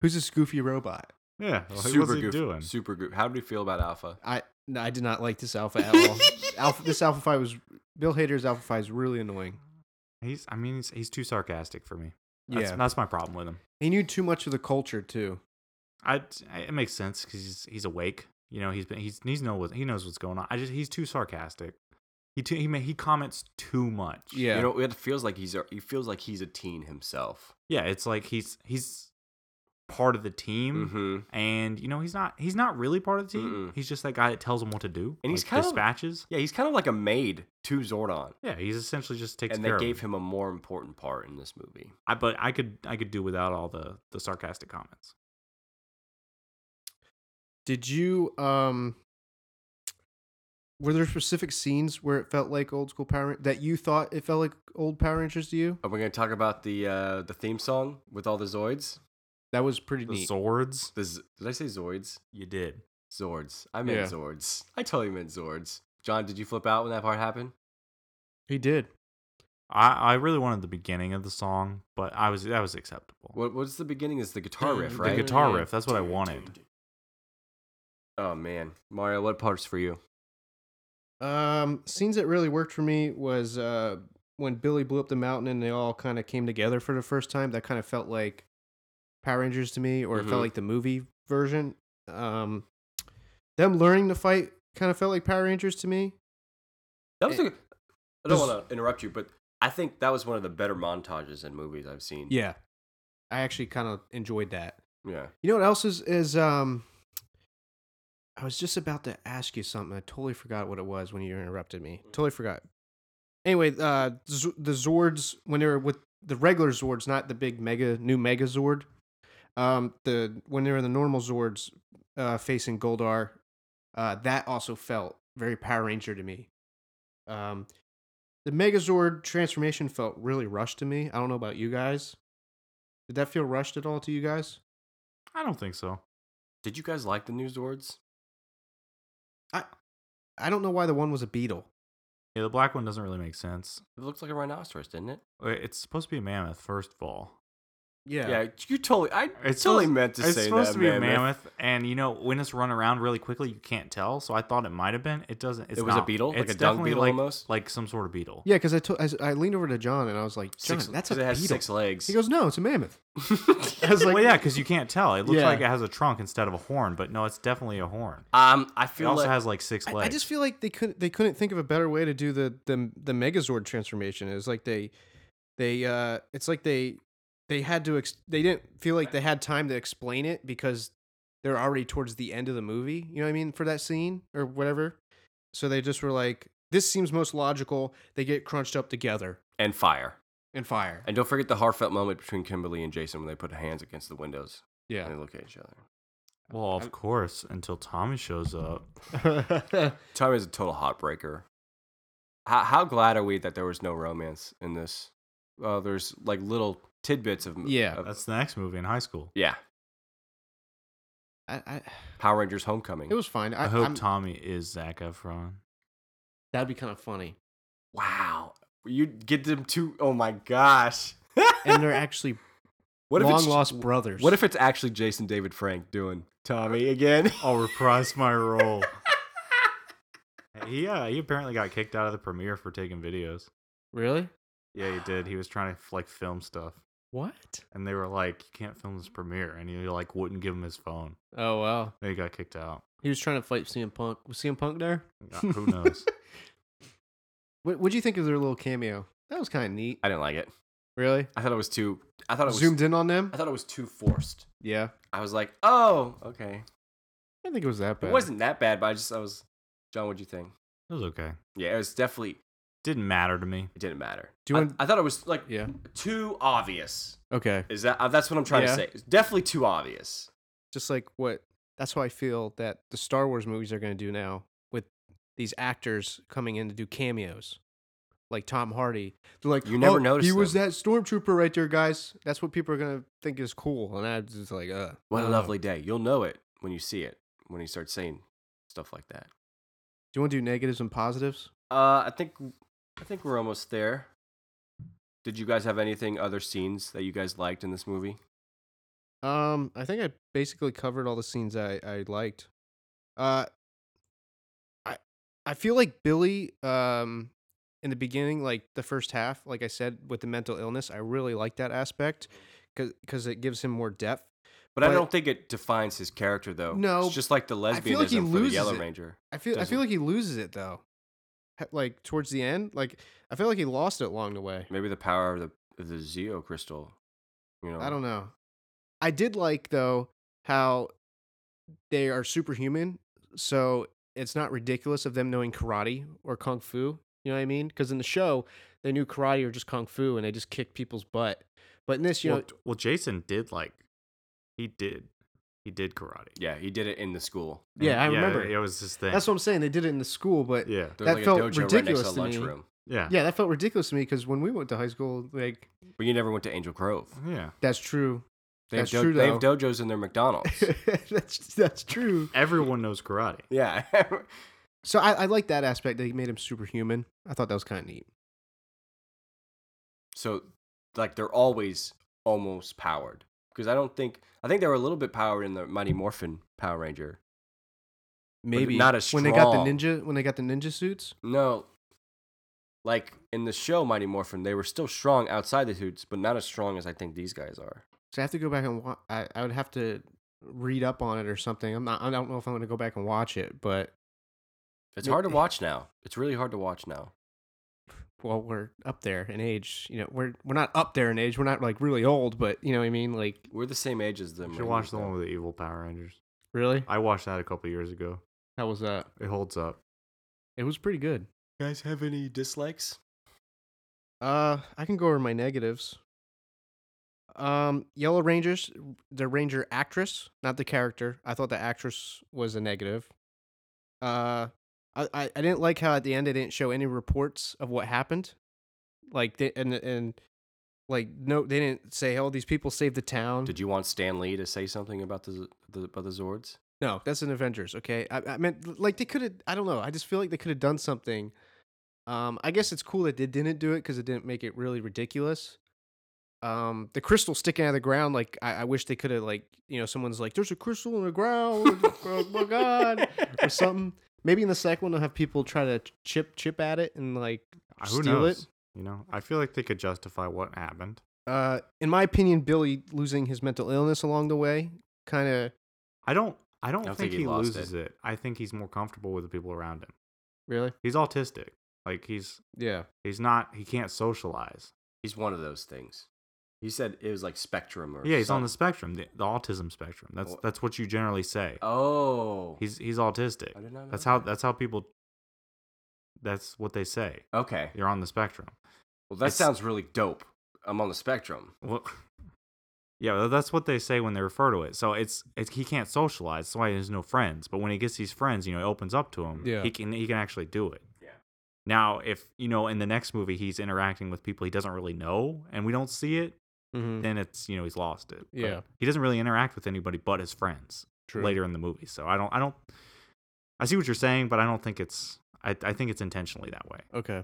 [SPEAKER 5] Who's this goofy robot?
[SPEAKER 4] Yeah, like, what's
[SPEAKER 3] super
[SPEAKER 4] he
[SPEAKER 3] goofy.
[SPEAKER 4] doing?
[SPEAKER 3] Super goofy. How do you feel about Alpha?
[SPEAKER 5] I no, I did not like this Alpha at
[SPEAKER 3] *laughs*
[SPEAKER 5] all. alpha, this Alpha Phi was Bill Hader's Alpha Phi is really annoying.
[SPEAKER 4] He's I mean he's, he's too sarcastic for me. That's,
[SPEAKER 5] Yeah,
[SPEAKER 4] that's my problem with him.
[SPEAKER 5] he knew too much of the culture too.
[SPEAKER 4] I, I- it makes sense because he's he's awake. You know, he's been he's he's know what he knows what's going on. I just he's too sarcastic. He too, he ma- he comments too much.
[SPEAKER 5] Yeah,
[SPEAKER 3] You know, it feels like he's a, he feels like he's a teen himself.
[SPEAKER 4] yeah. It's like he's he's part of the team,
[SPEAKER 3] Mm-hmm.
[SPEAKER 4] and you know he's not he's not really part of the team.
[SPEAKER 3] Mm-mm.
[SPEAKER 4] He's just that guy that tells him what to do.
[SPEAKER 3] And he's
[SPEAKER 4] like,
[SPEAKER 3] kind of-
[SPEAKER 4] dispatches.
[SPEAKER 3] Yeah, he's kind of like a maid to Zordon,
[SPEAKER 4] Yeah, he's essentially just takes
[SPEAKER 3] and
[SPEAKER 4] care
[SPEAKER 3] they
[SPEAKER 4] of
[SPEAKER 3] gave him a more important part in this movie.
[SPEAKER 4] I, but I could I could do without all the the sarcastic comments.
[SPEAKER 5] Did you um were there specific scenes where it felt like old school Power Ran- that you thought it felt like old Power Rangers to you?
[SPEAKER 3] Are we going to talk about the uh, the theme song with all the Zoids?
[SPEAKER 5] That was pretty
[SPEAKER 4] The
[SPEAKER 5] neat.
[SPEAKER 4] swords.
[SPEAKER 3] The Z- did I say Zoids?
[SPEAKER 4] You did.
[SPEAKER 3] Zords. I meant
[SPEAKER 5] Yeah.
[SPEAKER 3] Zords. I totally meant Zords. John, did you flip out when that part happened?
[SPEAKER 5] He did.
[SPEAKER 4] I, I really wanted the beginning of the song, but I was that was acceptable.
[SPEAKER 3] What What's the beginning? Is the guitar riff,
[SPEAKER 4] The
[SPEAKER 3] right?
[SPEAKER 4] guitar riff. That's what I wanted.
[SPEAKER 3] Oh man, Mario, what parts for you?
[SPEAKER 5] Um, scenes that really worked for me was uh, when Billy blew up the mountain and they all kind of came together for the first time. That kind of felt like Power Rangers to me, or it
[SPEAKER 3] Mhm.
[SPEAKER 5] felt like the movie version. Um, them learning to fight kind of felt like Power Rangers to me.
[SPEAKER 3] That was. I a, I don't
[SPEAKER 5] Eh, this-
[SPEAKER 3] want to interrupt you, but I think that was one of the better montages in movies I've seen.
[SPEAKER 5] Yeah, I actually kind of enjoyed that.
[SPEAKER 3] Yeah.
[SPEAKER 5] You know what else is is um. I was just about to ask you something. I totally forgot what it was when you interrupted me. Totally forgot. Anyway, uh, Z- the Zords when they were with the regular Zords, not the big mega new Mega Zord. Um, the when they were the normal Zords uh, facing Goldar, uh, that also felt very Power Ranger to me. Um, the Megazord transformation felt really rushed to me. I don't know about you guys. Did that feel rushed at all to you guys?
[SPEAKER 4] I don't think so.
[SPEAKER 3] Did you guys like the new Zords?
[SPEAKER 5] I don't know why the one was a beetle.
[SPEAKER 4] Yeah, the black one doesn't really make sense.
[SPEAKER 3] It looks like a rhinoceros, didn't it?
[SPEAKER 4] Wait, It's supposed to be a mammoth, first of all.
[SPEAKER 5] Yeah.
[SPEAKER 3] you totally. I
[SPEAKER 4] It's
[SPEAKER 3] totally
[SPEAKER 4] supposed-
[SPEAKER 3] meant to
[SPEAKER 4] It's
[SPEAKER 3] say
[SPEAKER 4] supposed
[SPEAKER 3] that.
[SPEAKER 4] to be
[SPEAKER 3] man.
[SPEAKER 4] a mammoth, and you know when it's run around really quickly, you can't tell. So I thought it might have been. It doesn't. It's
[SPEAKER 3] It was a
[SPEAKER 4] not.
[SPEAKER 3] beetle? Like
[SPEAKER 4] It's
[SPEAKER 3] a dung
[SPEAKER 4] definitely
[SPEAKER 3] beetle
[SPEAKER 4] like,
[SPEAKER 3] almost?
[SPEAKER 4] like some sort of beetle. *laughs*
[SPEAKER 5] Yeah, because I, to- I s- I leaned over to John and I was like, John,
[SPEAKER 3] Six,
[SPEAKER 5] that's a
[SPEAKER 3] it has
[SPEAKER 5] beetle.
[SPEAKER 3] six legs.
[SPEAKER 5] He goes, no, it's a mammoth. I
[SPEAKER 4] *laughs*
[SPEAKER 5] was like,
[SPEAKER 4] well, yeah, because you can't tell. It looks
[SPEAKER 5] Yeah.
[SPEAKER 4] like it has a trunk instead of a horn, but no, it's definitely a horn.
[SPEAKER 3] *laughs* um, I
[SPEAKER 4] It
[SPEAKER 3] feel
[SPEAKER 4] also
[SPEAKER 3] like
[SPEAKER 4] has like six
[SPEAKER 5] I,
[SPEAKER 4] legs.
[SPEAKER 5] I just feel like they couldn't they couldn't think of a better way to do the the the Megazord transformation. It was like they they uh it's like they they had to ex- they didn't feel like they had time to explain it because they're already towards the end of the movie. You know what I mean for that scene or whatever. So they just were like, this seems most logical. They get crunched up together
[SPEAKER 3] and fire.
[SPEAKER 5] and fire.
[SPEAKER 3] And don't forget the heartfelt moment between Kimberly and Jason when they put hands against the windows *laughs*
[SPEAKER 5] Yeah.
[SPEAKER 3] and they look at each other.
[SPEAKER 4] well, of course, until Tommy shows up.
[SPEAKER 3] Tommy is a total heartbreaker. How, how glad are we that there was no romance in this? Uh, there's like little tidbits of
[SPEAKER 5] Yeah.
[SPEAKER 3] of-
[SPEAKER 4] That's the next movie in high school.
[SPEAKER 3] yeah.
[SPEAKER 5] I, I,
[SPEAKER 3] Power Rangers Homecoming.
[SPEAKER 5] it was fine. I,
[SPEAKER 4] I, hope
[SPEAKER 5] I'm-
[SPEAKER 4] Tommy is Zac Efron.
[SPEAKER 5] That'd be kind of funny.
[SPEAKER 3] wow. You get them two oh my gosh.
[SPEAKER 5] And they're actually
[SPEAKER 3] *laughs* What if
[SPEAKER 5] long
[SPEAKER 3] it's,
[SPEAKER 5] lost brothers.
[SPEAKER 3] What if it's actually Jason David Frank doing Tommy again? *laughs*
[SPEAKER 4] I'll reprise my
[SPEAKER 5] *laughs*
[SPEAKER 4] role. Yeah, he apparently got kicked out of the premiere for taking videos.
[SPEAKER 5] really?
[SPEAKER 4] Yeah, he did. He was trying to like film stuff,
[SPEAKER 5] What?
[SPEAKER 4] and they were like, "You can't film this premiere," and he like wouldn't give him his phone.
[SPEAKER 5] Oh wow.
[SPEAKER 4] Then he got kicked out.
[SPEAKER 5] He was trying to fight CM Punk. Was CM Punk there?
[SPEAKER 4] Yeah,
[SPEAKER 5] *laughs*
[SPEAKER 4] Who knows?
[SPEAKER 5] What What'd you think of their little cameo? That was kind of neat.
[SPEAKER 3] I didn't like it.
[SPEAKER 5] Really?
[SPEAKER 3] I thought it was too I thought it was
[SPEAKER 5] Zoomed in on them.
[SPEAKER 3] I thought it was too forced.
[SPEAKER 5] Yeah.
[SPEAKER 3] I was like, "Oh, okay."
[SPEAKER 5] I didn't think it was that bad.
[SPEAKER 3] It wasn't that bad, but I just I was John, what'd you think?
[SPEAKER 4] it was okay.
[SPEAKER 3] Yeah, it was definitely
[SPEAKER 4] Didn't matter to me.
[SPEAKER 3] it didn't matter.
[SPEAKER 5] Do you
[SPEAKER 3] I,
[SPEAKER 5] want-
[SPEAKER 3] I thought it was like
[SPEAKER 5] Yeah.
[SPEAKER 3] too obvious.
[SPEAKER 5] Okay.
[SPEAKER 3] Is that uh, that's what I'm trying
[SPEAKER 5] Yeah.
[SPEAKER 3] to say? It's definitely too obvious.
[SPEAKER 5] Just like what. That's how I feel that the Star Wars movies are going to do now with these actors coming in to do cameos, like Tom Hardy. They're like,
[SPEAKER 3] You never
[SPEAKER 5] "Oh,
[SPEAKER 3] noticed
[SPEAKER 5] he was
[SPEAKER 3] them."
[SPEAKER 5] that stormtrooper right there, guys. That's what people are going to think is cool, and I was just like, uh.
[SPEAKER 3] What
[SPEAKER 5] I
[SPEAKER 3] a
[SPEAKER 5] don't know.
[SPEAKER 3] lovely day. You'll know it when you see it. When he starts saying stuff like that.
[SPEAKER 5] Do you want to do negatives and positives?
[SPEAKER 3] Uh, I think I think we're almost there. Did you guys have anything other scenes that you guys liked in this movie?
[SPEAKER 5] Um, I think I basically covered all the scenes I I liked. Uh, I I feel like Billy, um, in the beginning, like the first half, like I said, with the mental illness, I really like that aspect because it gives him more depth.
[SPEAKER 3] But, I
[SPEAKER 5] But-
[SPEAKER 3] don't think it defines his character though.
[SPEAKER 5] No,
[SPEAKER 3] it's just like the
[SPEAKER 5] I feel like
[SPEAKER 3] lesbianism
[SPEAKER 5] he
[SPEAKER 3] for the
[SPEAKER 5] loses
[SPEAKER 3] Yellow
[SPEAKER 5] it.
[SPEAKER 3] Ranger.
[SPEAKER 5] I feel I
[SPEAKER 3] Doesn't-
[SPEAKER 5] feel like he loses it though, Ha- like towards the end. Like I feel like he lost it along the way.
[SPEAKER 3] Maybe the power of the of the Zeo crystal. You know,
[SPEAKER 5] I don't know. I did like though how they are superhuman, so it's not ridiculous of them knowing karate or kung fu. You know what I mean? Because in the show, they knew karate or just kung fu, and they just kicked people's butt. But in this, you
[SPEAKER 4] Well,
[SPEAKER 5] know,
[SPEAKER 4] well, Jason did like he did He did karate.
[SPEAKER 3] Yeah, he did it in the school.
[SPEAKER 4] And
[SPEAKER 5] Yeah, I remember.
[SPEAKER 4] It was his thing.
[SPEAKER 5] That's what I'm saying. They did it in the school, but
[SPEAKER 4] yeah.
[SPEAKER 3] There's
[SPEAKER 5] That
[SPEAKER 3] like
[SPEAKER 5] felt
[SPEAKER 3] a dojo right next to
[SPEAKER 5] ridiculous
[SPEAKER 3] the
[SPEAKER 5] to me.
[SPEAKER 3] lunchroom.
[SPEAKER 4] Yeah.
[SPEAKER 5] yeah, that felt ridiculous to me because when we went to high school, like
[SPEAKER 3] But you never went to Angel Grove.
[SPEAKER 4] Yeah.
[SPEAKER 5] that's true. *laughs*
[SPEAKER 3] They have,
[SPEAKER 5] That's true,
[SPEAKER 3] they have dojos in their
[SPEAKER 5] *laughs*
[SPEAKER 3] McDonald's.
[SPEAKER 5] that's that's true.
[SPEAKER 4] Everyone knows karate.
[SPEAKER 3] yeah. *laughs*
[SPEAKER 5] So I, I like that aspect. They made him superhuman. I thought that was kind of neat.
[SPEAKER 3] so, like, they're always almost powered. Because I don't think, I think they were a little bit powered in the Mighty Morphin Power Ranger.
[SPEAKER 5] Maybe
[SPEAKER 3] not as
[SPEAKER 5] when they got the
[SPEAKER 3] strong.
[SPEAKER 5] ninja when they got the ninja suits.
[SPEAKER 3] No. Like, in the show Mighty Morphin, they were still strong outside the suits, but not as strong as I think these guys are.
[SPEAKER 5] So I have to go back and wa- I, I would have to read up on it or something. I'm not. I don't know if I'm going to go back and watch it, but
[SPEAKER 3] It's
[SPEAKER 5] Yeah.
[SPEAKER 3] hard to
[SPEAKER 4] eh
[SPEAKER 3] watch now. It's really hard to watch now.
[SPEAKER 5] well, we're up there in age. You know, we're we're not up there in age. We're not like really old, but you know what I mean. Like
[SPEAKER 3] We're the same age as them.
[SPEAKER 4] You should
[SPEAKER 3] Rangers,
[SPEAKER 4] watch the
[SPEAKER 3] though.
[SPEAKER 4] one with the evil Power Rangers.
[SPEAKER 5] really,
[SPEAKER 4] I watched that a couple years ago.
[SPEAKER 5] how was that?
[SPEAKER 4] It holds up.
[SPEAKER 5] It was pretty good.
[SPEAKER 3] You guys have any dislikes?
[SPEAKER 5] Uh, I can go over my negatives. Um, Yellow Rangers, the Ranger actress, not the character. I thought the actress was a negative. Uh, I, I, I didn't like how at the end they didn't show any reports of what happened. Like they and and like no, they didn't say oh these people saved the town.
[SPEAKER 3] Did you want Stan Lee to say something about the, the about the Zords?
[SPEAKER 5] No, that's an Avengers. Okay, I, I meant like they could have. I don't know. I just feel like they could have done something. Um, I guess it's cool that they didn't do it because it didn't make it really ridiculous. Um, the crystal sticking out of the ground, like I, I wish they could have, like you know, someone's like, "There's a crystal in the ground," oh my god, or something. Maybe in the second one, they'll have people try to chip chip at it and like
[SPEAKER 4] Uh, Who
[SPEAKER 5] steal
[SPEAKER 4] knows?
[SPEAKER 5] it.
[SPEAKER 4] You know, I feel like they could justify what happened.
[SPEAKER 5] Uh, in my opinion, Billy losing his mental illness along the way kind of
[SPEAKER 4] I don't. I don't,
[SPEAKER 3] I don't
[SPEAKER 4] think,
[SPEAKER 3] think he
[SPEAKER 4] he,
[SPEAKER 3] lost
[SPEAKER 4] loses it. I think he's more comfortable with the people around him.
[SPEAKER 5] really,
[SPEAKER 4] He's autistic. Like he's
[SPEAKER 5] yeah,
[SPEAKER 4] he's not. He can't socialize.
[SPEAKER 3] He's one of those things. He said it was like spectrum or
[SPEAKER 4] Yeah, he's on the
[SPEAKER 3] something.
[SPEAKER 4] spectrum, the, the autism spectrum. That's
[SPEAKER 3] Wha-
[SPEAKER 4] that's what you generally say.
[SPEAKER 3] Oh,
[SPEAKER 4] He's he's autistic.
[SPEAKER 3] I did not know
[SPEAKER 4] That's how
[SPEAKER 3] that.
[SPEAKER 4] that's how people. That's what they say.
[SPEAKER 3] okay.
[SPEAKER 4] You're on the spectrum.
[SPEAKER 3] Well, that
[SPEAKER 4] It's-
[SPEAKER 3] sounds really dope. I'm on the spectrum.
[SPEAKER 4] Well, *laughs* yeah, tha- that's what they say when they refer to it. So it's, it's he can't socialize. That's why he has no friends. But when he gets these friends, you know, it opens up to him.
[SPEAKER 5] Yeah.
[SPEAKER 4] he can he can actually do it.
[SPEAKER 3] Yeah.
[SPEAKER 4] Now, if you know, in the next movie, he's interacting with people he doesn't really know, and we don't see it,
[SPEAKER 5] mm-hmm.
[SPEAKER 4] then it's you know he's lost it. But
[SPEAKER 5] Yeah.
[SPEAKER 4] he doesn't really interact with anybody but his friends later in the movie. So I don't, I don't, I see what you're saying, but I don't think it's, I, I think it's intentionally that way.
[SPEAKER 5] Okay.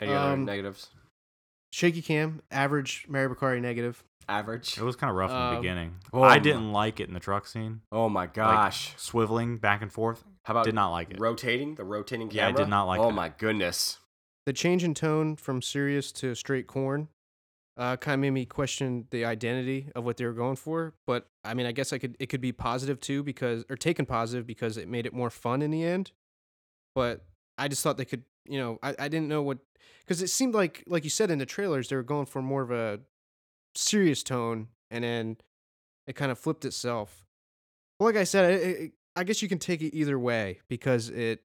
[SPEAKER 3] Any other
[SPEAKER 5] Um,
[SPEAKER 3] negatives?
[SPEAKER 5] Shaky cam, average Mary Bakari negative.
[SPEAKER 3] Average.
[SPEAKER 4] It was kind of rough in the
[SPEAKER 5] Um,
[SPEAKER 4] beginning.
[SPEAKER 3] oh
[SPEAKER 4] I
[SPEAKER 3] my-
[SPEAKER 4] didn't like it in the truck scene.
[SPEAKER 3] Oh my gosh!
[SPEAKER 4] like, swiveling back and forth.
[SPEAKER 3] how about
[SPEAKER 4] did not like it.
[SPEAKER 3] rotating the rotating
[SPEAKER 4] Yeah, I
[SPEAKER 3] camera?
[SPEAKER 4] did not like
[SPEAKER 3] Oh
[SPEAKER 4] that.
[SPEAKER 3] my goodness!
[SPEAKER 5] The change in tone from serious to straight corn uh, kind of made me question the identity of what they were going for. But I mean, I guess I could it could be positive too because or taken positive because it made it more fun in the end. But I just thought they could, you know, I, I didn't know what because it seemed like like you said in the trailers they were going for more of a serious tone and then it kind of flipped itself. Well, like I said, it, it, I guess you can take it either way because it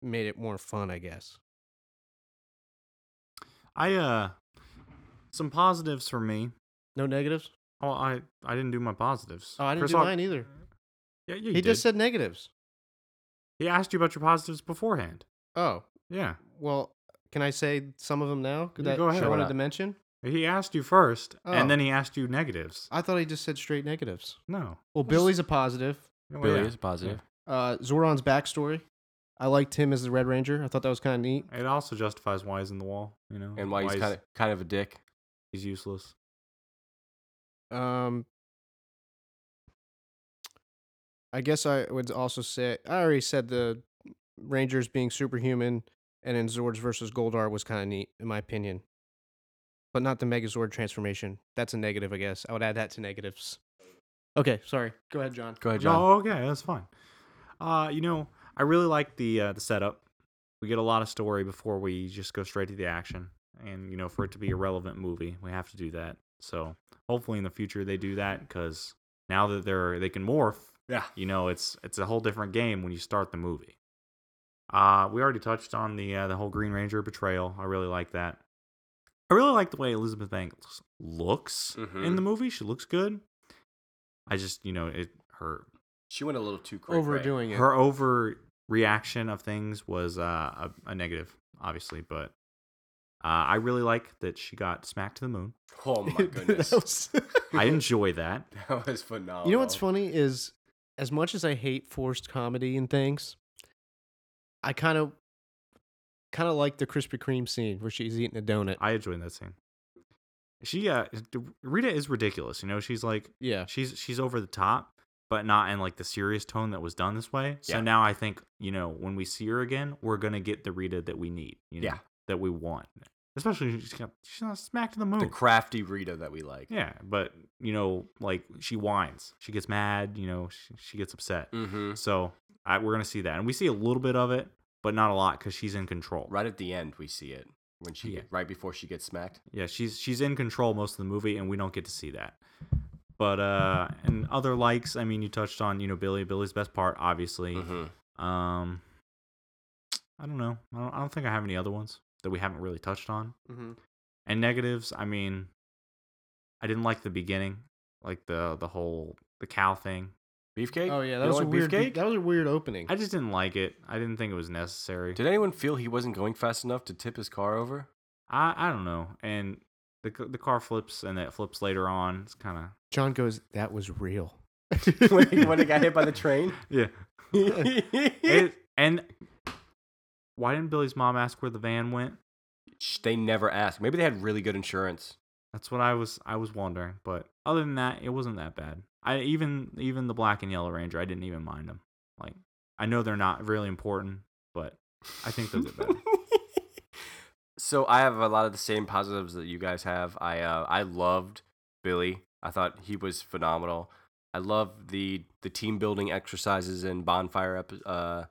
[SPEAKER 5] made it more fun, I guess.
[SPEAKER 4] I uh, some positives for me.
[SPEAKER 5] No negatives?
[SPEAKER 4] Oh, I I didn't do my positives.
[SPEAKER 5] Oh, I didn't
[SPEAKER 4] Chris
[SPEAKER 5] do
[SPEAKER 4] Rock-
[SPEAKER 5] mine either.
[SPEAKER 4] Yeah, yeah, you
[SPEAKER 5] He
[SPEAKER 4] did.
[SPEAKER 5] just said negatives.
[SPEAKER 4] he asked you about your positives beforehand.
[SPEAKER 5] Oh,
[SPEAKER 4] Yeah,
[SPEAKER 5] well, can I say some of them now? Could
[SPEAKER 4] Yeah,
[SPEAKER 5] that
[SPEAKER 4] go ahead.
[SPEAKER 5] I
[SPEAKER 4] Sure, why
[SPEAKER 5] wanted
[SPEAKER 3] not?
[SPEAKER 5] to mention?
[SPEAKER 4] he asked you first,
[SPEAKER 5] Oh.
[SPEAKER 4] and then he asked you negatives.
[SPEAKER 5] I thought he just said straight negatives.
[SPEAKER 4] No,
[SPEAKER 5] Well, Billy's a positive.
[SPEAKER 4] No,
[SPEAKER 5] Oh,
[SPEAKER 3] Billy
[SPEAKER 4] yeah.
[SPEAKER 3] is positive.
[SPEAKER 5] Uh, Zoran's backstory. I liked him as the Red Ranger. I thought that was kind of neat.
[SPEAKER 4] It also justifies why he's in the wall. You know,
[SPEAKER 3] And why he's kind of kind of a dick.
[SPEAKER 4] he's useless.
[SPEAKER 5] Um, I guess I would also say I already said the Rangers being superhuman, and then Zords versus Goldar was kind of neat in my opinion, but not the Megazord transformation. That's a negative, I guess. I would add that to negatives. Okay, sorry. Go ahead, John.
[SPEAKER 3] Go ahead, John.
[SPEAKER 4] No, okay, that's fine. Uh, you know, I really like the uh, the setup. We get a lot of story before we just go straight to the action, and you know, for it to be a relevant movie, we have to do that. So hopefully, in the future, they do that because now that they're they can morph,
[SPEAKER 3] Yeah.
[SPEAKER 4] you know, it's it's a whole different game when you start the movie. Uh, we already touched on the uh, the whole Green Ranger betrayal. I really like that. I really like the way Elizabeth Banks looks
[SPEAKER 3] Mhm.
[SPEAKER 4] in the movie. She looks good. I just, you know, it her
[SPEAKER 3] She went a little too crazy.
[SPEAKER 5] overdoing it.
[SPEAKER 4] her
[SPEAKER 5] *laughs*
[SPEAKER 4] overreaction of things was uh, a, a negative, obviously, but uh, I really like that she got smacked to the moon.
[SPEAKER 5] *laughs*
[SPEAKER 3] Oh my goodness,
[SPEAKER 5] That was-
[SPEAKER 4] I enjoy that.
[SPEAKER 3] *laughs* that was phenomenal.
[SPEAKER 5] you know what's funny is, as much as I hate forced comedy and things, I kind of, kind of like the Krispy Kreme scene where she's eating a donut.
[SPEAKER 4] I enjoyed that scene. She, uh, Rita is ridiculous. You know, she's like
[SPEAKER 5] yeah,
[SPEAKER 4] she's she's over the top, but not in like the serious tone that was done this way. So
[SPEAKER 3] Yeah.
[SPEAKER 4] now I think you know when we see her again, we're gonna get the Rita that we need. You know,
[SPEAKER 3] Yeah.
[SPEAKER 4] that we want. Especially she's got she's not smacked to the moon.
[SPEAKER 3] The crafty Rita that we like.
[SPEAKER 4] yeah, but you know, like she whines, she gets mad. You know, she, she gets upset.
[SPEAKER 3] Mm-hmm.
[SPEAKER 4] So I, we're gonna see that, and we see a little bit of it, but not a lot because she's in control.
[SPEAKER 3] Right at the end, we see it when she
[SPEAKER 4] Yeah.
[SPEAKER 3] right before she gets smacked.
[SPEAKER 4] yeah she's she's in control most of the movie and we don't get to see that but uh and other likes i mean you touched on you know billy billy's best part obviously
[SPEAKER 3] Mm-hmm.
[SPEAKER 4] um i don't know I don't, I don't think i have any other ones that we haven't really touched on
[SPEAKER 5] mm-hmm.
[SPEAKER 4] and negatives i mean i didn't like the beginning like the the whole the cow thing
[SPEAKER 3] Beefcake.
[SPEAKER 5] Oh yeah,
[SPEAKER 3] You
[SPEAKER 5] that
[SPEAKER 3] don't
[SPEAKER 5] was a
[SPEAKER 3] like
[SPEAKER 5] weird.
[SPEAKER 3] beefcake.
[SPEAKER 5] That was a weird opening.
[SPEAKER 4] i just didn't like it i didn't think it was necessary
[SPEAKER 3] Did anyone feel he wasn't going fast enough to tip his car over?
[SPEAKER 4] i i don't know and the, c- the car flips and that flips later on it's kind of
[SPEAKER 5] John goes, "That was real."
[SPEAKER 3] *laughs* when, he, when he got
[SPEAKER 5] *laughs*
[SPEAKER 3] hit by the
[SPEAKER 4] *laughs*
[SPEAKER 3] train.
[SPEAKER 4] yeah it, and why didn't Billy's mom ask where the van went?
[SPEAKER 3] Sh- they never asked. Maybe they had really good insurance.
[SPEAKER 4] That's what I was I was wondering. But other than that, it wasn't that bad. I even even the black and yellow ranger, I didn't even mind them. Like I know they're not really important, but I think they'll get better.
[SPEAKER 3] *laughs* So I have a lot of the same positives that you guys have. I uh, I loved Billy. I thought he was phenomenal. I love the the team building exercises and bonfire ep- uh,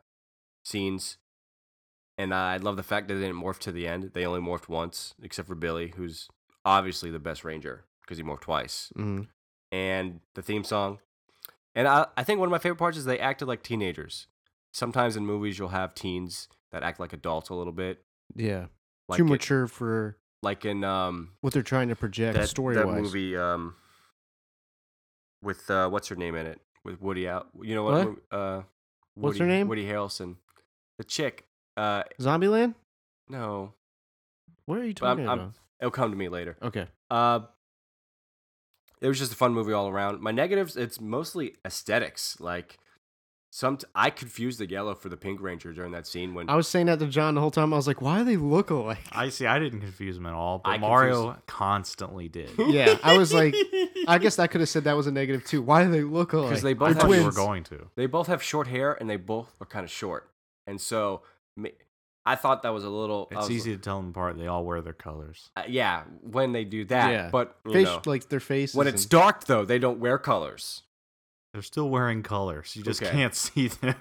[SPEAKER 3] scenes, and I love the fact that they didn't morph to the end. They only morphed once, except for Billy, who's obviously the best ranger because he morphed twice.
[SPEAKER 5] Mhm.
[SPEAKER 3] and the theme song. And I, I think one of my favorite parts is they acted like teenagers. Sometimes in movies, you'll have teens that act like adults a little bit.
[SPEAKER 5] Yeah,
[SPEAKER 3] Like
[SPEAKER 5] too
[SPEAKER 3] it-
[SPEAKER 5] mature for
[SPEAKER 3] like in um,
[SPEAKER 5] what they're trying to project
[SPEAKER 3] that,
[SPEAKER 5] story
[SPEAKER 3] that
[SPEAKER 5] wise.
[SPEAKER 3] movie um, with uh, what's her name in it? With Woody out. You know what?
[SPEAKER 5] What?
[SPEAKER 3] mo- Uh,
[SPEAKER 5] What's
[SPEAKER 3] Woody-
[SPEAKER 5] her name?
[SPEAKER 3] Woody Harrelson. The chick. Uh,
[SPEAKER 5] Zombieland?
[SPEAKER 3] no,
[SPEAKER 5] What are you
[SPEAKER 3] But I'm-
[SPEAKER 5] talking
[SPEAKER 3] I'm-
[SPEAKER 5] about?
[SPEAKER 3] it'll come to me later.
[SPEAKER 5] Okay.
[SPEAKER 3] Uh, it was just a fun movie all around. My negatives, it's mostly aesthetics. Like some, I confused the yellow for the pink ranger during that scene when
[SPEAKER 5] I was saying that to John the whole time. I was like, why do they look alike?
[SPEAKER 4] I see I didn't confuse them at all, but
[SPEAKER 3] I
[SPEAKER 4] Mario constantly did.
[SPEAKER 3] *laughs*
[SPEAKER 5] yeah, I
[SPEAKER 4] *laughs*
[SPEAKER 5] was like, I guess I could have said that was a negative too. Why do they look alike?
[SPEAKER 3] 'Cause they
[SPEAKER 4] I
[SPEAKER 3] both
[SPEAKER 5] They're
[SPEAKER 4] thought you were
[SPEAKER 5] twins.
[SPEAKER 4] going to.
[SPEAKER 3] they both have short hair and they both are kind of short, and so ma- I thought that was a little. I
[SPEAKER 4] It's
[SPEAKER 3] was-
[SPEAKER 4] easy to tell them apart. They all wear their colors.
[SPEAKER 3] uh, yeah, when they do that,
[SPEAKER 5] Yeah.
[SPEAKER 3] but you
[SPEAKER 5] Face-
[SPEAKER 3] know,
[SPEAKER 5] like their faces.
[SPEAKER 3] when it's
[SPEAKER 5] and-
[SPEAKER 3] dark though, they don't wear colors.
[SPEAKER 4] They're still wearing colors. You just
[SPEAKER 3] Okay.
[SPEAKER 4] can't *laughs* see them.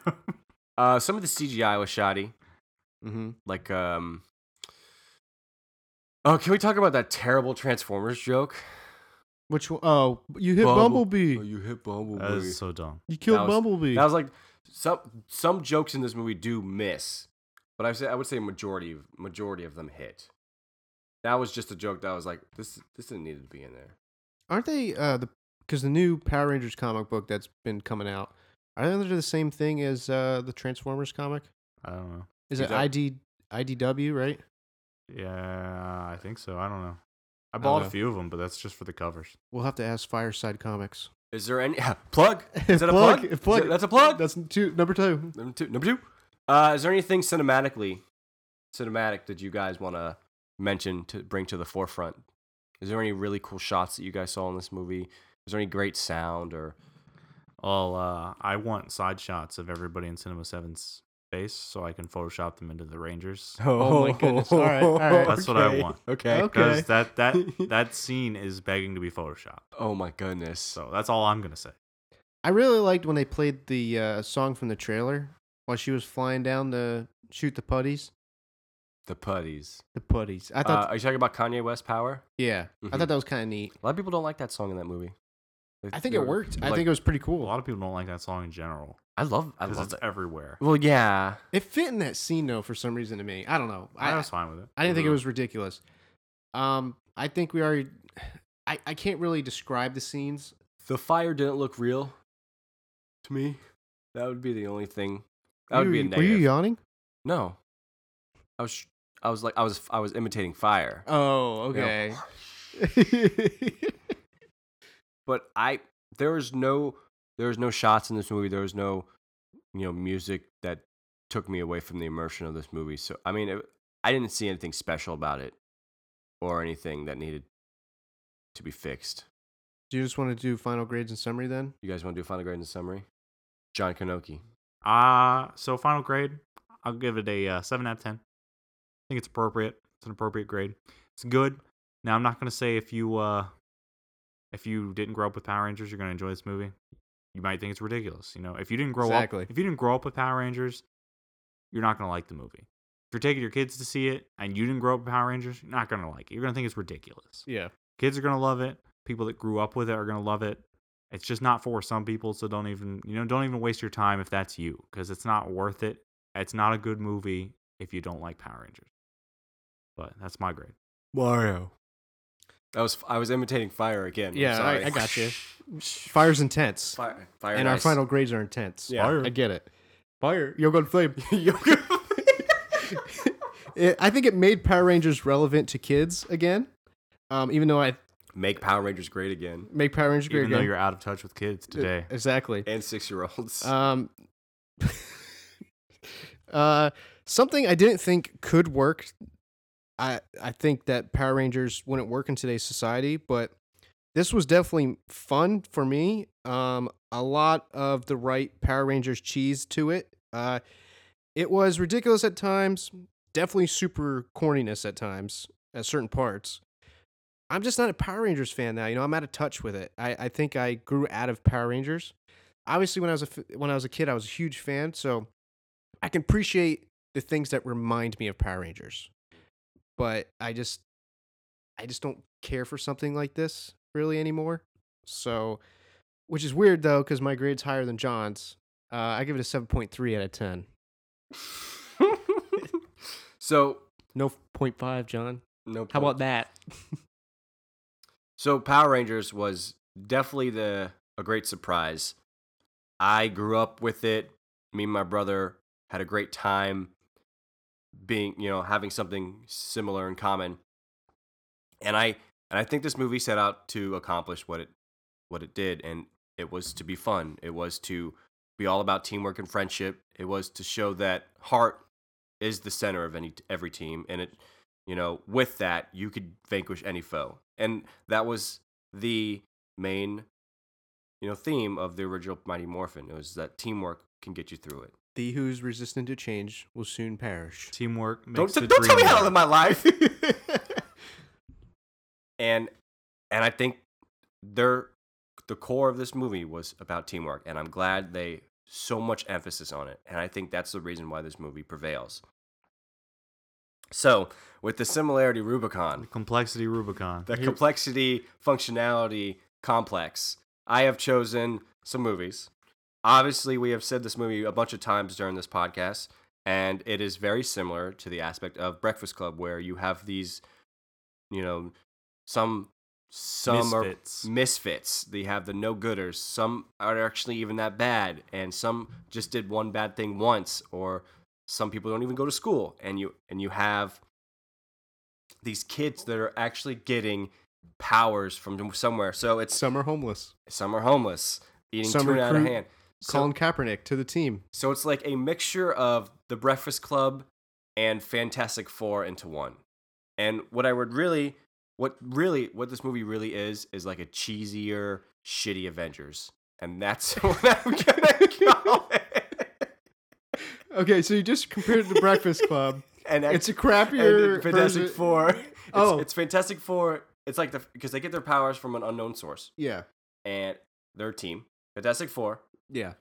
[SPEAKER 3] Uh, some of the CGI was shoddy.
[SPEAKER 4] Mm-hmm.
[SPEAKER 5] Mhm.
[SPEAKER 3] Like, um, oh, can we talk about that terrible Transformers joke?
[SPEAKER 5] Which one? Oh, you hit
[SPEAKER 3] Bumble-
[SPEAKER 5] Bumblebee.
[SPEAKER 3] Oh,
[SPEAKER 5] you,
[SPEAKER 3] you hit Bumblebee.
[SPEAKER 4] that is so dumb.
[SPEAKER 5] killed
[SPEAKER 3] was- *laughs*
[SPEAKER 5] Bumblebee.
[SPEAKER 3] That was like some some jokes in this movie do miss, but I say I would say majority of majority of them hit. That was just a joke that was like this this didn't need to be in there.
[SPEAKER 5] Aren't they? Uh, the because the new Power Rangers comic book that's been coming out. Are they under the same thing as uh, the Transformers comic?
[SPEAKER 4] I don't know.
[SPEAKER 5] Is
[SPEAKER 3] Is
[SPEAKER 5] it
[SPEAKER 3] that-
[SPEAKER 5] ID IDW right?
[SPEAKER 4] Yeah, I think so. I don't know. I
[SPEAKER 5] don't
[SPEAKER 4] bought
[SPEAKER 5] know.
[SPEAKER 4] a few of them, but that's just for the covers.
[SPEAKER 5] We'll have to ask Fireside Comics.
[SPEAKER 3] Is there any *laughs* plug? Is that a plug? Is that- that's a plug.
[SPEAKER 5] That's two, number two.
[SPEAKER 3] number two. Number two. Uh, is there anything cinematically cinematic that you guys want to mention to bring to the forefront? Is there any really cool shots that you guys saw in this movie? Is there any great sound or
[SPEAKER 4] Well, uh, I want side shots of everybody in Cinema 7's face so I can Photoshop them into the
[SPEAKER 5] *laughs*
[SPEAKER 4] Rangers.
[SPEAKER 5] Oh my goodness. All right,
[SPEAKER 3] *laughs*
[SPEAKER 5] all right.
[SPEAKER 4] That's what I
[SPEAKER 3] Okay.
[SPEAKER 4] want.
[SPEAKER 3] Okay.
[SPEAKER 5] Okay.
[SPEAKER 4] Because that, that,
[SPEAKER 5] *laughs*
[SPEAKER 4] that scene is begging to be Photoshopped.
[SPEAKER 3] Oh my goodness.
[SPEAKER 4] So that's all I'm going to say.
[SPEAKER 5] I really liked when they played the uh, song from the trailer while she was flying down to shoot the putties.
[SPEAKER 3] The putties.
[SPEAKER 5] The putties. I thought,
[SPEAKER 3] uh, are you talking about Kanye West Power?
[SPEAKER 5] yeah, I
[SPEAKER 3] mhm.
[SPEAKER 5] thought that was kind of neat.
[SPEAKER 3] A lot of people don't like that song in that movie. They-
[SPEAKER 5] I think
[SPEAKER 3] they
[SPEAKER 5] it
[SPEAKER 3] were-
[SPEAKER 5] worked. I
[SPEAKER 3] like-
[SPEAKER 5] think it was pretty
[SPEAKER 4] A
[SPEAKER 5] cool.
[SPEAKER 4] lot of people don't like that song in general
[SPEAKER 3] I love. I
[SPEAKER 4] because
[SPEAKER 3] love
[SPEAKER 4] it's
[SPEAKER 3] that.
[SPEAKER 4] everywhere.
[SPEAKER 3] Well, yeah.
[SPEAKER 5] It fit in that scene though for some reason to me. I don't know.
[SPEAKER 4] I,
[SPEAKER 5] I,
[SPEAKER 4] was fine with it.
[SPEAKER 5] I didn't think it
[SPEAKER 3] Mhm.
[SPEAKER 5] was ridiculous. Um, I think we already. I, I can't really describe the scenes.
[SPEAKER 3] the fire didn't look real to me. That would be the only thing. That
[SPEAKER 5] Were
[SPEAKER 3] would be a
[SPEAKER 5] you-
[SPEAKER 3] negative.
[SPEAKER 5] Were you yawning?
[SPEAKER 3] No, I was. I was like, I was, I was imitating fire.
[SPEAKER 5] Oh,
[SPEAKER 3] okay. but I there was no there was no shots in this movie. There was no you know music that took me away from the immersion of this movie. So I mean, it, I didn't see anything special about it or anything that needed to be fixed.
[SPEAKER 5] *laughs* do you just want to do final grades and summary then?
[SPEAKER 3] You guys want to do a final grade and summary? John Kanoki.
[SPEAKER 4] Uh, so final grade, I'll give it a uh, 7 out of 10. I think it's appropriate. It's an appropriate grade. It's good. Now, I'm not going to say if you uh if you didn't grow up with Power Rangers, you're going to enjoy this movie. You might think it's ridiculous, you know. If you didn't grow
[SPEAKER 5] Exactly.
[SPEAKER 4] up if you didn't grow up with Power Rangers, you're not going to like the movie. If you're taking your kids to see it and you didn't grow up with Power Rangers, you're not going to like it. You're going to think it's ridiculous.
[SPEAKER 5] Yeah.
[SPEAKER 4] Kids are going to love it. People that grew up with it are going to love it. It's just not for some people, so don't even, you know, don't even waste your time if that's you cuz it's not worth it. It's not a good movie if you don't like Power Rangers. But that's my grade.
[SPEAKER 3] Mario. I was I was imitating fire again. I'm
[SPEAKER 5] Yeah,
[SPEAKER 3] sorry.
[SPEAKER 5] I, I got you. Fire's
[SPEAKER 3] *laughs*
[SPEAKER 5] intense.
[SPEAKER 3] Fire, fire
[SPEAKER 5] and
[SPEAKER 3] and
[SPEAKER 5] our final grades are intense.
[SPEAKER 3] Yeah. Fire.
[SPEAKER 5] I get it. Fire. You're going *laughs* flame. it, I think it made Power Rangers relevant to kids again. Um, even though I
[SPEAKER 3] make Power Rangers great again
[SPEAKER 5] make Power Rangers great
[SPEAKER 4] Even though
[SPEAKER 5] again.
[SPEAKER 4] you're out of touch with kids today.
[SPEAKER 5] Exactly.
[SPEAKER 3] and six year olds.
[SPEAKER 5] Um, uh, something I didn't think could work. I I think that Power Rangers wouldn't work in today's society, but this was definitely fun for me. Um, a lot of the right Power Rangers cheese to it. Uh, it was ridiculous at times, definitely super corniness at times, at certain parts. I'm just not a Power Rangers fan now. You know, I'm out of touch with it. I, I think I grew out of Power Rangers obviously when I was a f- when I was a kid, I was a huge fan, so I can appreciate the things that remind me of Power Rangers. But I just I just don't care for something like this really anymore. So, which is weird though, because my grade's higher than John's. Uh, I give it a seven point three out of ten.
[SPEAKER 3] *laughs* so
[SPEAKER 5] No point five, John.
[SPEAKER 3] no.
[SPEAKER 5] How
[SPEAKER 3] point.
[SPEAKER 5] about that?
[SPEAKER 3] So Power Rangers was definitely the a great surprise. I grew up with it. Me and my brother had a great time being, you know, having something similar in common. And I and I think this movie set out to accomplish what it what it did and it was to be fun. It was to be all about teamwork and friendship. It was to show that heart is the center of any every team and it you know with that you could vanquish any foe and that was the main you know theme of the original mighty morphin it was that teamwork can get you through it
[SPEAKER 5] The who's resistant to change will soon perish.
[SPEAKER 4] Teamwork makes
[SPEAKER 3] don't,
[SPEAKER 4] the
[SPEAKER 3] don't tell me
[SPEAKER 4] dream
[SPEAKER 3] how to
[SPEAKER 4] work.
[SPEAKER 3] live my life *laughs* and and i think their the core of this movie was about teamwork and i'm glad they so much emphasis on it and i think that's the reason why this movie prevails so with the similarity rubicon
[SPEAKER 4] Complexity Rubicon.
[SPEAKER 3] the complexity functionality complex i have chosen some movies obviously we have said this movie a bunch of times during this podcast and it is very similar to the aspect of breakfast club where you have these you know some some
[SPEAKER 4] Misfits.
[SPEAKER 3] are misfits they have the no gooders some are actually even that bad and some just did one bad thing once or some people don't even go to school and you and you have these kids that are actually getting powers from somewhere so it's
[SPEAKER 5] Some are homeless.
[SPEAKER 3] some are homeless eating
[SPEAKER 5] Some
[SPEAKER 3] tuna out of
[SPEAKER 5] recruit
[SPEAKER 3] hand So-
[SPEAKER 5] Colin Kaepernick to the team.
[SPEAKER 3] so it's like a mixture of The Breakfast Club and Fantastic Four into one. And what I would really, what really, what this movie really is, is like a cheesier, shitty Avengers. And that's *laughs* what I'm gonna call it.
[SPEAKER 5] Okay, so you just compared it to Breakfast Club.
[SPEAKER 3] And
[SPEAKER 5] It's a
[SPEAKER 3] and
[SPEAKER 5] crappier
[SPEAKER 3] Fantastic
[SPEAKER 5] version-
[SPEAKER 3] Four. It's,
[SPEAKER 5] Oh.
[SPEAKER 3] it's Fantastic Four. It's like the because they get their powers from an unknown source
[SPEAKER 5] Yeah.
[SPEAKER 3] and their team. Fantastic Four,
[SPEAKER 5] Yeah.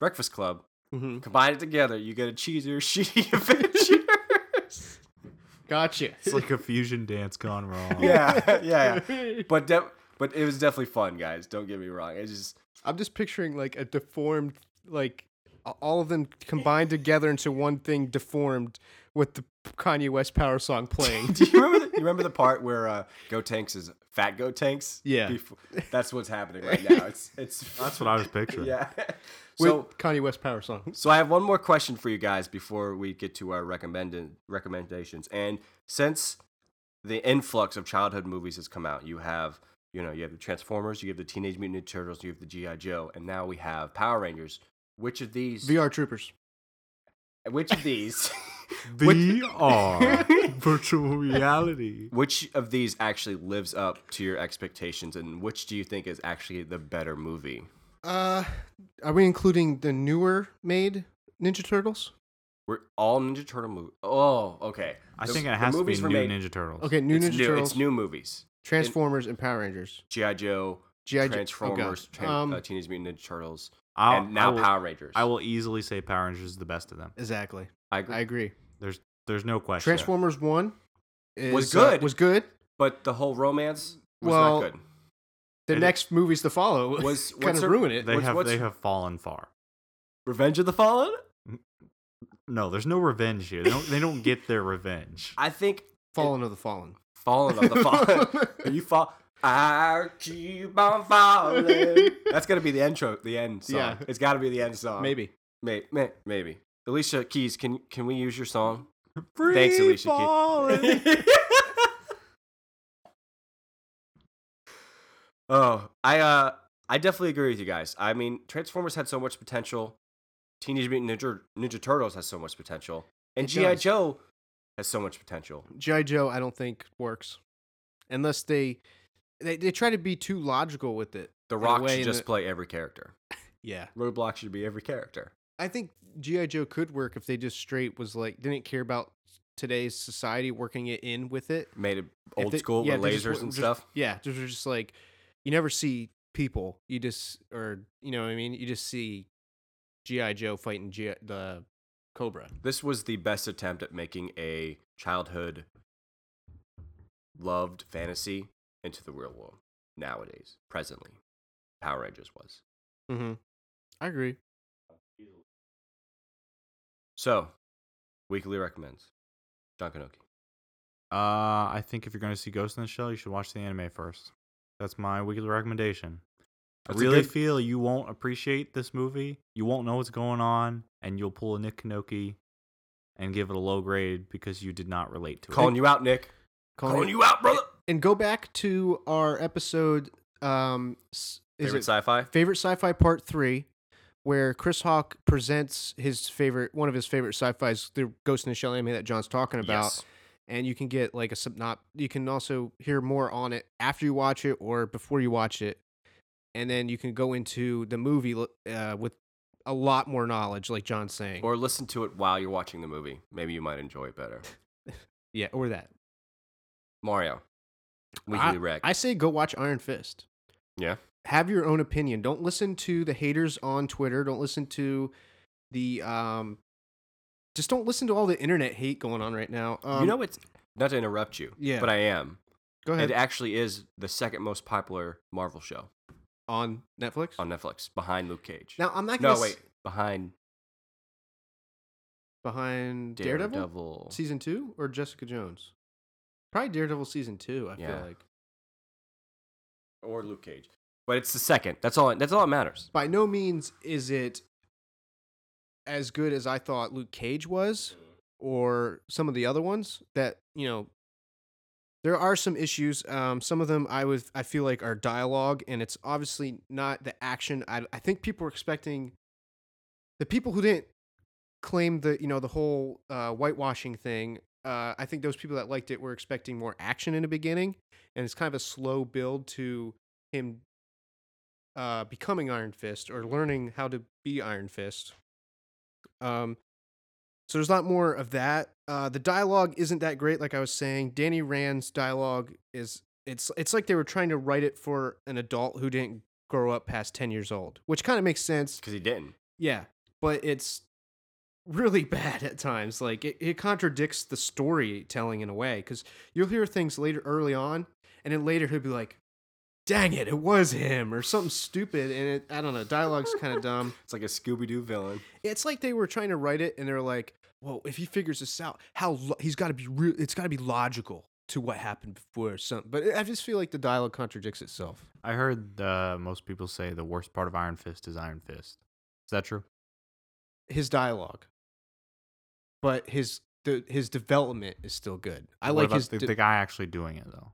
[SPEAKER 3] Breakfast Club,
[SPEAKER 5] Mm-hmm.
[SPEAKER 3] combine it together, you get a cheesier, *laughs* shitty Avengers.
[SPEAKER 5] Gotcha.
[SPEAKER 4] It's *laughs* like a fusion dance gone wrong.
[SPEAKER 3] yeah, *laughs* yeah, yeah. But de- but it was definitely fun, guys. Don't get me wrong. It's *laughs* just
[SPEAKER 5] *laughs* I'm just picturing like a deformed, like a- all of them combined together into one thing deformed with the Kanye West power
[SPEAKER 3] *laughs*
[SPEAKER 5] song playing.
[SPEAKER 3] Do you remember? The, you remember the part where uh, Go Tanks is Fat Go Tanks?
[SPEAKER 5] Yeah.
[SPEAKER 3] Bef- that's what's happening
[SPEAKER 4] *laughs*
[SPEAKER 3] right now. It's it's
[SPEAKER 4] That's what I was
[SPEAKER 3] *laughs*
[SPEAKER 4] picturing.
[SPEAKER 3] yeah.
[SPEAKER 5] with
[SPEAKER 3] So
[SPEAKER 5] Kanye West power song.
[SPEAKER 3] so I have one more question for you guys before we get to our recommended recommendations. And since the influx of childhood movies has come out, you have you know you have the Transformers, you have the Teenage Mutant Ninja Turtles, you have the GI Joe, and now we have Power Rangers. Which of these?
[SPEAKER 5] VR Troopers.
[SPEAKER 3] Which of
[SPEAKER 4] *laughs*
[SPEAKER 3] these? *laughs*
[SPEAKER 4] VR, virtual reality.
[SPEAKER 3] Which of these actually lives up to your expectations, and which do you think is actually the better movie?
[SPEAKER 5] Uh, are we including the newer made Ninja Turtles?
[SPEAKER 3] We're all Ninja Turtle movies. Oh, okay.
[SPEAKER 4] I
[SPEAKER 3] The-
[SPEAKER 4] think it
[SPEAKER 3] the
[SPEAKER 4] has to be
[SPEAKER 3] movies
[SPEAKER 4] new
[SPEAKER 3] were made-
[SPEAKER 4] Ninja Turtles.
[SPEAKER 5] Okay, new
[SPEAKER 3] it's
[SPEAKER 5] Ninja
[SPEAKER 3] new,
[SPEAKER 5] Turtles,
[SPEAKER 3] It's new movies.
[SPEAKER 5] Transformers, and Power Rangers.
[SPEAKER 3] GI Joe,
[SPEAKER 5] G.I. Joe- oh,
[SPEAKER 3] Transformers,
[SPEAKER 5] God.
[SPEAKER 3] Tran-
[SPEAKER 5] Um,
[SPEAKER 3] uh, Teenage Mutant Ninja Turtles,
[SPEAKER 4] I'll,
[SPEAKER 3] and now
[SPEAKER 4] I will,
[SPEAKER 3] Power Rangers.
[SPEAKER 4] I will easily say Power Rangers is the best of them.
[SPEAKER 5] exactly.
[SPEAKER 3] I agree.
[SPEAKER 5] I agree.
[SPEAKER 4] There's there's no question.
[SPEAKER 5] Transformers One is,
[SPEAKER 3] Was
[SPEAKER 5] uh,
[SPEAKER 3] good.
[SPEAKER 5] was good.
[SPEAKER 3] but the whole romance was
[SPEAKER 5] Well,
[SPEAKER 3] not good.
[SPEAKER 5] The
[SPEAKER 4] It-
[SPEAKER 5] next movies to follow *laughs*
[SPEAKER 3] Was-
[SPEAKER 5] was kind
[SPEAKER 3] what's
[SPEAKER 5] of
[SPEAKER 3] her-
[SPEAKER 5] ruin it.
[SPEAKER 4] They
[SPEAKER 3] What's-
[SPEAKER 4] have
[SPEAKER 3] what's-
[SPEAKER 4] they have fallen far.
[SPEAKER 3] Revenge of the Fallen.
[SPEAKER 4] No, there's no revenge here. They don't they don't get their *laughs* revenge.
[SPEAKER 3] I think
[SPEAKER 5] Fallen of the Fallen.
[SPEAKER 3] Fallen of
[SPEAKER 5] *laughs*
[SPEAKER 3] the Fallen. *laughs* you fall. I keep on falling. That's gonna be the intro, the end song.
[SPEAKER 5] Yeah.
[SPEAKER 3] It's gotta be the end song.
[SPEAKER 5] Maybe.
[SPEAKER 3] May, may, maybe. Alicia Keys, can can we use your song?
[SPEAKER 4] Free
[SPEAKER 3] Thanks, Alicia Keys.
[SPEAKER 4] falling.
[SPEAKER 3] *laughs* oh, I uh, I definitely agree with you guys. I mean, Transformers had so much potential. Teenage Mutant Ninja Ninja Turtles has so much potential, and
[SPEAKER 5] It
[SPEAKER 3] GI
[SPEAKER 5] does.
[SPEAKER 3] Joe has so much potential.
[SPEAKER 5] G.I. Joe, I don't think works. Unless they, they they try to be too logical with it.
[SPEAKER 3] The
[SPEAKER 5] in a
[SPEAKER 3] Rock
[SPEAKER 5] way
[SPEAKER 3] should
[SPEAKER 5] in
[SPEAKER 3] just
[SPEAKER 5] the-
[SPEAKER 3] play every character.
[SPEAKER 5] Yeah.
[SPEAKER 3] Roadblock should be every character.
[SPEAKER 5] I think G.I. Joe could work if they just straight was like didn't care about today's society working it in with it.
[SPEAKER 3] Made it
[SPEAKER 5] If
[SPEAKER 3] old
[SPEAKER 5] they-
[SPEAKER 3] school
[SPEAKER 5] yeah,
[SPEAKER 3] with
[SPEAKER 5] they just
[SPEAKER 3] lasers
[SPEAKER 5] wa-
[SPEAKER 3] and
[SPEAKER 5] just-
[SPEAKER 3] stuff.
[SPEAKER 5] Yeah, just just like you never see people. You just or you know what I mean. You just see GI Joe fighting G- the Cobra.
[SPEAKER 3] This was the best attempt at making a childhood loved fantasy into the real world nowadays, presently. Power Rangers was.
[SPEAKER 5] Mm-hmm. I agree.
[SPEAKER 3] So, weekly recommends. John Kanoki.
[SPEAKER 4] Uh, I think if you're going to see Ghost in the Shell, you should watch the anime first. That's my weekly recommendation.
[SPEAKER 3] That's
[SPEAKER 4] I
[SPEAKER 3] a
[SPEAKER 4] really
[SPEAKER 3] good-
[SPEAKER 4] feel you won't appreciate this movie. You won't know what's going on, and you'll pull a Nick Kanoki and give it a low grade because you did not relate to
[SPEAKER 3] Calling
[SPEAKER 4] it.
[SPEAKER 3] you out, Nick.
[SPEAKER 5] Colin,
[SPEAKER 3] Calling you out, brother.
[SPEAKER 5] And go back to our episode. Um, s- is
[SPEAKER 3] Favorite
[SPEAKER 5] it
[SPEAKER 3] sci-fi?
[SPEAKER 5] favorite sci-fi part three, where Chris Hawk presents his favorite one of his favorite sci-fi's, the Ghost in the Shell anime that John's talking about.
[SPEAKER 3] Yes.
[SPEAKER 5] and you can get like a synop. You can also hear more on it after you watch it or before you watch it, and then you can go into the movie uh, with a lot more knowledge, like John's saying.
[SPEAKER 3] Or listen to it while you're watching the movie. Maybe you might enjoy it
[SPEAKER 5] *laughs*
[SPEAKER 3] better.
[SPEAKER 5] yeah, or that.
[SPEAKER 3] Mario. Weekly
[SPEAKER 5] I,
[SPEAKER 3] rec.
[SPEAKER 5] I say go watch Iron Fist.
[SPEAKER 3] Yeah.
[SPEAKER 5] Have your own opinion. Don't listen to the haters on Twitter. Don't listen to the um. Just don't listen to all the internet hate going on right now. Um,
[SPEAKER 3] you know it's not to interrupt you,
[SPEAKER 5] Yeah.
[SPEAKER 3] but I am.
[SPEAKER 5] Go ahead
[SPEAKER 3] It actually is the second most popular Marvel show
[SPEAKER 5] on Netflix.
[SPEAKER 3] on Netflix, behind Luke Cage.
[SPEAKER 5] now I'm not gonna
[SPEAKER 3] no,
[SPEAKER 5] s-
[SPEAKER 3] wait, behind
[SPEAKER 5] behind
[SPEAKER 3] Daredevil.
[SPEAKER 5] Daredevil? season two or Jessica Jones? Probably Daredevil season two. I
[SPEAKER 3] Yeah.
[SPEAKER 5] feel like
[SPEAKER 3] or Luke Cage, but it's the second. That's all. That's all that matters.
[SPEAKER 5] by no means is it as good as I thought Luke Cage was, or some of the other ones that you know. There are some issues. Um, some of them I was I feel like are dialogue, and it's obviously not the action. I I think people were expecting the people who didn't claim the you know the whole uh, whitewashing thing. Uh, I think those people that liked it were expecting more action in the beginning, and it's kind of a slow build to him uh, becoming Iron Fist or learning how to be Iron Fist. Um, so there's a lot more of that. Uh, the dialogue isn't that great, like I was saying. Danny Rand's dialogue is it's it's like they were trying to write it for an adult who didn't grow up past ten years old, which kind of makes sense.
[SPEAKER 3] Because he didn't.
[SPEAKER 5] Yeah, but it's really *laughs* bad at times. Like it, it contradicts the storytelling in a way because you'll hear things later early on, and then later he'll be like, dang it, it was him or something stupid. And it, I don't know, dialogue's kind of dumb.
[SPEAKER 3] It's like a Scooby Doo villain.
[SPEAKER 5] It's like they were trying to write it and they're like, well, if he figures this out, how lo- he's got to be real, it's got to be logical to what happened before or something. But I just feel like the dialogue contradicts itself.
[SPEAKER 4] I heard uh, most people say the worst part of Iron Fist is Iron Fist. Is that true?
[SPEAKER 5] His dialogue, but his the, his development is still good. I like his
[SPEAKER 4] the,
[SPEAKER 5] de-
[SPEAKER 4] the guy actually doing it though.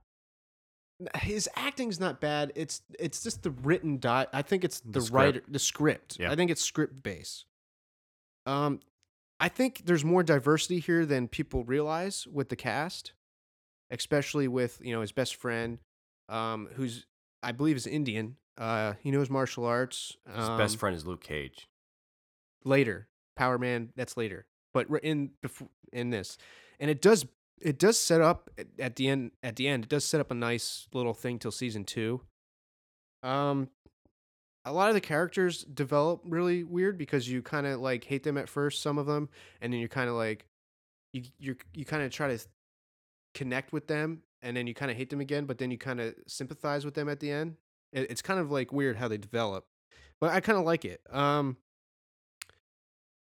[SPEAKER 5] his acting's not bad. It's it's just the written di. I think it's the,
[SPEAKER 4] The script.
[SPEAKER 5] writer, the script.
[SPEAKER 4] Yeah.
[SPEAKER 5] I think it's script based. Um, I think there's more diversity here than people realize with the cast, especially with you know his best friend, um, who's I believe is Indian. Uh, he knows martial arts.
[SPEAKER 3] His
[SPEAKER 5] um,
[SPEAKER 3] best friend is Luke Cage.
[SPEAKER 5] later. Power Man, that's later. But we're in before, in this, and it does it does set up at- at the end at the end it does set up a nice little thing till season two. Um, a lot of the characters develop really weird because you kind of like hate them at first, some of them, and then you're kind of like you you you kind of try to connect with them, and then you kind of hate them again, but then you kind of sympathize with them at the end. It, it's kind of like weird how they develop, but I kind of like it. Um,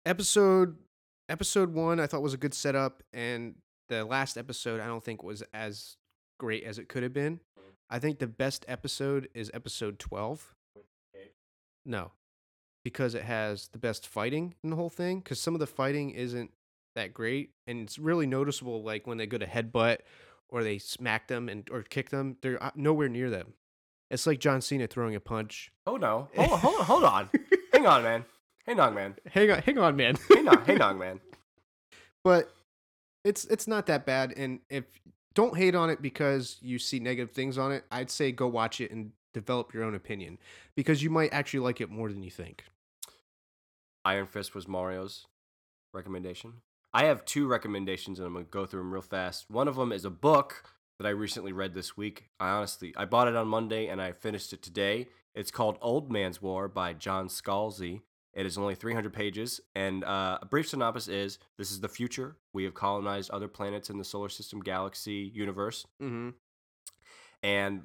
[SPEAKER 5] episode episode one I thought was a good setup, and the last episode I don't think was as great as it could have been. I think the best episode is episode twelve. No, because it has the best fighting in the whole thing. Because some of the fighting isn't that great, and it's really noticeable. Like when they go to headbutt or they smack them and or kick them, they're uh, nowhere near them. It's like John Cena throwing a punch.
[SPEAKER 3] Oh
[SPEAKER 5] *laughs*
[SPEAKER 3] no! Hold on! Hold on! Hold on. hang on, man. Hang on, man.
[SPEAKER 5] Hang on, hang on, man. *laughs*
[SPEAKER 3] Hang on! Hang on, man.
[SPEAKER 5] but it's it's not that bad and if don't hate on it because you see negative things on it i'd say go watch it and develop your own opinion because you might actually like it more than you think
[SPEAKER 3] Iron Fist was Mario's recommendation. I have two recommendations, and I'm gonna go through them real fast. One of them is a book that I recently read this week. I honestly, I bought it on Monday, and I finished it today. It's called Old Man's War by John Scalzi. It is only 300 pages, and uh, a brief synopsis is: This is the future. We have colonized other planets in the solar system, galaxy, universe
[SPEAKER 5] mm-hmm.
[SPEAKER 3] and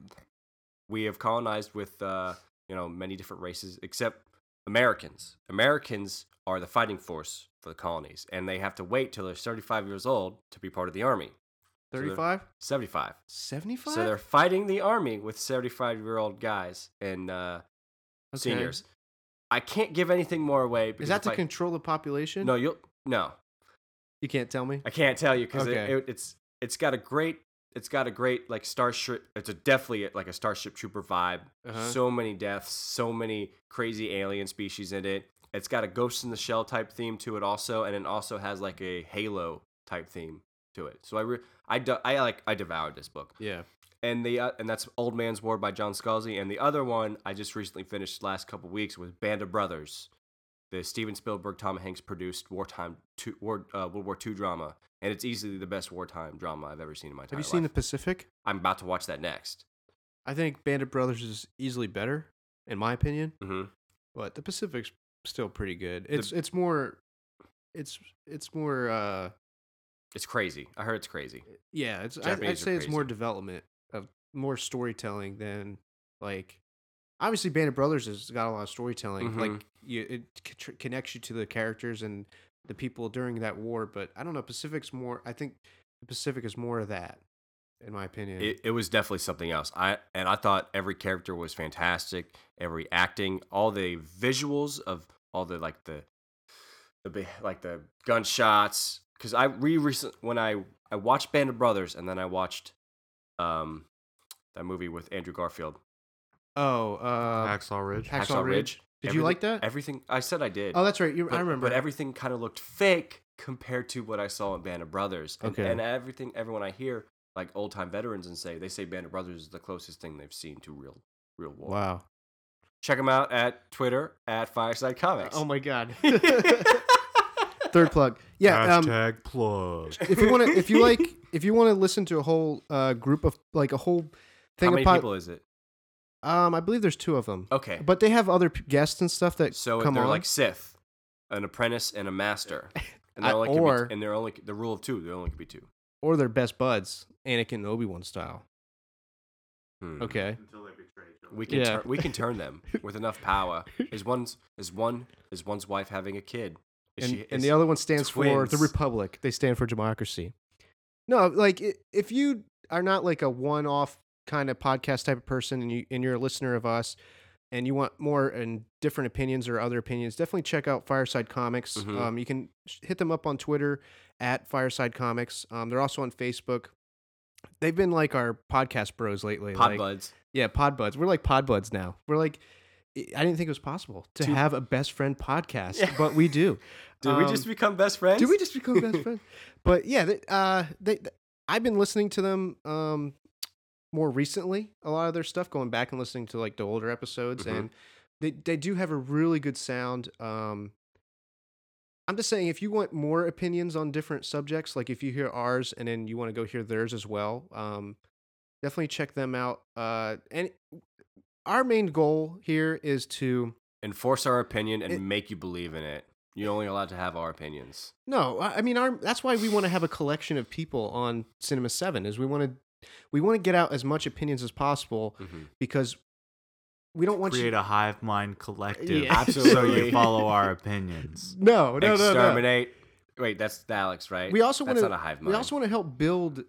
[SPEAKER 3] we have colonized with uh, you know many different races except Americans. Americans are the fighting force for the colonies, and they have to wait till they're 35 years old to be part of the army. So they're-
[SPEAKER 5] 35
[SPEAKER 3] 75.
[SPEAKER 5] 75
[SPEAKER 3] So they're fighting the army with 75 year old guys and uh,
[SPEAKER 5] Okay.
[SPEAKER 3] seniors. I can't give anything more away. Because
[SPEAKER 5] is that
[SPEAKER 3] if
[SPEAKER 5] to
[SPEAKER 3] I-
[SPEAKER 5] control the population
[SPEAKER 3] No, you'll no.
[SPEAKER 5] you can't tell me
[SPEAKER 3] I can't tell you because
[SPEAKER 5] Okay.
[SPEAKER 3] it, it, it's it's got a great it's got a great like starship. It's a definitely like a Starship Trooper vibe.
[SPEAKER 5] Uh-huh.
[SPEAKER 3] So many deaths, so many crazy alien species in it. It's got a Ghost in the Shell type theme to it also, and it also has like a Halo type theme to it. So I re- I, de- I like I devoured this book
[SPEAKER 5] yeah
[SPEAKER 3] and the uh, and that's Old Man's War by John Scalzi, and the other one I just recently finished last couple weeks was Band of Brothers, the Steven Spielberg, Tom Hanks produced wartime two, war, uh, World War II drama, and it's easily the best wartime drama I've ever seen in my
[SPEAKER 5] have
[SPEAKER 3] entire
[SPEAKER 5] you seen the
[SPEAKER 3] life.
[SPEAKER 5] pacific
[SPEAKER 3] I'm about to watch that next.
[SPEAKER 5] i think bandit brothers is easily better in my opinion
[SPEAKER 3] Mm-hmm.
[SPEAKER 5] but the pacific's still pretty good it's it's more it's it's more uh
[SPEAKER 3] It's crazy. I heard it's crazy.
[SPEAKER 5] Yeah, it's I, I'd
[SPEAKER 3] Japanese are
[SPEAKER 5] say it's more
[SPEAKER 3] crazy.
[SPEAKER 5] development of more storytelling than like obviously Band of Brothers has got a lot of storytelling.
[SPEAKER 3] Mhm.
[SPEAKER 5] Like you, it c- tr- connects you to the characters and the people during that war. But I don't know, Pacific's more. I think the Pacific is more of that, in my opinion.
[SPEAKER 3] It, it was definitely something else. I and I thought every character was fantastic. Every acting, all the visuals of all the like the the be- like the gunshots. Because I re recent when I I watched Band of Brothers and then I watched um that movie with Andrew Garfield,
[SPEAKER 5] oh, uh,
[SPEAKER 4] Hacksaw Ridge.
[SPEAKER 5] Hacksaw Ridge. Did you
[SPEAKER 3] Everything-
[SPEAKER 5] like that?
[SPEAKER 3] Everything I said I did.
[SPEAKER 5] oh, that's right. You,
[SPEAKER 3] But-
[SPEAKER 5] I remember.
[SPEAKER 3] But everything kind of looked fake compared to what I saw in Band of Brothers. And,
[SPEAKER 5] Okay.
[SPEAKER 3] and everything, everyone I hear, like old time veterans, and say they say Band of Brothers is the closest thing they've seen to real, real war.
[SPEAKER 5] wow.
[SPEAKER 3] Check them out at Twitter at Fireside Comics.
[SPEAKER 5] Oh
[SPEAKER 3] *laughs*
[SPEAKER 5] my god. *laughs* Third plug. Yeah. Um,
[SPEAKER 4] Hashtag plug.
[SPEAKER 5] if you want to, if you like, if you want to listen to a whole uh, group of like a whole thing
[SPEAKER 3] How many
[SPEAKER 5] about,
[SPEAKER 3] people is it?
[SPEAKER 5] um, I believe there's two of them.
[SPEAKER 3] Okay,
[SPEAKER 5] But they have other p- guests and stuff that
[SPEAKER 3] so
[SPEAKER 5] come
[SPEAKER 3] they're
[SPEAKER 5] on.
[SPEAKER 3] like Sith, an apprentice and a
[SPEAKER 5] *laughs*
[SPEAKER 3] master, and
[SPEAKER 5] I-
[SPEAKER 3] they're only could be-
[SPEAKER 5] or-
[SPEAKER 3] and they're only the rule of two. There only could be two.
[SPEAKER 5] or they're best buds, Anakin and Obi Wan style.
[SPEAKER 3] Hmm.
[SPEAKER 5] Okay.
[SPEAKER 4] Until they betray
[SPEAKER 3] We can
[SPEAKER 5] Yeah.
[SPEAKER 3] tur- we can turn them
[SPEAKER 5] *laughs*
[SPEAKER 3] with enough power. Is one's is one is one's wife having a kid? Is
[SPEAKER 5] and,
[SPEAKER 3] she,
[SPEAKER 5] and
[SPEAKER 3] is-
[SPEAKER 5] the other one stands for the
[SPEAKER 3] twins.
[SPEAKER 5] republic they stand for democracy no like i- if you are not like a one-off kind of podcast type of person and, you, and you're a listener of us and you want more and different opinions or other opinions definitely check out fireside comics
[SPEAKER 3] Mhm.
[SPEAKER 5] um, you can sh- hit them up on twitter at fireside comics um, they're also on facebook they've been like our podcast bros lately
[SPEAKER 3] pod
[SPEAKER 5] like-
[SPEAKER 3] buds.
[SPEAKER 5] yeah, pod buds. We're like pod buds now. We're like, I didn't think it was possible to
[SPEAKER 3] Dude.
[SPEAKER 5] have a best friend
[SPEAKER 3] *laughs*
[SPEAKER 5] podcast, but we do.
[SPEAKER 3] Did we just
[SPEAKER 5] Um,
[SPEAKER 3] become best friends?
[SPEAKER 5] Did we just become best friends? But yeah, they, uh, they, th- I've been listening to them um, more recently. A lot of their stuff, going back and listening to like the older episodes,
[SPEAKER 3] Mhm.
[SPEAKER 5] and they they do have a really good sound. Um, I'm just saying, if you want more opinions on different subjects, like if you hear ours and then you want to go hear theirs as well, um, definitely check them out. Uh, and our main goal here is to
[SPEAKER 3] enforce our opinion and
[SPEAKER 5] It-
[SPEAKER 3] make you believe in it? You're only allowed to have our opinions.
[SPEAKER 5] No, I I mean our that's why we want to have a collection of people on Cinema 7 is we want to we want to get out as much opinions as possible
[SPEAKER 3] Mhm.
[SPEAKER 5] because we don't want
[SPEAKER 4] Create
[SPEAKER 5] you
[SPEAKER 4] a hive mind collective.
[SPEAKER 5] Yeah.
[SPEAKER 4] So
[SPEAKER 3] Absolutely.
[SPEAKER 4] you *laughs* follow our opinions.
[SPEAKER 5] No, no, no, no.
[SPEAKER 3] Exterminate. Wait, that's Alex, right?
[SPEAKER 5] We also
[SPEAKER 3] That's
[SPEAKER 5] want to
[SPEAKER 3] not a hive mind.
[SPEAKER 5] We also want to help build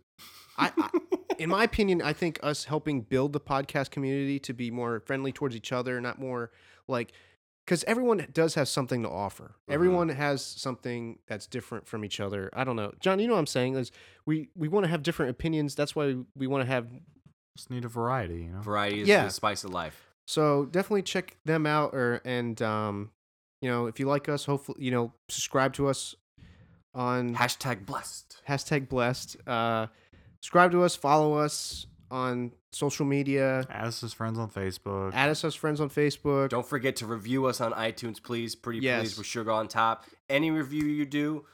[SPEAKER 5] I, I in my opinion, I think us helping build the podcast community to be more friendly towards each other, not more like because everyone does have something to offer.
[SPEAKER 3] Mm-hmm.
[SPEAKER 5] Everyone has something that's different from each other. I don't know, John. You know what I'm saying? Is we we want to have different opinions. That's why we, we want to have
[SPEAKER 4] Just need a variety, you know.
[SPEAKER 3] Variety is
[SPEAKER 5] Yeah.
[SPEAKER 3] the spice of life.
[SPEAKER 5] So definitely check them out, or and um, you know, if you like us, hopefully you know, subscribe to us on
[SPEAKER 3] Hashtag blessed.
[SPEAKER 5] hashtag blessed. Uh, subscribe to us, follow us on social media.
[SPEAKER 4] Add us as friends on Facebook.
[SPEAKER 5] Add us as friends on Facebook.
[SPEAKER 3] Don't forget to review us on iTunes, please. Pretty
[SPEAKER 5] Yes.
[SPEAKER 3] please with sugar on top. Any review you do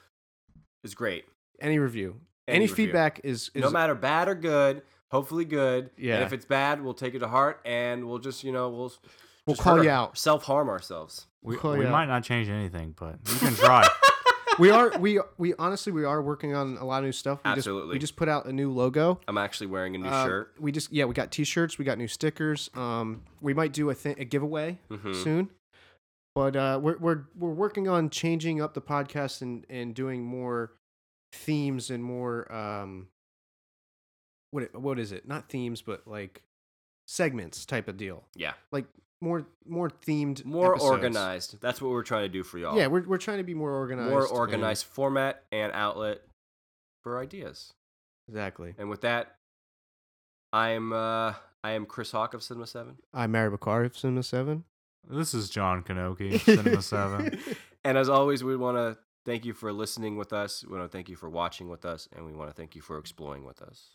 [SPEAKER 3] is great.
[SPEAKER 5] Any review,
[SPEAKER 3] Any
[SPEAKER 5] any,
[SPEAKER 3] review.
[SPEAKER 5] feedback is, is
[SPEAKER 3] no matter bad or good. Hopefully good.
[SPEAKER 5] Yeah.
[SPEAKER 3] And if it's bad, we'll take it to heart and we'll just you know we'll
[SPEAKER 5] We'll call you out.
[SPEAKER 3] Self harm ourselves.
[SPEAKER 4] We,
[SPEAKER 5] Oh,
[SPEAKER 4] we
[SPEAKER 5] yeah.
[SPEAKER 4] might not change anything, but you can
[SPEAKER 5] *laughs*
[SPEAKER 4] try.
[SPEAKER 5] we are we we honestly we are working on a lot of new stuff. We just,
[SPEAKER 3] Absolutely.
[SPEAKER 5] we just put out a new logo.
[SPEAKER 3] I'm actually wearing a new
[SPEAKER 5] Uh,
[SPEAKER 3] shirt.
[SPEAKER 5] We just yeah, we got t-shirts, we got new stickers. Um, we might do a thing, a giveaway
[SPEAKER 3] Mhm.
[SPEAKER 5] soon. But uh, we're we're we're working on changing up the podcast and and doing more themes and more um, what it- what is it? Not themes, but like segments type of deal.
[SPEAKER 3] Yeah.
[SPEAKER 5] Like more more themed,
[SPEAKER 3] More
[SPEAKER 5] episodes.
[SPEAKER 3] organized. That's what we're trying to do for y'all.
[SPEAKER 5] Yeah, we're we're trying to be more organized.
[SPEAKER 3] more
[SPEAKER 5] and-
[SPEAKER 3] organized format and outlet for ideas.
[SPEAKER 5] exactly.
[SPEAKER 3] And with that, I'm uh I am Chris Hawk of Cinema Seven.
[SPEAKER 5] I'm Mary Bakari of Cinema Seven.
[SPEAKER 4] this is John Kanoki,
[SPEAKER 5] *laughs*
[SPEAKER 4] Cinema 7.
[SPEAKER 3] And as always, we want to thank you for listening with us. We want to thank you for watching with us, and we want to thank you for exploring with us.